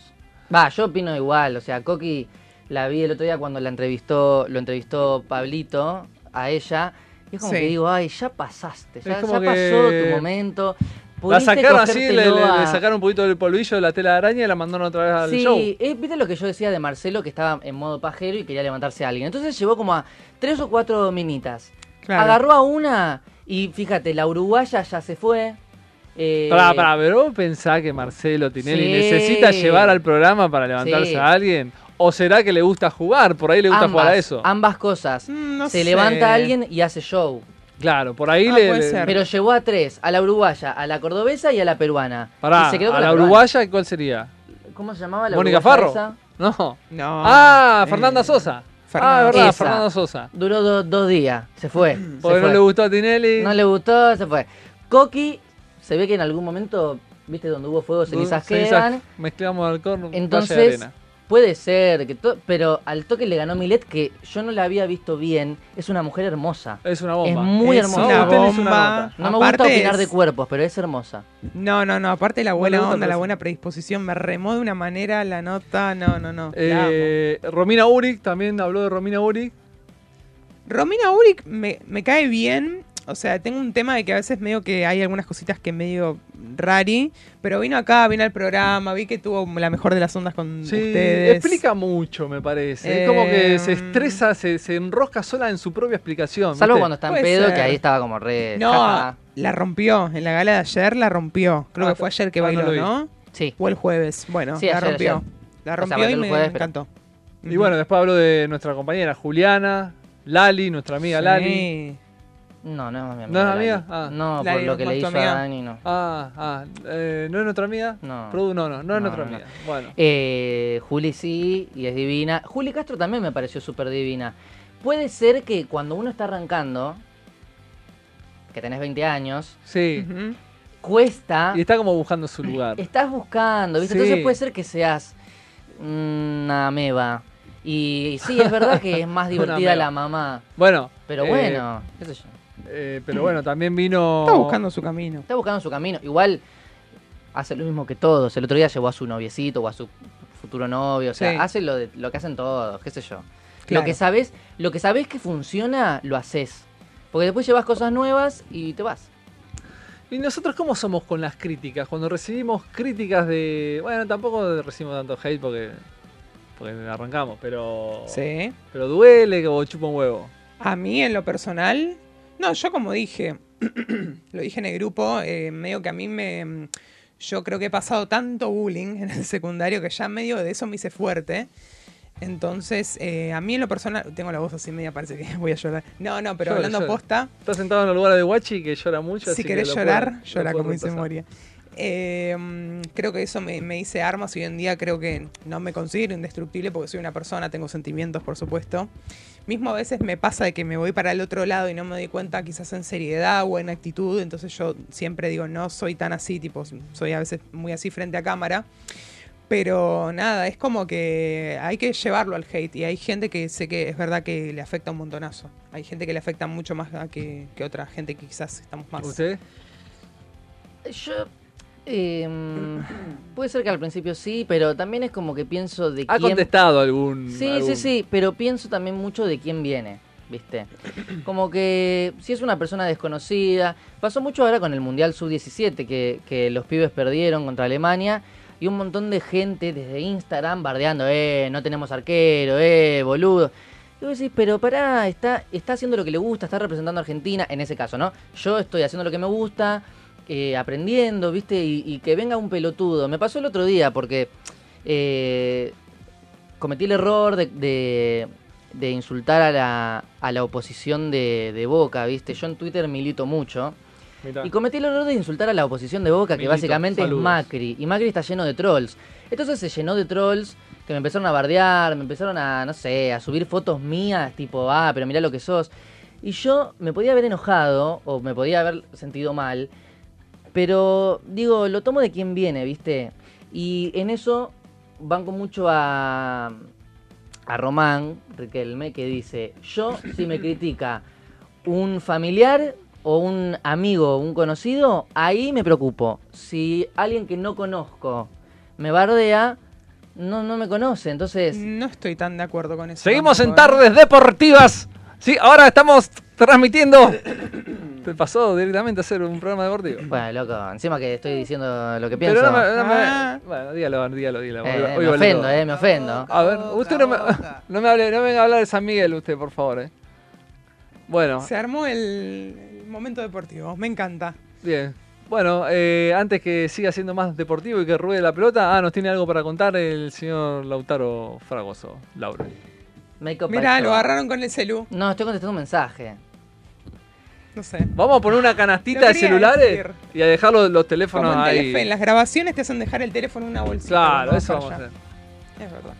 S5: Va, yo opino igual, o sea, Coqui la vi el otro día cuando la entrevistó, lo entrevistó Pablito a ella, y es como
S3: Sí.
S5: que digo, ay, ya pasaste,
S3: Es
S5: ya,
S3: como
S5: ya
S3: que-
S5: pasó tu momento.
S3: La
S5: pudiste
S3: sacaron así, le, le-
S5: cogértelo
S3: le
S5: a-
S3: sacaron un poquito del polvillo de la tela de araña y la mandaron otra vez al
S5: Sí,
S3: show.
S5: eh, viste lo que yo decía de Marcelo que estaba en modo pajero y quería levantarse a alguien. Entonces llevó como a tres o cuatro minitas.
S3: Claro.
S5: Agarró a una y fíjate, la uruguaya ya se fue. eh,
S3: Pará, pará, pero vos pensás que Marcelo Tinelli
S5: Sí.
S3: necesita llevar al programa para levantarse
S5: Sí.
S3: a alguien. ¿O será que le gusta jugar? Por ahí le gusta jugar a eso.
S5: Ambas cosas.
S3: Mm,
S4: no
S5: se
S4: sé.
S5: levanta alguien y hace show.
S3: Ah, Claro, por ahí le. le-
S5: Pero llevó a tres, a la uruguaya, a la cordobesa y a la peruana.
S3: Pará,
S5: Y se quedó
S3: a
S5: con
S3: la
S5: peruana.
S3: uruguaya, ¿cuál sería?
S5: ¿Cómo se llamaba la
S3: ¿Mónica
S5: uruguaya
S3: Farro?
S5: esa?
S3: No.
S4: No.
S3: Ah, Fernanda Sosa. Ah, es verdad,
S5: Esa.
S3: Fernanda Sosa.
S5: Duró do- dos días, se fue. se
S3: Porque no
S5: fue.
S3: le gustó a Tinelli.
S5: No le gustó, se fue. Coqui, se ve que en algún momento, viste, donde hubo fuego, cenizas quedan.
S3: Mezclamos alcohol con playa de
S5: Entonces,
S3: arena.
S5: puede ser, que to- pero al toque le ganó Milet, que yo no la había visto bien. Es una mujer hermosa.
S3: Es una bomba.
S5: Es muy
S4: Es
S5: hermosa.
S4: una Usted es una bomba. nota.
S5: No me
S4: Aparte
S5: gusta opinar
S4: es-
S5: de cuerpos, pero es hermosa.
S4: No, no, no. Aparte la
S5: le
S4: buena
S5: gusta,
S4: onda,
S5: pero
S4: la
S5: sí.
S4: buena predisposición. Me remó de una manera la nota. No, no, no. la amo.
S3: Eh, Romina Uric también habló de Romina Uric.
S4: Romina Uric me, me cae bien. O sea, tengo un tema de que a veces medio que hay algunas cositas que medio rari. Pero vino acá, vino al programa, vi que tuvo la mejor de las ondas con
S3: Sí,
S4: ustedes.
S3: explica mucho, me parece. es como que
S4: Eh,
S3: se estresa, se, se enrosca sola en su propia explicación.
S5: Salvo
S3: ¿viste?
S5: cuando está en
S4: Puede
S5: pedo,
S4: ser.
S5: que ahí estaba como re.
S4: No,
S5: Eh, jaja.
S4: la rompió. En la gala de ayer la rompió. Creo
S5: Ah,
S4: que fue ayer que
S5: ah, no
S4: bailó,
S5: lo vi.
S4: ¿no?
S5: Sí.
S4: O el jueves. Bueno,
S5: Sí,
S4: la
S5: ayer,
S4: rompió.
S5: ayer.
S4: La
S5: O sea,
S4: rompió
S5: bailó
S4: y
S5: el
S4: me,
S5: jueves,
S4: me
S5: pero-
S4: encantó.
S3: Y bueno, después habló de nuestra compañera Juliana, Lali, nuestra amiga
S4: Sí.
S3: Lali.
S5: No, no es más mi
S3: ¿No
S5: amiga.
S3: es
S5: Lali.
S3: amiga? Ah.
S5: No,
S3: Lali
S5: por
S3: es
S5: lo que
S3: más
S5: le
S3: tu
S5: hizo a
S3: amiga.
S5: Dani, no.
S3: Ah, ah, eh, ¿no es nuestra amiga?
S5: No.
S3: Produ, no, no, no es
S5: No,
S3: nuestra
S5: no, no.
S3: amiga. Bueno.
S5: Eh, Juli sí, y es divina. Juli Castro también me pareció súper divina. Puede ser que cuando uno está arrancando, que tenés 20 años,
S3: Sí.
S5: cuesta,
S3: Y está como buscando su lugar.
S5: estás buscando, ¿viste?
S3: Sí.
S5: Entonces puede ser que seas una ameba. Y, y sí, es verdad que es más
S3: Una
S5: divertida
S3: ameba.
S5: la mamá.
S3: Bueno.
S5: Pero
S3: eh,
S5: bueno, qué sé yo.
S3: eh, pero bueno, también vino.
S4: Está buscando su camino.
S5: Está buscando su camino. Igual hace lo mismo que todos. El otro día llevó a su noviecito o a su futuro novio. O sea,
S4: Sí.
S5: hace lo, de, lo que hacen todos, qué sé yo.
S4: Claro.
S5: Lo que sabes, lo que sabes que funciona, lo haces. Porque después llevas cosas nuevas y te vas.
S3: ¿Y nosotros cómo somos con las críticas? Cuando recibimos críticas de. Bueno, tampoco recibimos tanto hate porque. Porque arrancamos, pero.
S4: Sí.
S3: Pero duele o chupa un huevo.
S4: A mí, en lo personal, no, yo como dije, lo dije en el grupo, eh, medio que a mí me. Yo creo que he pasado tanto bullying en el secundario que ya medio de eso me hice fuerte. Entonces, eh, a mí en lo personal. Tengo la voz así media, parece que voy a llorar. No, no, pero
S3: Llora,
S4: hablando
S3: llora.
S4: posta.
S3: Estás sentado en el lugar de Guachi que llora mucho. así
S4: Si
S3: que
S4: querés
S3: lo
S4: llorar,
S3: puedo- lo
S4: llora
S3: puedo
S4: como dice
S3: reemplazar.
S4: Moria. Eh, mm, creo que eso me, me hice armas. Hoy en día creo que no me considero indestructible porque soy una persona, tengo sentimientos, por supuesto. Mismo a veces me pasa de que me voy para el otro lado y no me doy cuenta quizás en seriedad o en actitud. Entonces yo siempre digo, no soy tan así, tipo, soy a veces muy así frente a cámara. Pero nada, es como que hay que llevarlo al hate. Y hay gente que sé que es verdad que le afecta un montonazo. Hay gente que le afecta mucho más a que, que otra gente que quizás estamos más.
S3: ¿Usted?
S5: Yo. em, puede ser que al principio sí, pero también es como que pienso de
S3: ¿Ha
S5: quién.
S3: contestado algún.?
S5: Sí,
S3: algún-
S5: sí, sí, pero pienso también mucho de quién viene, ¿viste? Como que si es una persona desconocida. Pasó mucho ahora con el Mundial Sub-17, que, que los pibes perdieron contra Alemania. Y un montón de gente desde Instagram bardeando, eh, no tenemos arquero, eh, boludo. Y vos decís, pero pará, está, está haciendo lo que le gusta, está representando a Argentina, en ese caso, ¿no? Yo estoy haciendo lo que me gusta, eh, aprendiendo, ¿viste? Y, y que venga un pelotudo. Me pasó el otro día porque eh, cometí el error de, de- de insultar a la, a la oposición de, de Boca, ¿viste? Yo en Twitter milito mucho.
S3: Mirá.
S5: Y cometí el error de insultar a la oposición de Boca, que
S3: Milito,
S5: básicamente
S3: saludos.
S5: es Macri. Y Macri está lleno de trolls. Entonces se llenó de trolls que me empezaron a bardear, me empezaron a, no sé, a subir fotos mías, tipo, ah, pero mirá lo que sos. Y yo me podía haber enojado o me podía haber sentido mal, pero digo, lo tomo de quien viene, ¿viste? Y en eso banco mucho a, a Román Riquelme que dice, yo si me critica un familiar o un amigo, un conocido, ahí me preocupo. Si alguien que no conozco me bardea, no, no me conoce, entonces...
S4: No estoy tan de acuerdo con eso.
S3: Seguimos en
S4: tampoco,
S3: tardes deportivas. Sí, ahora estamos transmitiendo. Te pasó directamente a hacer un programa deportivo.
S5: Bueno, loco, encima que estoy diciendo lo que pienso.
S3: Pero no me, no me-
S5: Ah.
S3: Bueno, dígalo, dígalo, dígalo.
S5: Eh,
S3: Hoy-
S5: me
S3: hoy vale
S5: ofendo,
S3: todo.
S5: eh, me ofendo.
S3: A ver, usted no me, no me hable, no venga a hablar de San Miguel usted, por favor, eh. Bueno,
S4: Se armó el, el momento deportivo, me encanta.
S3: bien. Bueno, eh, antes que siga siendo más deportivo y que ruede la pelota, ah, nos tiene algo para contar el señor Lautaro Fragoso, Laura.
S5: Make up
S4: Mirá,
S5: by
S4: lo
S5: Tom.
S4: agarraron con el celu.
S5: No, estoy contestando un mensaje.
S4: No sé.
S3: Vamos a poner una canastita
S4: Lo
S3: de
S4: quería
S3: celulares
S4: decir.
S3: y a dejar los, los teléfonos
S4: Como en
S3: ahí.
S4: Telefe, en las grabaciones te hacen dejar el teléfono en una bolsita.
S3: Claro,
S4: cuando
S3: eso
S4: vas
S3: vamos a
S4: allá.
S3: hacer.
S4: Es verdad.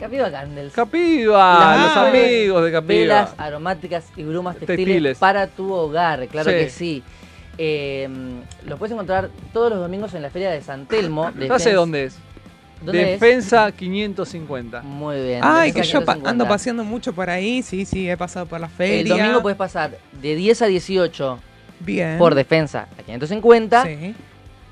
S5: Capiva Candles.
S3: Capiva,
S5: Las
S3: Ah, los
S5: mejores
S3: amigos de Capiva.
S5: Velas aromáticas y brumas textiles,
S3: Textiles.
S5: para tu hogar, claro
S3: Sí.
S5: que sí. Eh, los puedes encontrar todos los domingos en la feria de San Telmo. de
S3: Ya sé
S5: Fens-
S3: dónde es.
S5: ¿Dónde es?
S3: Defensa 550.
S5: Muy bien.
S4: Ay, que
S5: Defensa
S4: yo pa-
S5: 550.
S4: ando paseando mucho por ahí. Sí, sí, he pasado por la feria.
S5: El domingo puedes pasar de 10 a 18
S4: Bien.
S5: por defensa a 550
S4: Sí.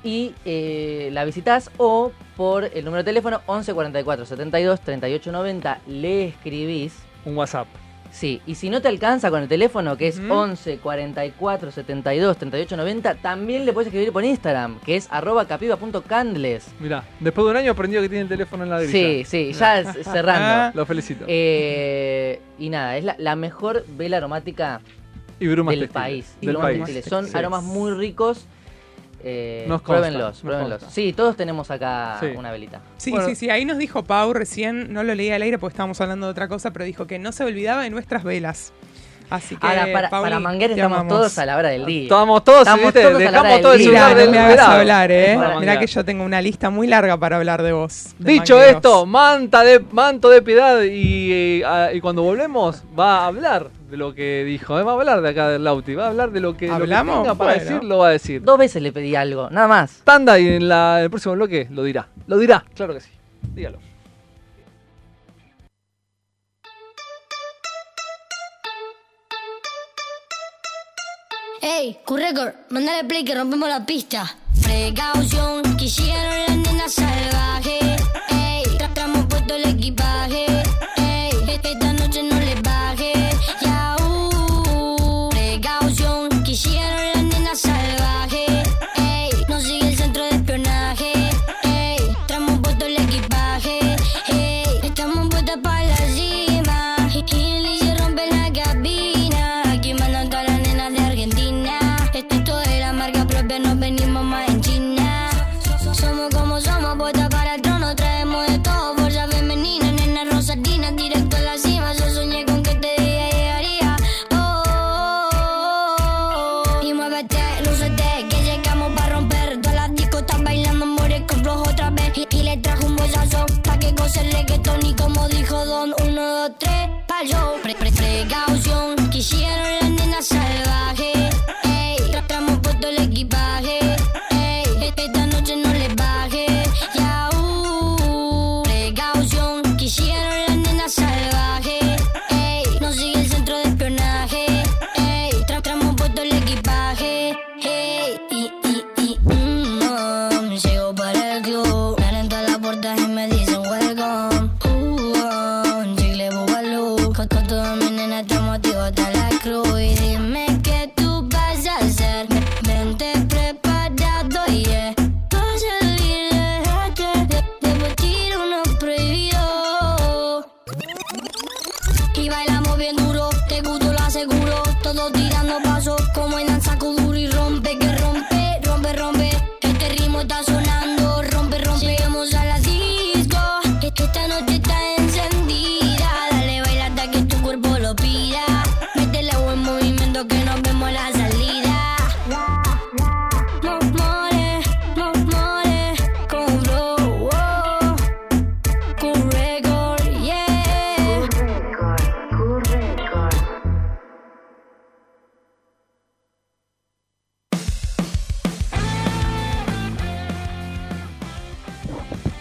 S5: y eh, la visitas o por el número de teléfono 1144 72 38 90 le escribís.
S3: Un WhatsApp.
S5: Sí, y si no te alcanza con el teléfono, que es 11 44 72 38 90, también le puedes escribir por Instagram, que es arroba capiva.candles.
S3: Mirá, después de un año aprendió que tiene el teléfono en la
S5: Sí,
S3: grilla.
S5: sí, ya es- cerrando.
S3: Ah, Lo felicito.
S5: Eh, y nada, es la, la mejor vela aromática
S3: y brumas
S5: del
S3: textiles.
S5: país.
S3: Del
S5: Brumas
S3: país.
S5: textiles. Son
S3: Sí.
S5: aromas muy ricos. Eh,
S3: Nos consta,
S5: pruébenlos,
S3: nos
S5: pruébenlos.
S3: consta.
S5: Sí, todos tenemos acá
S3: Sí.
S5: una velita.
S4: Sí, sí, sí, ahí nos dijo Pau recién, no lo leí al aire porque estábamos hablando de otra cosa, pero dijo que no se olvidaba de nuestras velas. Así que,
S5: Ahora, para,
S4: Pauli,
S5: para Manguera
S4: te
S5: estamos
S4: amamos.
S5: todos a la hora del día.
S3: Estamos todos, ¿viste?
S5: a la
S3: Dejamos
S5: hora
S3: todo el
S5: día.
S3: celular
S4: Mirá,
S3: del
S4: no me hagas
S3: verano.
S4: hablar, ¿eh?
S3: Para
S4: Mirá
S3: manguear.
S4: que yo tengo una lista muy larga para hablar de vos. de
S3: Dicho
S4: mangueros.
S3: esto, manta de manto de piedad y, eh, a- y cuando volvemos va a hablar de lo que dijo, eh, va a hablar de acá del Lauti, va a hablar de lo que, lo que
S5: ¿Hablamos?
S3: tenga para
S5: Bueno.
S3: decir, lo va a decir.
S5: Dos veces le pedí algo, nada más.
S3: Tanda y en, la, el próximo bloque lo dirá, lo dirá, claro que sí, dígalo.
S18: Ey, Currecord, mandale play que rompemos la pista. Precaución, que llegaron las nenas salvajes. Ey, tra- tramos puesto el equipaje. Ey, e- esta noche no les baje. Yaú. Precaución, que llegaron las nenas salvajes. Oh. llegaron las nenas salvajes. Ey, tratamos puesto el equipaje. Ey, e- esta noche no les baje. Yaú, precaución, que llegaron las nenas salvajes. Ey, nos sigue el centro de espionaje. Ey, tratamos puesto el equipaje. Ey, y, y, y, mm, mm. Llego para el club, me abren todas las puertas y me dicen welcome. Uh, chicle bubalú. Con, con todas mis nenas estamos activos hasta la cruz. Y dime qué tú vas a hacer. Ve- Vente preparado, yeah. Vas a vivir de hacker. De- Después tiro uno prohibido. Y bailamos bien duro, te gusto lo aseguro. Todos tirando pasos como en danza con duro y rompe que rompe, rompe, rompe. Este ritmo está sonando, rompe, rompe. Llegamos a la disco, es que esta noche está encendida. Dale, baila hasta que tu cuerpo lo pida. Métele buen movimiento que nos vemos a la salida. Mo- more, mo- more, con flow, oh. Con record, yeah.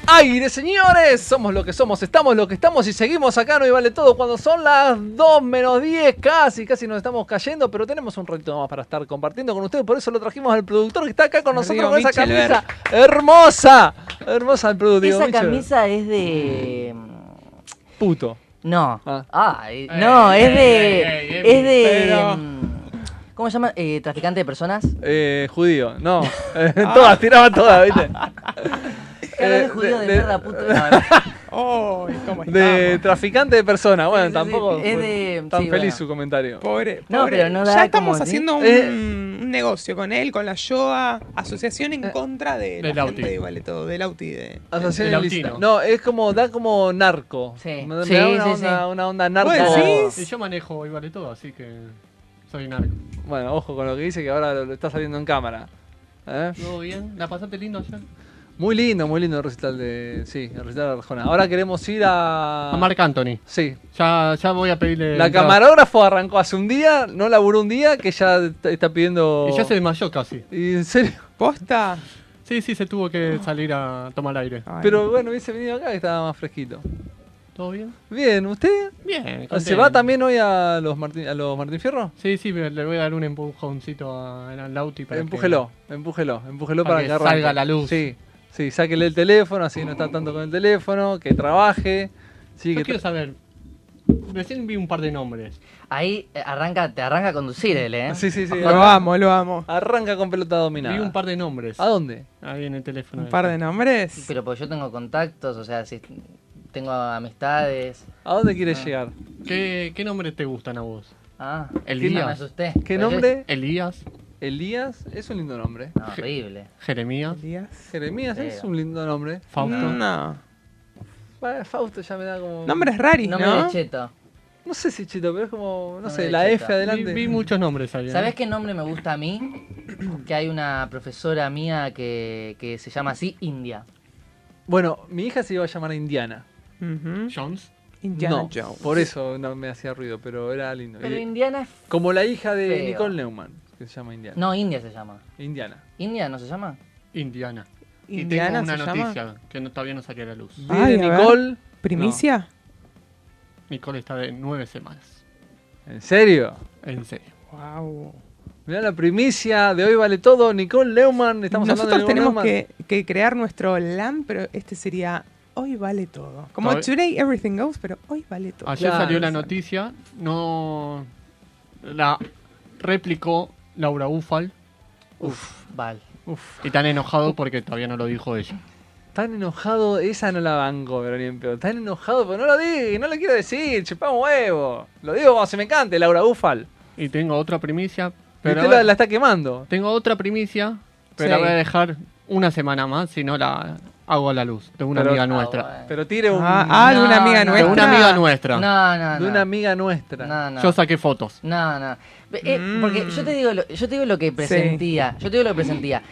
S3: Aire, señores, somos lo que somos, estamos lo que estamos y seguimos acá, no y vale todo cuando son las 2 menos 10, casi, casi nos estamos cayendo, pero tenemos un ratito más para estar compartiendo con ustedes, por eso lo trajimos al productor que está acá con nosotros
S5: Arriba,
S3: con esa
S5: Michel
S3: camisa hermosa, hermosa el productor.
S5: Esa camisa es de.
S3: Mm. Puto.
S5: No. Ah, eh, no, es de.
S3: ey, ey,
S5: es de.
S3: eh, pero-
S5: mm, ¿Cómo se llama? Eh, traficante de personas.
S3: Eh, judío, no, eh, todas, tiraba todas, ¿viste?
S5: Claro,
S3: Eh,
S5: es judío de,
S3: de-
S5: mierda, puto. No,
S4: Oh,
S3: De traficante de personas, bueno, tampoco
S5: es
S3: fue
S5: de-
S3: tan
S5: sí,
S3: feliz
S5: bueno.
S3: su comentario.
S4: Pobre,
S5: No,
S4: pobre.
S5: pero no da
S4: Ya estamos
S5: como, ¿sí?
S4: haciendo un,
S5: Eh.
S4: un negocio con él, con la Shoa, asociación
S5: Eh.
S4: en contra de la
S3: del
S4: gente
S3: Auti.
S4: de Vale Todo, del Auti. De,
S3: Asociación
S4: del
S3: ilícita. No, es como, da como narco. Me- me da una, onda, una onda narco.
S11: Y yo manejo hoy vale todo, así que soy narco.
S3: Bueno, ojo con lo que dice que ahora lo, lo está saliendo en cámara. ¿Eh?
S11: ¿Todo bien? ¿La pasaste lindo ayer?
S3: Muy lindo, muy lindo el recital de. Sí, el recital de Arjona. Ahora queremos ir a.
S11: A eh, Marc Anthony.
S3: Ah. Sí.
S11: Ya, ya voy a pedirle.
S3: La
S11: entrada.
S3: camarógrafo arrancó hace un día, no laburó un día, que ya t- está pidiendo.
S11: Y ya se desmayó casi.
S3: ¿Y en serio?
S4: ¿Posta?
S11: Sí, sí, se tuvo que salir a tomar aire.
S3: Pero bueno, hubiese venido acá que estaba más fresquito.
S11: ¿Todo bien?
S3: Bien, ¿usted?
S11: Bien,
S3: ¿Se va también hoy a los Martín, a los Martín Fierro?
S11: Sí, sí, me- le voy a dar un empujoncito a- al Lauti para que-
S3: Empújelo, empújelo, empújelo para,
S11: Para que
S3: arranque.
S11: salga la luz.
S3: Sí, sí, sáquele el teléfono, así no está tanto con el teléfono, que trabaje. Sí,
S11: Yo
S3: que
S11: quiero
S3: tra-
S11: saber. Recién vi un par de nombres.
S5: Ahí eh, arranca, te arranca a conducir él, ¿eh?
S3: Ah, Sí, sí, sí.
S5: Lo
S4: amo, lo amo.
S3: Arranca con pelota dominada.
S11: Vi un par de nombres.
S3: ¿A dónde?
S11: Ahí en el teléfono.
S4: ¿Un par de nombres?
S5: Pero porque yo tengo contactos, o sea, si tengo amistades.
S3: ¿A dónde quieres llegar?
S11: Ah. ¿Qué, ¿Qué nombres te gustan a vos?
S5: Ah,
S11: Elías.
S5: me asusté.
S3: ¿Qué
S5: Pero
S3: nombre?
S11: Elías.
S3: Elías es un lindo nombre.
S5: yo- Horrible.
S11: Jeremías.
S3: Jeremías es
S5: Sí.
S3: un lindo nombre.
S11: Fausto.
S4: No.
S3: Fa- Fausto ya me da como.
S4: Nombres raris,
S5: Nombre
S4: ¿no?
S5: de cheto.
S3: No sé si chito, pero es como. No
S5: Nombre
S3: sé,
S5: de
S3: la
S5: cheta.
S3: F adelante.
S11: Vi, vi muchos nombres ahí. ¿eh?
S5: ¿Sabés qué nombre me gusta a mí? Que hay una profesora mía que, que se llama así India.
S3: Bueno, mi hija se iba a llamar Indiana.
S11: Jones.
S4: Indiana
S3: no,
S4: Jones.
S3: Por eso no me hacía ruido, pero era lindo.
S5: Pero
S3: Y-
S5: Indiana es
S3: Como la hija de
S5: Feo.
S3: Nicole Neumann, que se llama Indiana.
S5: No, India se llama.
S3: Indiana.
S5: ¿India no se llama?
S11: Indiana.
S4: Indiana
S11: y tengo
S4: se
S11: una
S4: llama.
S11: noticia que no, todavía no salió a la luz.
S3: Viene
S4: Ay, a ver.
S3: Nicole.
S4: ¿Primicia?
S11: Nicole está de nueve semanas.
S3: ¿En serio?
S11: En serio.
S4: Wow.
S3: Mirá la primicia de hoy vale todo. Nicole Neumann, estamos
S4: Nosotros
S3: hablando de
S4: tenemos
S3: Nicole
S4: que, que crear nuestro LAN, pero este sería Hoy vale todo. Como
S11: Todavía-
S4: Today Everything Goes, pero hoy vale todo.
S11: Ayer
S3: Claro,
S11: salió la
S3: exacto.
S11: noticia, no la replicó Laura Ufal
S5: Uf, vale.
S11: y tan enojado porque todavía no lo dijo ella.
S3: Tan enojado, esa no la banco, pero ni en pedo. Tan enojado, pero no lo digo, no lo quiero decir, chupá un huevo. Lo digo como se me cante, Laura Ufal.
S11: Y tengo otra primicia,
S3: Pero
S11: pero
S3: usted
S11: a ver,
S3: la, la está quemando.
S11: tengo otra primicia, pero la
S3: Sí.
S11: voy a dejar una semana más, si no la hago a la luz de una
S3: Pero-
S11: amiga
S3: Ah,
S11: nuestra.
S3: Pero tire un.
S4: Ah, ah, de una
S5: No,
S4: amiga
S5: no,
S11: De
S4: nuestra.
S11: una amiga nuestra.
S5: No, no, no.
S3: de una amiga nuestra.
S5: No, no.
S11: Yo saqué fotos.
S5: No, no. Ve- eh, Porque yo te
S3: Mm.
S5: digo lo, yo te digo lo que presentía. Yo te digo lo que presentía.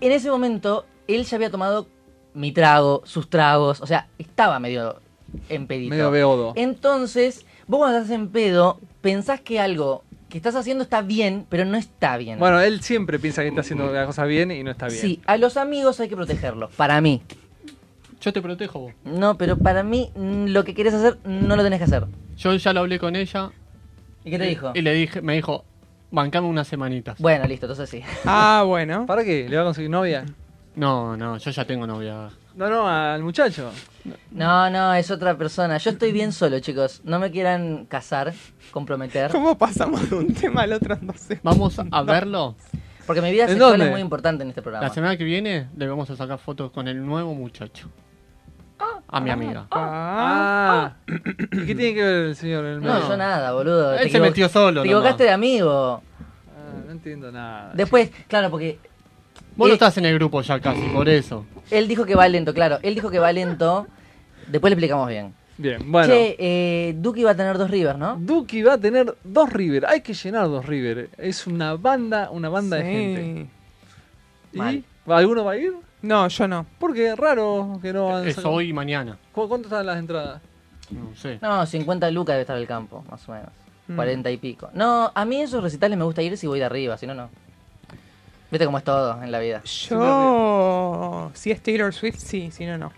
S5: En ese momento, él ya había tomado mi trago, sus tragos. O sea, estaba medio en pedito.
S3: Medio beodo.
S5: Entonces, vos cuando estás en pedo, pensás que algo que estás haciendo está bien, pero no está bien.
S3: Bueno, él siempre piensa que está haciendo las cosas bien y no está bien.
S5: Sí, a los amigos hay que protegerlos. Para mí.
S11: Yo te protejo vos.
S5: No, pero para mí mm, lo que querés hacer no lo tenés que hacer.
S11: Yo ya lo hablé con ella.
S5: ¿Y qué te dijo?
S11: Y le dije, me dijo, bancame unas semanitas.
S5: Bueno, listo, entonces sí.
S3: Ah, bueno. ¿Para qué? ¿Le va a conseguir novia?
S11: No, no, yo ya tengo novia.
S3: No, no, al muchacho.
S5: No, no, es otra persona. Yo estoy bien solo, chicos. No me quieran casar, comprometer.
S4: ¿Cómo pasamos de un tema al otro? No sé.
S11: Vamos a verlo.
S5: Porque mi vida
S11: ¿En
S5: sexual
S11: dónde?
S5: es muy importante en este programa.
S11: La semana que viene le vamos a sacar fotos con el nuevo muchacho. A mi amiga.
S5: ah,
S3: Ah. ¿Y qué tiene que ver el señor? en El
S5: No,
S3: medio?
S5: yo nada, boludo.
S11: Él
S5: Te
S11: se
S5: equivo-
S11: metió solo
S5: Te equivocaste
S11: nomás.
S5: de amigo.
S3: Ah, no entiendo nada.
S5: Después, claro, porque
S11: Vos
S5: Eh.
S11: no estás en el grupo ya casi, por eso.
S5: él dijo que va lento, claro. Él dijo que va lento. Después le explicamos bien.
S3: Bien, bueno.
S5: Che, eh, Duki va a tener dos Rivers, ¿no?
S3: Duki va a tener dos River. Hay que llenar dos River. Es una banda, una banda de
S4: Sí.
S3: gente. ¿Y
S4: Mal.
S3: alguno va a ir?
S4: No, yo no.
S3: Porque raro que no han
S11: Es
S3: sacado-
S11: hoy y mañana.
S3: ¿Cu- ¿Cuánto están las entradas?
S11: No sé.
S5: No, 50 lucas debe estar el campo, más o menos.
S3: Mm.
S5: 40 y pico. No, a mí esos recitales me gusta ir si voy de arriba, si no, no. Viste cómo es todo en la vida.
S4: Yo, si es Taylor Swift, sí, si no, no.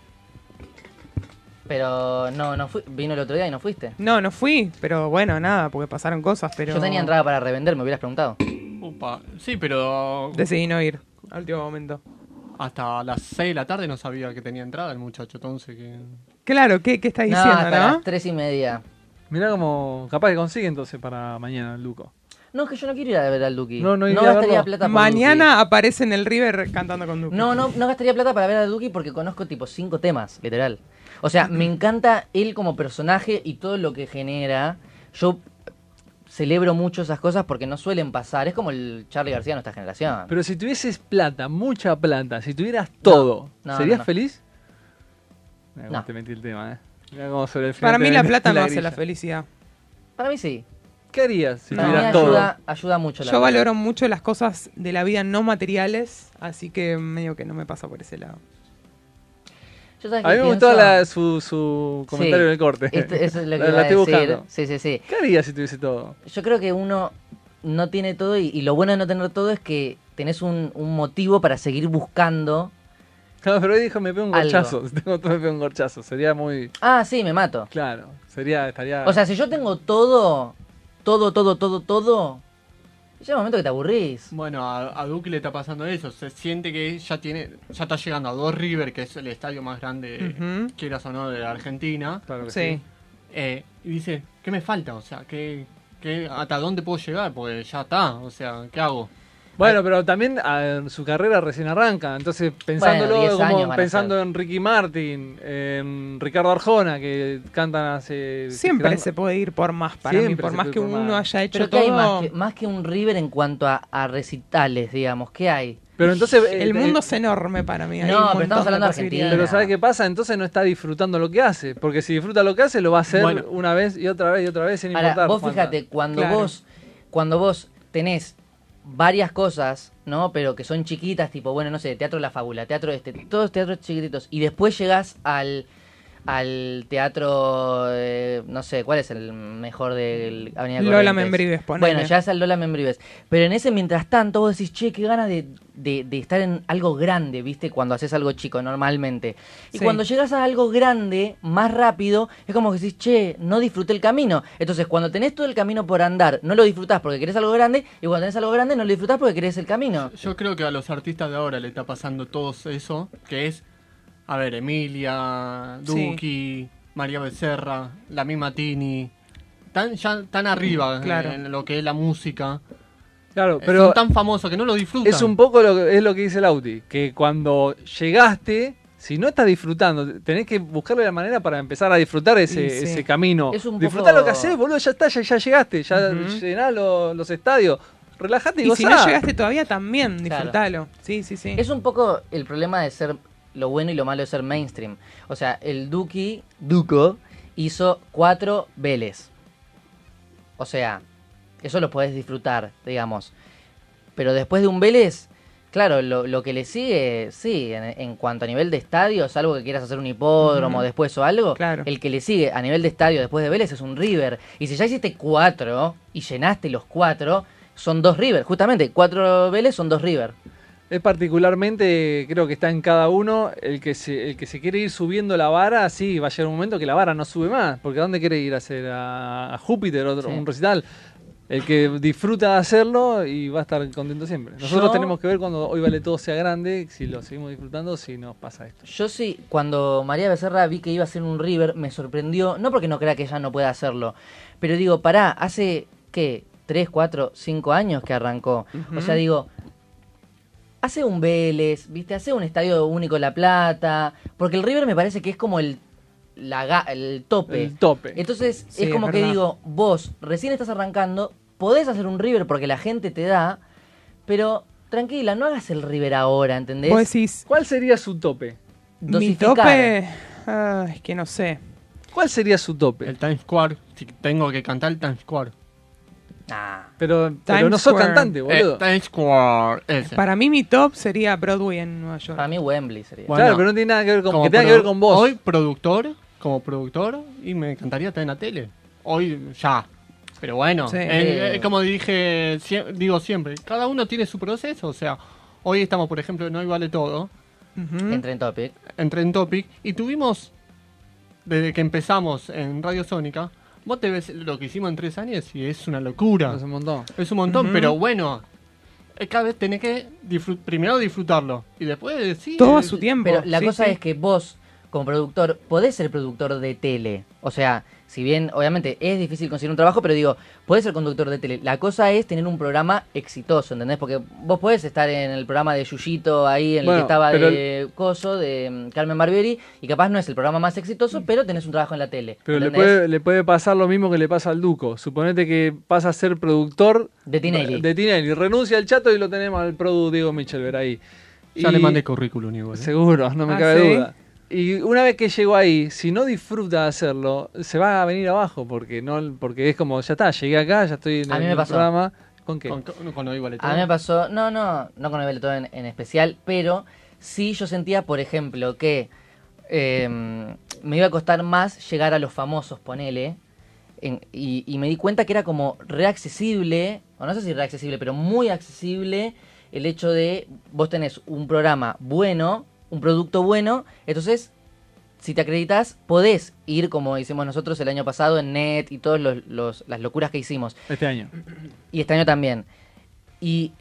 S5: Pero no, no fui. Vino el otro día y no fuiste.
S4: No, no fui, pero bueno, nada, porque pasaron cosas, pero...
S5: Yo tenía entrada para revender, me hubieras preguntado.
S11: Upa. Sí, pero.
S4: Decidí no ir, al último momento.
S11: Hasta las 6 de la tarde no sabía que tenía entrada el muchacho, entonces que.
S4: Claro, ¿qué, qué estás
S5: No,
S4: diciendo,
S5: hasta
S4: no?
S5: las 3 y media.
S3: Mirá como capaz que consigue entonces para mañana el Luco.
S5: No, es que yo no quiero ir a ver al Duki.
S3: No, no iría a
S5: gastaría
S3: verlo.
S5: plata por
S4: Mañana aparece en el River cantando con Duki.
S5: Duki. No, no, no gastaría plata para ver al Duki porque conozco tipo cinco temas, literal. O sea, me encanta él como personaje y todo lo que genera. Yo celebro mucho esas cosas porque no suelen pasar. Es como el Charlie García de nuestra generación.
S3: Pero si tuvieses plata, mucha plata, si tuvieras todo,
S5: No, no,
S3: ¿serías
S5: no.
S3: feliz? Mirá cómo
S5: No.
S3: te metí el tema, eh. Mirá cómo sobre el final
S4: Para
S3: te
S4: mí la
S3: metí
S4: plata no hace
S3: grilla.
S4: la felicidad.
S5: Para mí sí.
S3: ¿Qué harías si
S5: No.
S3: tuvieras
S5: Para mí
S3: todo?
S5: ayuda, ayuda mucho. La
S4: Yo
S5: verdad.
S4: valoro mucho las cosas de la vida no materiales, así que medio que no me pasa por ese lado.
S5: Yo, ¿sabes
S3: A mí
S5: qué
S3: me gustó
S5: pienso?
S3: la- su, su
S5: Sí.
S3: comentario en el corte.
S5: Esto- eso es lo que
S3: la,
S5: iba
S3: la
S5: a
S3: estoy
S5: decir.
S3: buscando.
S5: Sí, sí, sí.
S3: ¿Qué harías si tuviese todo?
S5: Yo creo que uno no tiene todo y, y lo bueno de no tener todo es que tenés un, un motivo para seguir buscando.
S3: No, pero hoy dijo, me pego un
S5: Algo.
S3: gorchazo. Si tengo todo, me pego un gorchazo. Sería muy...
S5: Ah, sí, me mato.
S3: Claro, sería... Estaría...
S5: O sea, si yo tengo todo, todo, todo, todo, todo, llega un momento que te aburrís.
S11: Bueno, a, a Duque le está pasando eso. Se siente que ya tiene, ya está llegando a Dos River, que es el estadio más grande,
S4: Ujú.
S11: quieras o no, de la Argentina.
S3: Claro
S4: que Sí. sí.
S11: Eh, y dice, ¿qué me falta? O sea, ¿qué, qué, hasta dónde puedo llegar? Porque ya está. O sea, ¿qué hago?
S3: Bueno, pero también ah, su carrera recién arranca. Entonces, pensándolo
S11: 10 años
S3: como
S11: van a
S3: pensando en Ricky Martin, en Ricardo Arjona, que cantan hace...
S4: Siempre
S3: gran-
S4: se puede ir por más Ah, para mí,
S3: Siempre
S4: por
S3: se
S4: más
S3: puede
S4: que
S3: ir por
S4: uno
S3: más.
S4: haya hecho
S5: Pero ¿qué
S4: todo.
S5: hay más que, más que un River en cuanto a, a recitales, digamos? ¿Qué hay?
S3: Pero entonces... eh,
S4: El
S3: eh,
S4: mundo es enorme para mí. hay un
S5: No, pero
S4: montón
S5: estamos hablando de
S4: posibilidades.
S5: Argentina.
S3: Pero ¿sabes qué pasa? Entonces no está disfrutando lo que hace. Porque si disfruta lo que hace, lo va a hacer
S11: Bueno.
S3: una vez y otra vez y otra vez sin
S5: Ahora,
S3: importar.
S5: vos
S3: cuántas.
S5: fíjate, cuando
S3: Claro.
S5: vos, cuando vos tenés varias cosas, ¿no? Pero que son chiquitas, tipo, bueno, no sé, Teatro La Fábula, Teatro Este, todos teatros chiquititos, y después llegás al al teatro, eh, no sé, ¿cuál es el mejor de Avenida
S4: Lola
S5: Corrientes?
S4: Membrives, ponele.
S5: Bueno, llegás al Lola Membrives. Pero en ese, mientras tanto, vos decís, che, qué ganas de, de- de estar en algo grande, ¿viste? Cuando haces algo chico, normalmente. Y
S4: Sí.
S5: cuando llegas a algo grande, más rápido, es como que decís, che, no disfruté el camino. Entonces, cuando tenés todo el camino por andar, no lo disfrutás porque querés algo grande, y cuando tenés algo grande, no lo disfrutás porque querés el camino.
S11: Yo creo que a los artistas de ahora le está pasando todo eso, que es, a ver, Emilia,
S4: Sí.
S11: Duki, María Becerra, la misma Tini, tan, ya tan arriba
S4: Mm, Claro.
S11: en lo que es la música.
S3: Claro,
S11: Eh,
S3: pero
S11: Son tan famosos que no lo disfrutan.
S3: es un poco lo que, es lo que dice Lauti. Que cuando llegaste, si no estás disfrutando, tenés que buscarle la manera para empezar a disfrutar ese,
S5: Y sí.
S3: ese camino.
S5: Es un
S3: Disfrutá
S5: poco-
S3: lo que haces, boludo, ya está, ya, ya llegaste, ya
S4: Ujú.
S3: llenás lo- los estadios. Relajate y, "Ah".
S4: Y si
S3: gozá.
S4: no llegaste todavía, también
S5: Claro.
S4: disfrutalo. Sí, sí, sí.
S5: Es un poco el problema de ser lo bueno y lo malo de ser mainstream. O sea, el Duki, Duco, hizo cuatro Vélez. O sea, eso lo podés disfrutar, digamos. Pero después de un Vélez, Claro, lo, lo que le sigue, sí, en, en cuanto a nivel de estadio, salvo que quieras hacer un hipódromo
S4: Ujú.
S5: después o algo, el que le sigue a nivel de estadio después de Vélez es un River. Y si ya hiciste cuatro y llenaste los cuatro, son dos River. Justamente, cuatro Vélez son dos River.
S3: Es particularmente, creo que está en cada uno, el que se, el que se quiere ir subiendo la vara, sí, va a llegar un momento que la vara no sube más, porque ¿a dónde quiere ir a hacer? ¿A, a Júpiter, otro,
S5: Sí.
S3: un recital? El que disfruta de hacerlo y va a estar contento siempre. Nosotros
S5: Yo-
S3: tenemos que ver cuando hoy vale todo sea grande, si lo seguimos disfrutando, si nos pasa esto.
S5: Yo sí, cuando María Becerra vi que iba a ser un River, me sorprendió, no porque no crea que ella no pueda hacerlo, pero digo, pará, hace, ¿qué? ¿Tres, cuatro, cinco años que arrancó? O sea, digo, hace un Vélez, ¿viste? Hace un Estadio Único La Plata, porque el River me parece que es como el, la ga- el tope.
S3: El tope.
S5: Entonces,
S3: Sí,
S5: es
S3: es
S5: como que
S3: verdad.
S5: digo, vos recién estás arrancando, podés hacer un River porque la gente te da, pero tranquila, no hagas el River ahora, ¿entendés?
S4: Vos decís,
S3: ¿Cuál sería su tope?
S4: Mi
S5: Dosificar.
S4: tope. ah, es que no sé.
S3: ¿Cuál sería su tope?
S11: El Times Square. Si tengo que cantar el Times Square.
S3: Pero,
S4: Times no sos Square. cantante, boludo.
S11: Eh, Times Square. Ese.
S4: Para mí, mi top sería Broadway en Nueva York. Para
S5: mí, Wembley sería.
S11: Bueno,
S3: Claro, pero no tiene nada que ver con-
S11: como
S3: que tenga que ver
S11: produ-
S3: con vos.
S11: Hoy productor, como productor, y me encantaría estar en la tele. Hoy ya. Pero bueno,
S4: Sí.
S11: eh,
S4: Sí.
S11: eh, como dije, sie- digo siempre, cada uno tiene su proceso. O sea, hoy estamos, por ejemplo, en Hoy Vale Todo.
S5: En Trend Topic.
S11: En Trend Topic. Y tuvimos, desde que empezamos en Radio Sónica, vos te ves lo que hicimos en tres años y es una locura.
S3: Es un montón.
S11: Es un montón,
S3: Ujú.
S11: pero bueno. eh, Cada vez tenés que disfrut- primero disfrutarlo y después decir.
S5: Pero la cosa es que vos, como productor, podés ser productor de tele. O sea, si bien obviamente es difícil conseguir un trabajo, pero digo, podés ser conductor de tele. La cosa es tener un programa exitoso, ¿entendés? Porque vos podés estar en el programa de Yuyito ahí, en el
S3: Bueno,
S5: que estaba
S3: pero
S5: de Coso, de mm, Carmen Barbieri, y capaz no es el programa más exitoso, pero tenés un trabajo en la tele.
S3: Pero le
S5: ¿entendés?
S3: puede, le puede pasar lo mismo que le pasa al Duco. Suponete que pasa a ser productor
S5: De Tinelli.
S3: De Tinelli. Renuncia al chato y lo tenemos al produ Diego Michelver ahí.
S11: Ya
S3: Y-
S11: le mandé currículum igual. ¿eh?
S3: Seguro, no me
S11: Ah,
S3: cabe
S11: ¿sí?
S3: duda. Y una vez que llegó ahí, si no disfruta de hacerlo, se va a venir abajo porque no porque es como, ya está, llegué acá, ya estoy en
S5: A
S3: el
S5: mí me pasó.
S3: programa. ¿Con qué?
S11: Con, con- con Hoy Vale Todo.
S5: A mí me pasó, no, no, no con el Beletón en, en especial, pero sí yo sentía, por ejemplo, que eh, me iba a costar más llegar a los famosos, ponele, en- y, y me di cuenta que era como reaccesible, o no sé si reaccesible, pero muy accesible el hecho de vos tenés un programa bueno, un producto bueno, entonces si te acreditas podés ir como hicimos nosotros el año pasado en net y todas los- los- las locuras que hicimos.
S3: Este año.
S5: Y este año también. Y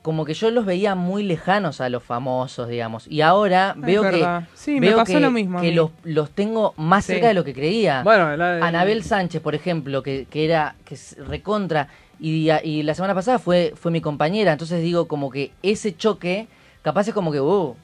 S5: como que yo los veía muy lejanos a los famosos, digamos. Y ahora
S4: Es
S5: veo
S4: verdad.
S5: que,
S4: Sí, me
S5: veo
S4: pasó
S5: que-
S4: lo mismo a
S5: que
S4: mí.
S5: los, los tengo más
S4: Sí.
S5: cerca de lo que creía.
S4: Bueno, la-
S5: Anabel Sánchez, por ejemplo, que, que era que es recontra y, y la semana pasada fue, fue mi compañera. Entonces digo como que ese choque, capaz es como que, uh,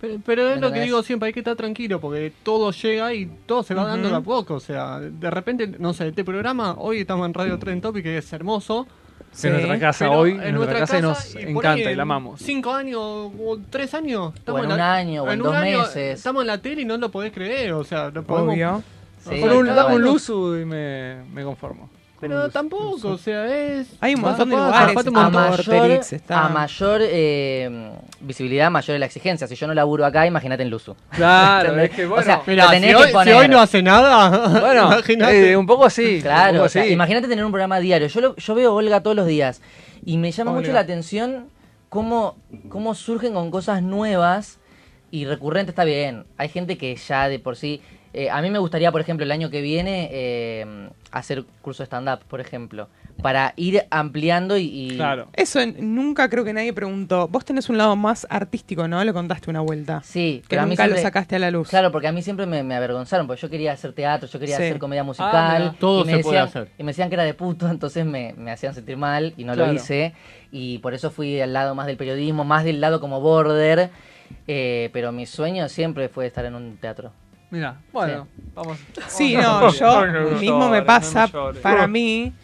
S11: Pero, pero es lo que
S5: ¿Entendés?
S11: digo siempre, hay que estar tranquilo porque todo llega y todo se va
S5: Ujú.
S11: dando de a poco. O sea, de repente, no sé, este programa, hoy estamos en Radio Tren Topic, que es hermoso.
S3: Sí. En nuestra casa hoy, en nuestra casa y nos
S11: por
S3: encanta
S11: ahí
S3: y
S11: en
S3: la amamos.
S11: Cinco años, o tres años.
S5: en
S11: la-
S5: un año, o en dos
S11: un año,
S5: meses.
S11: Estamos en la tele y no lo podés creer, o sea, no podemos...
S4: Obvio.
S11: O sea,
S3: Por un,
S11: cada
S3: dame un
S11: uno-
S3: luzu y me, me conformo.
S11: Pero tampoco, o sea, es...
S4: Hay un montón de
S11: Tampoco,
S4: lugares,
S11: falta un
S5: a
S11: montón.
S5: mayor, a mayor eh, visibilidad, mayor es la exigencia. Si yo no laburo acá, imagínate en Luzu.
S3: Claro,
S5: ¿Entendés?
S3: es que
S5: O
S3: bueno.
S5: sea,
S11: Mirá,
S5: lo tenés
S11: si
S5: que
S11: hoy, si
S5: poner.
S11: hoy no hace nada,
S3: Bueno,
S11: imagínate.
S3: eh, un poco así.
S5: Claro,
S3: un poco
S5: o sea,
S3: así.
S5: imagínate tener un programa diario. Yo, lo- yo veo a Olga todos los días y me llama
S3: Olga.
S5: mucho la atención cómo, cómo surgen con cosas nuevas y recurrente está bien. Hay gente que ya de por sí... eh, a mí me gustaría, por ejemplo, el año que viene eh, hacer curso de stand-up, por ejemplo, para ir ampliando y... y-
S4: Eso en- nunca creo que nadie preguntó. Vos tenés un lado más artístico, ¿no? Lo contaste una vuelta.
S5: Sí,
S4: Que
S5: pero a mí
S4: nunca lo
S5: siempre-
S4: sacaste a la luz.
S5: Claro, porque a mí siempre me, me avergonzaron, porque yo quería hacer teatro, yo quería
S4: Sí.
S5: hacer comedia
S4: Ah,
S5: musical.
S4: mira. Todo
S5: y me
S4: se puede
S5: decían-
S4: hacer.
S5: Y me decían que era de puto, entonces me, me hacían sentir mal y no lo
S4: Claro.
S5: hice. Y por eso fui al lado más del periodismo, más del lado como border. eh, pero mi sueño siempre fue estar en un teatro.
S3: Mira, bueno, vamos.
S4: Sí,
S3: vamos
S4: no,
S3: a-
S4: yo
S3: No, no
S4: mismo me
S3: llores,
S4: pasa,
S3: no llores.
S4: para mí,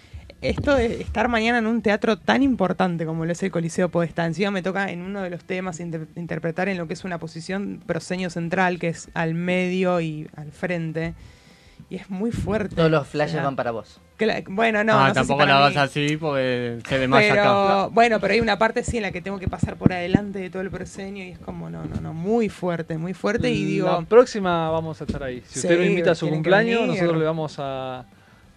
S4: esto de estar mañana en un teatro tan importante como lo es el Coliseo Podestá, encima me toca en uno de los temas inter- interpretar en lo que es una posición proseño central, que es al medio y al frente, Y es muy fuerte.
S5: Todos los flashes
S4: O sea,
S5: van para vos.
S4: cla- Bueno, no. no
S11: Ah,
S4: sé si
S11: tampoco
S4: para
S11: la
S4: mí.
S11: vas así porque se ve más
S4: Pero,
S11: acá.
S4: bueno, pero hay una parte sí en la que tengo que pasar por adelante de todo el proscenio y es como, no, no, no, muy fuerte, muy fuerte. Y digo,
S3: La próxima vamos a estar ahí. Si usted
S4: Sí,
S3: nos invita a su
S4: tienen que
S3: cumpleaños,
S4: venir.
S3: nosotros le vamos a.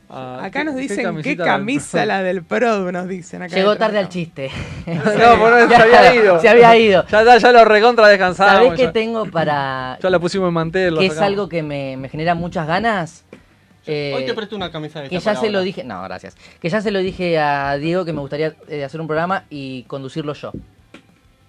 S3: a-
S4: acá nos
S3: Ah, ¿qué- qué
S4: dicen qué
S3: camiseta
S4: camisa la del Produ, nos dicen. Acá
S5: Llegó
S4: dentro.
S5: tarde al chiste.
S3: No, por eso se había ido.
S5: Se había ido.
S3: Ya, ya, ya lo recontra descansado.
S5: ¿Sabés qué tengo para...?
S3: Ya la pusimos en mantel. la
S5: que es
S3: sacamos.
S5: algo que me, me genera muchas ganas.
S11: Hoy
S5: Eh,
S11: te presto una camisa de
S5: que
S11: esta
S5: ya
S11: para
S5: se lo
S11: ahora.
S5: dije, no, gracias. Que ya se lo dije a Diego que me gustaría eh, hacer un programa y conducirlo yo.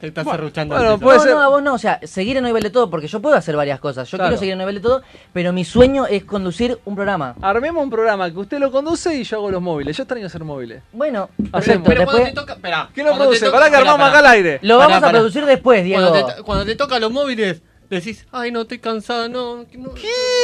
S11: Te estás
S5: Bueno,
S11: arruchando.
S5: Bueno,
S11: antes,
S5: no,
S11: ¿no?
S5: no, a vos no, o sea, seguir en Hoy Vale Todo, porque yo puedo hacer varias cosas. Yo
S3: Claro.
S5: quiero seguir en Hoy Vale Todo, pero mi sueño es conducir un programa.
S3: Armemos un programa que usted lo conduce y yo hago los móviles. Yo extraño hacer móviles.
S5: Bueno,
S3: Hacemos.
S5: perfecto, después-
S3: ¿Quién lo
S11: Cuando
S3: produce?
S11: te toca-
S3: Pará que
S11: Pará,
S3: armamos
S11: pará.
S3: acá al aire.
S5: Lo vamos
S11: Pará,
S5: a
S11: pará.
S5: producir después, Diego.
S11: Cuando te, cuando te toca los móviles, decís, ay, no, estoy cansada, no, que no-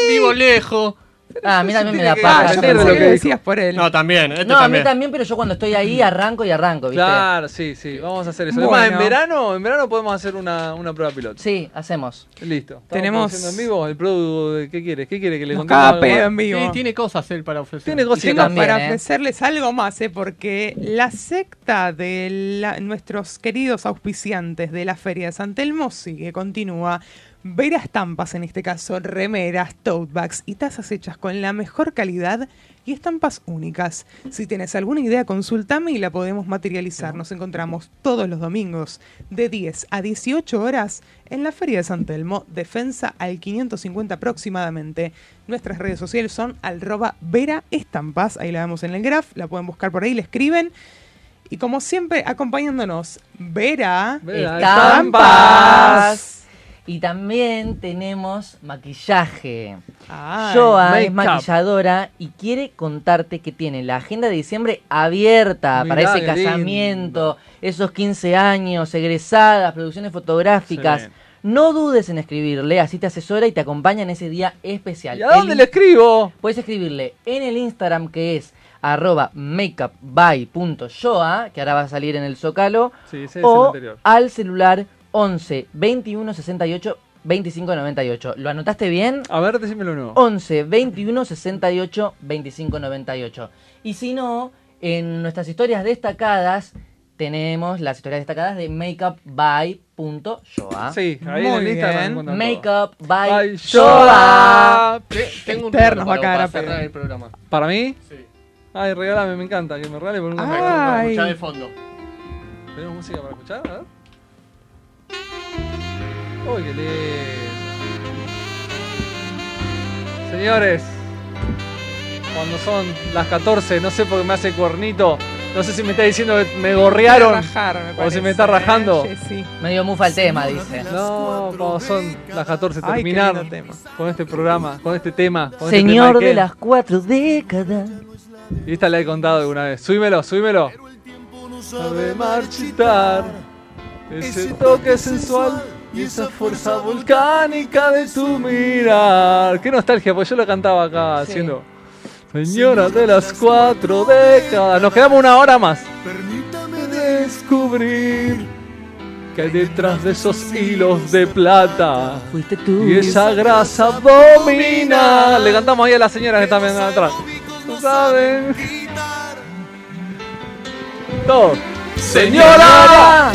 S11: vivo lejos.
S5: Ah, mira, a mí me
S11: tiene
S5: da
S11: que
S5: paja.
S11: depender de
S5: yo
S11: lo
S5: pensé.
S11: que
S4: decías por él.
S11: No, también, este
S5: No, a mí
S11: también.
S5: también, pero yo cuando estoy ahí arranco y arranco, ¿viste?
S3: Claro, sí, sí. Vamos a hacer eso.
S5: Bueno.
S3: Además, en verano, en verano podemos hacer una, una prueba piloto.
S5: Sí, hacemos.
S3: Listo. Estamos
S5: Tenemos-
S3: produciendo en vivo el producto de- ¿Qué quieres? ¿Qué quiere que le
S4: Nos
S3: contemos?
S4: caga
S3: algo
S4: pedo
S3: más?
S4: en vivo.
S11: Sí, tiene cosas él para ofrecer.
S3: Tiene cositas.
S4: Tengo para
S3: ¿eh?
S4: ofrecerles algo más, ¿eh? porque la secta de la- nuestros queridos auspiciantes de la Feria de San Telmo sigue, continúa. Ver a estampas, en este caso remeras, tote bags y tazas hechas con la mejor calidad y estampas únicas. Si tienes alguna idea, consultame y la podemos materializar. Nos encontramos todos los domingos de 10 a 18 horas en la Feria de San Telmo, Defensa al 550 aproximadamente. Nuestras redes sociales son alroba vera estampas, ahí la vemos en el graph, la pueden buscar por ahí, le escriben. Y como siempre, acompañándonos, Vera,
S5: Vera Estampas. Y también tenemos maquillaje.
S3: Ah,
S4: Ay,
S5: Joa
S4: make
S5: es
S4: up.
S5: maquilladora y quiere contarte que tiene la agenda de diciembre abierta
S4: Mirá,
S5: para ese
S4: qué lindo.
S5: casamiento, esos 15 años, egresadas, producciones fotográficas.
S3: Excelente.
S5: No dudes en escribirle, así te asesora y te acompaña en ese día especial.
S3: ¿Y a dónde
S5: El-
S3: le escribo?
S5: Puedes escribirle en el Instagram que es arroba makeupby.joa, que ahora va a salir en el Zócalo,
S3: Sí, ese es el
S5: o
S3: anterior.
S5: al celular 11 21 68 25 98. ¿Lo anotaste bien?
S3: A ver, decímelo nuevo.
S5: 11 21 68 25 98. Y si no, en nuestras historias destacadas tenemos las historias destacadas de makeupby.joa.
S3: Sí, ahí en el Muy Instagram bien. encuentran
S5: Makeup by,
S3: By
S5: Joa.
S3: Joa.
S11: Te- Tengo un
S3: Externos
S11: regalo
S3: va a cagar
S11: para,
S3: a
S11: para cerrar
S3: pedo.
S11: el programa.
S3: ¿Para mí? Sí. Ay, regálame, me encanta que me regale por un
S11: Para escuchar de fondo.
S3: ¿Tenemos música para escuchar? A ver. Uy, qué lindo. Señores, cuando son las 14, no sé por qué me hace cuernito. No sé si me está diciendo que me gorrearon. o si me eh, está rajando.
S5: Medio mufa el tema, dice.
S3: No, cuando son las 14,
S5: Ay, qué
S3: terminar
S5: lindo
S3: con este programa, con este tema. Con este tema
S5: Señor
S3: que-
S5: de las cuatro décadas.
S3: Y esta la he contado alguna vez. Súbemelo, súbemelo. Sabe marchitar ese toque sensual y esa fuerza volcánica de tu mirar. Qué nostalgia, porque yo lo cantaba acá haciendo. Señora de las cuatro décadas. Nos quedamos una hora más. Permítame descubrir que hay detrás de esos hilos de plata.
S5: Fuiste tú.
S3: Y esa grasa abdominal. Le cantamos ahí a las señoras que están viendo atrás. No saben. Todo. Señora,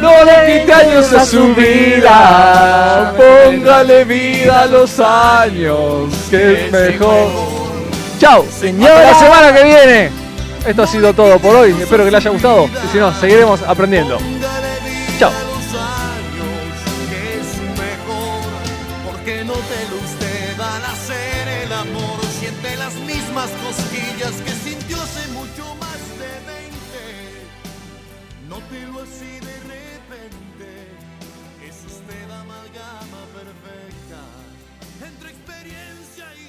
S3: no le quite años a su vida. Póngale vida a los años, que es mejor. Chao. Señora. la semana que viene. Esto ha sido todo por hoy. Espero que les haya gustado. Y si no, seguiremos aprendiendo. Chao.
S19: que es mejor, porque no te lo usted al hacer el amor, siente las mismas cosquillas que sintió hace mucho más de 20, nótelo así de repente, es usted la amalgama perfecta, entre experiencia y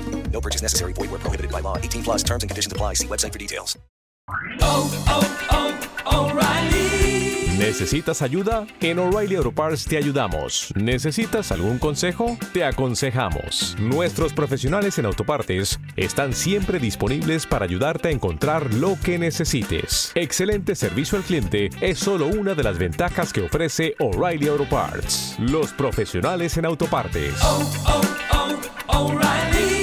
S20: No purchase necessary. Void where prohibited by law. 18 plus terms and conditions apply. See website for details.
S1: ¿Necesitas ayuda? En O'Reilly Auto Parts te ayudamos. ¿Necesitas algún consejo? Te aconsejamos. Nuestros profesionales en autopartes están siempre disponibles para ayudarte a encontrar lo que necesites. Excelente servicio al cliente es solo una de las ventajas que ofrece O'Reilly Auto
S2: Oh,
S1: Parts. Los profesionales en autopartes.
S19: O'Reilly.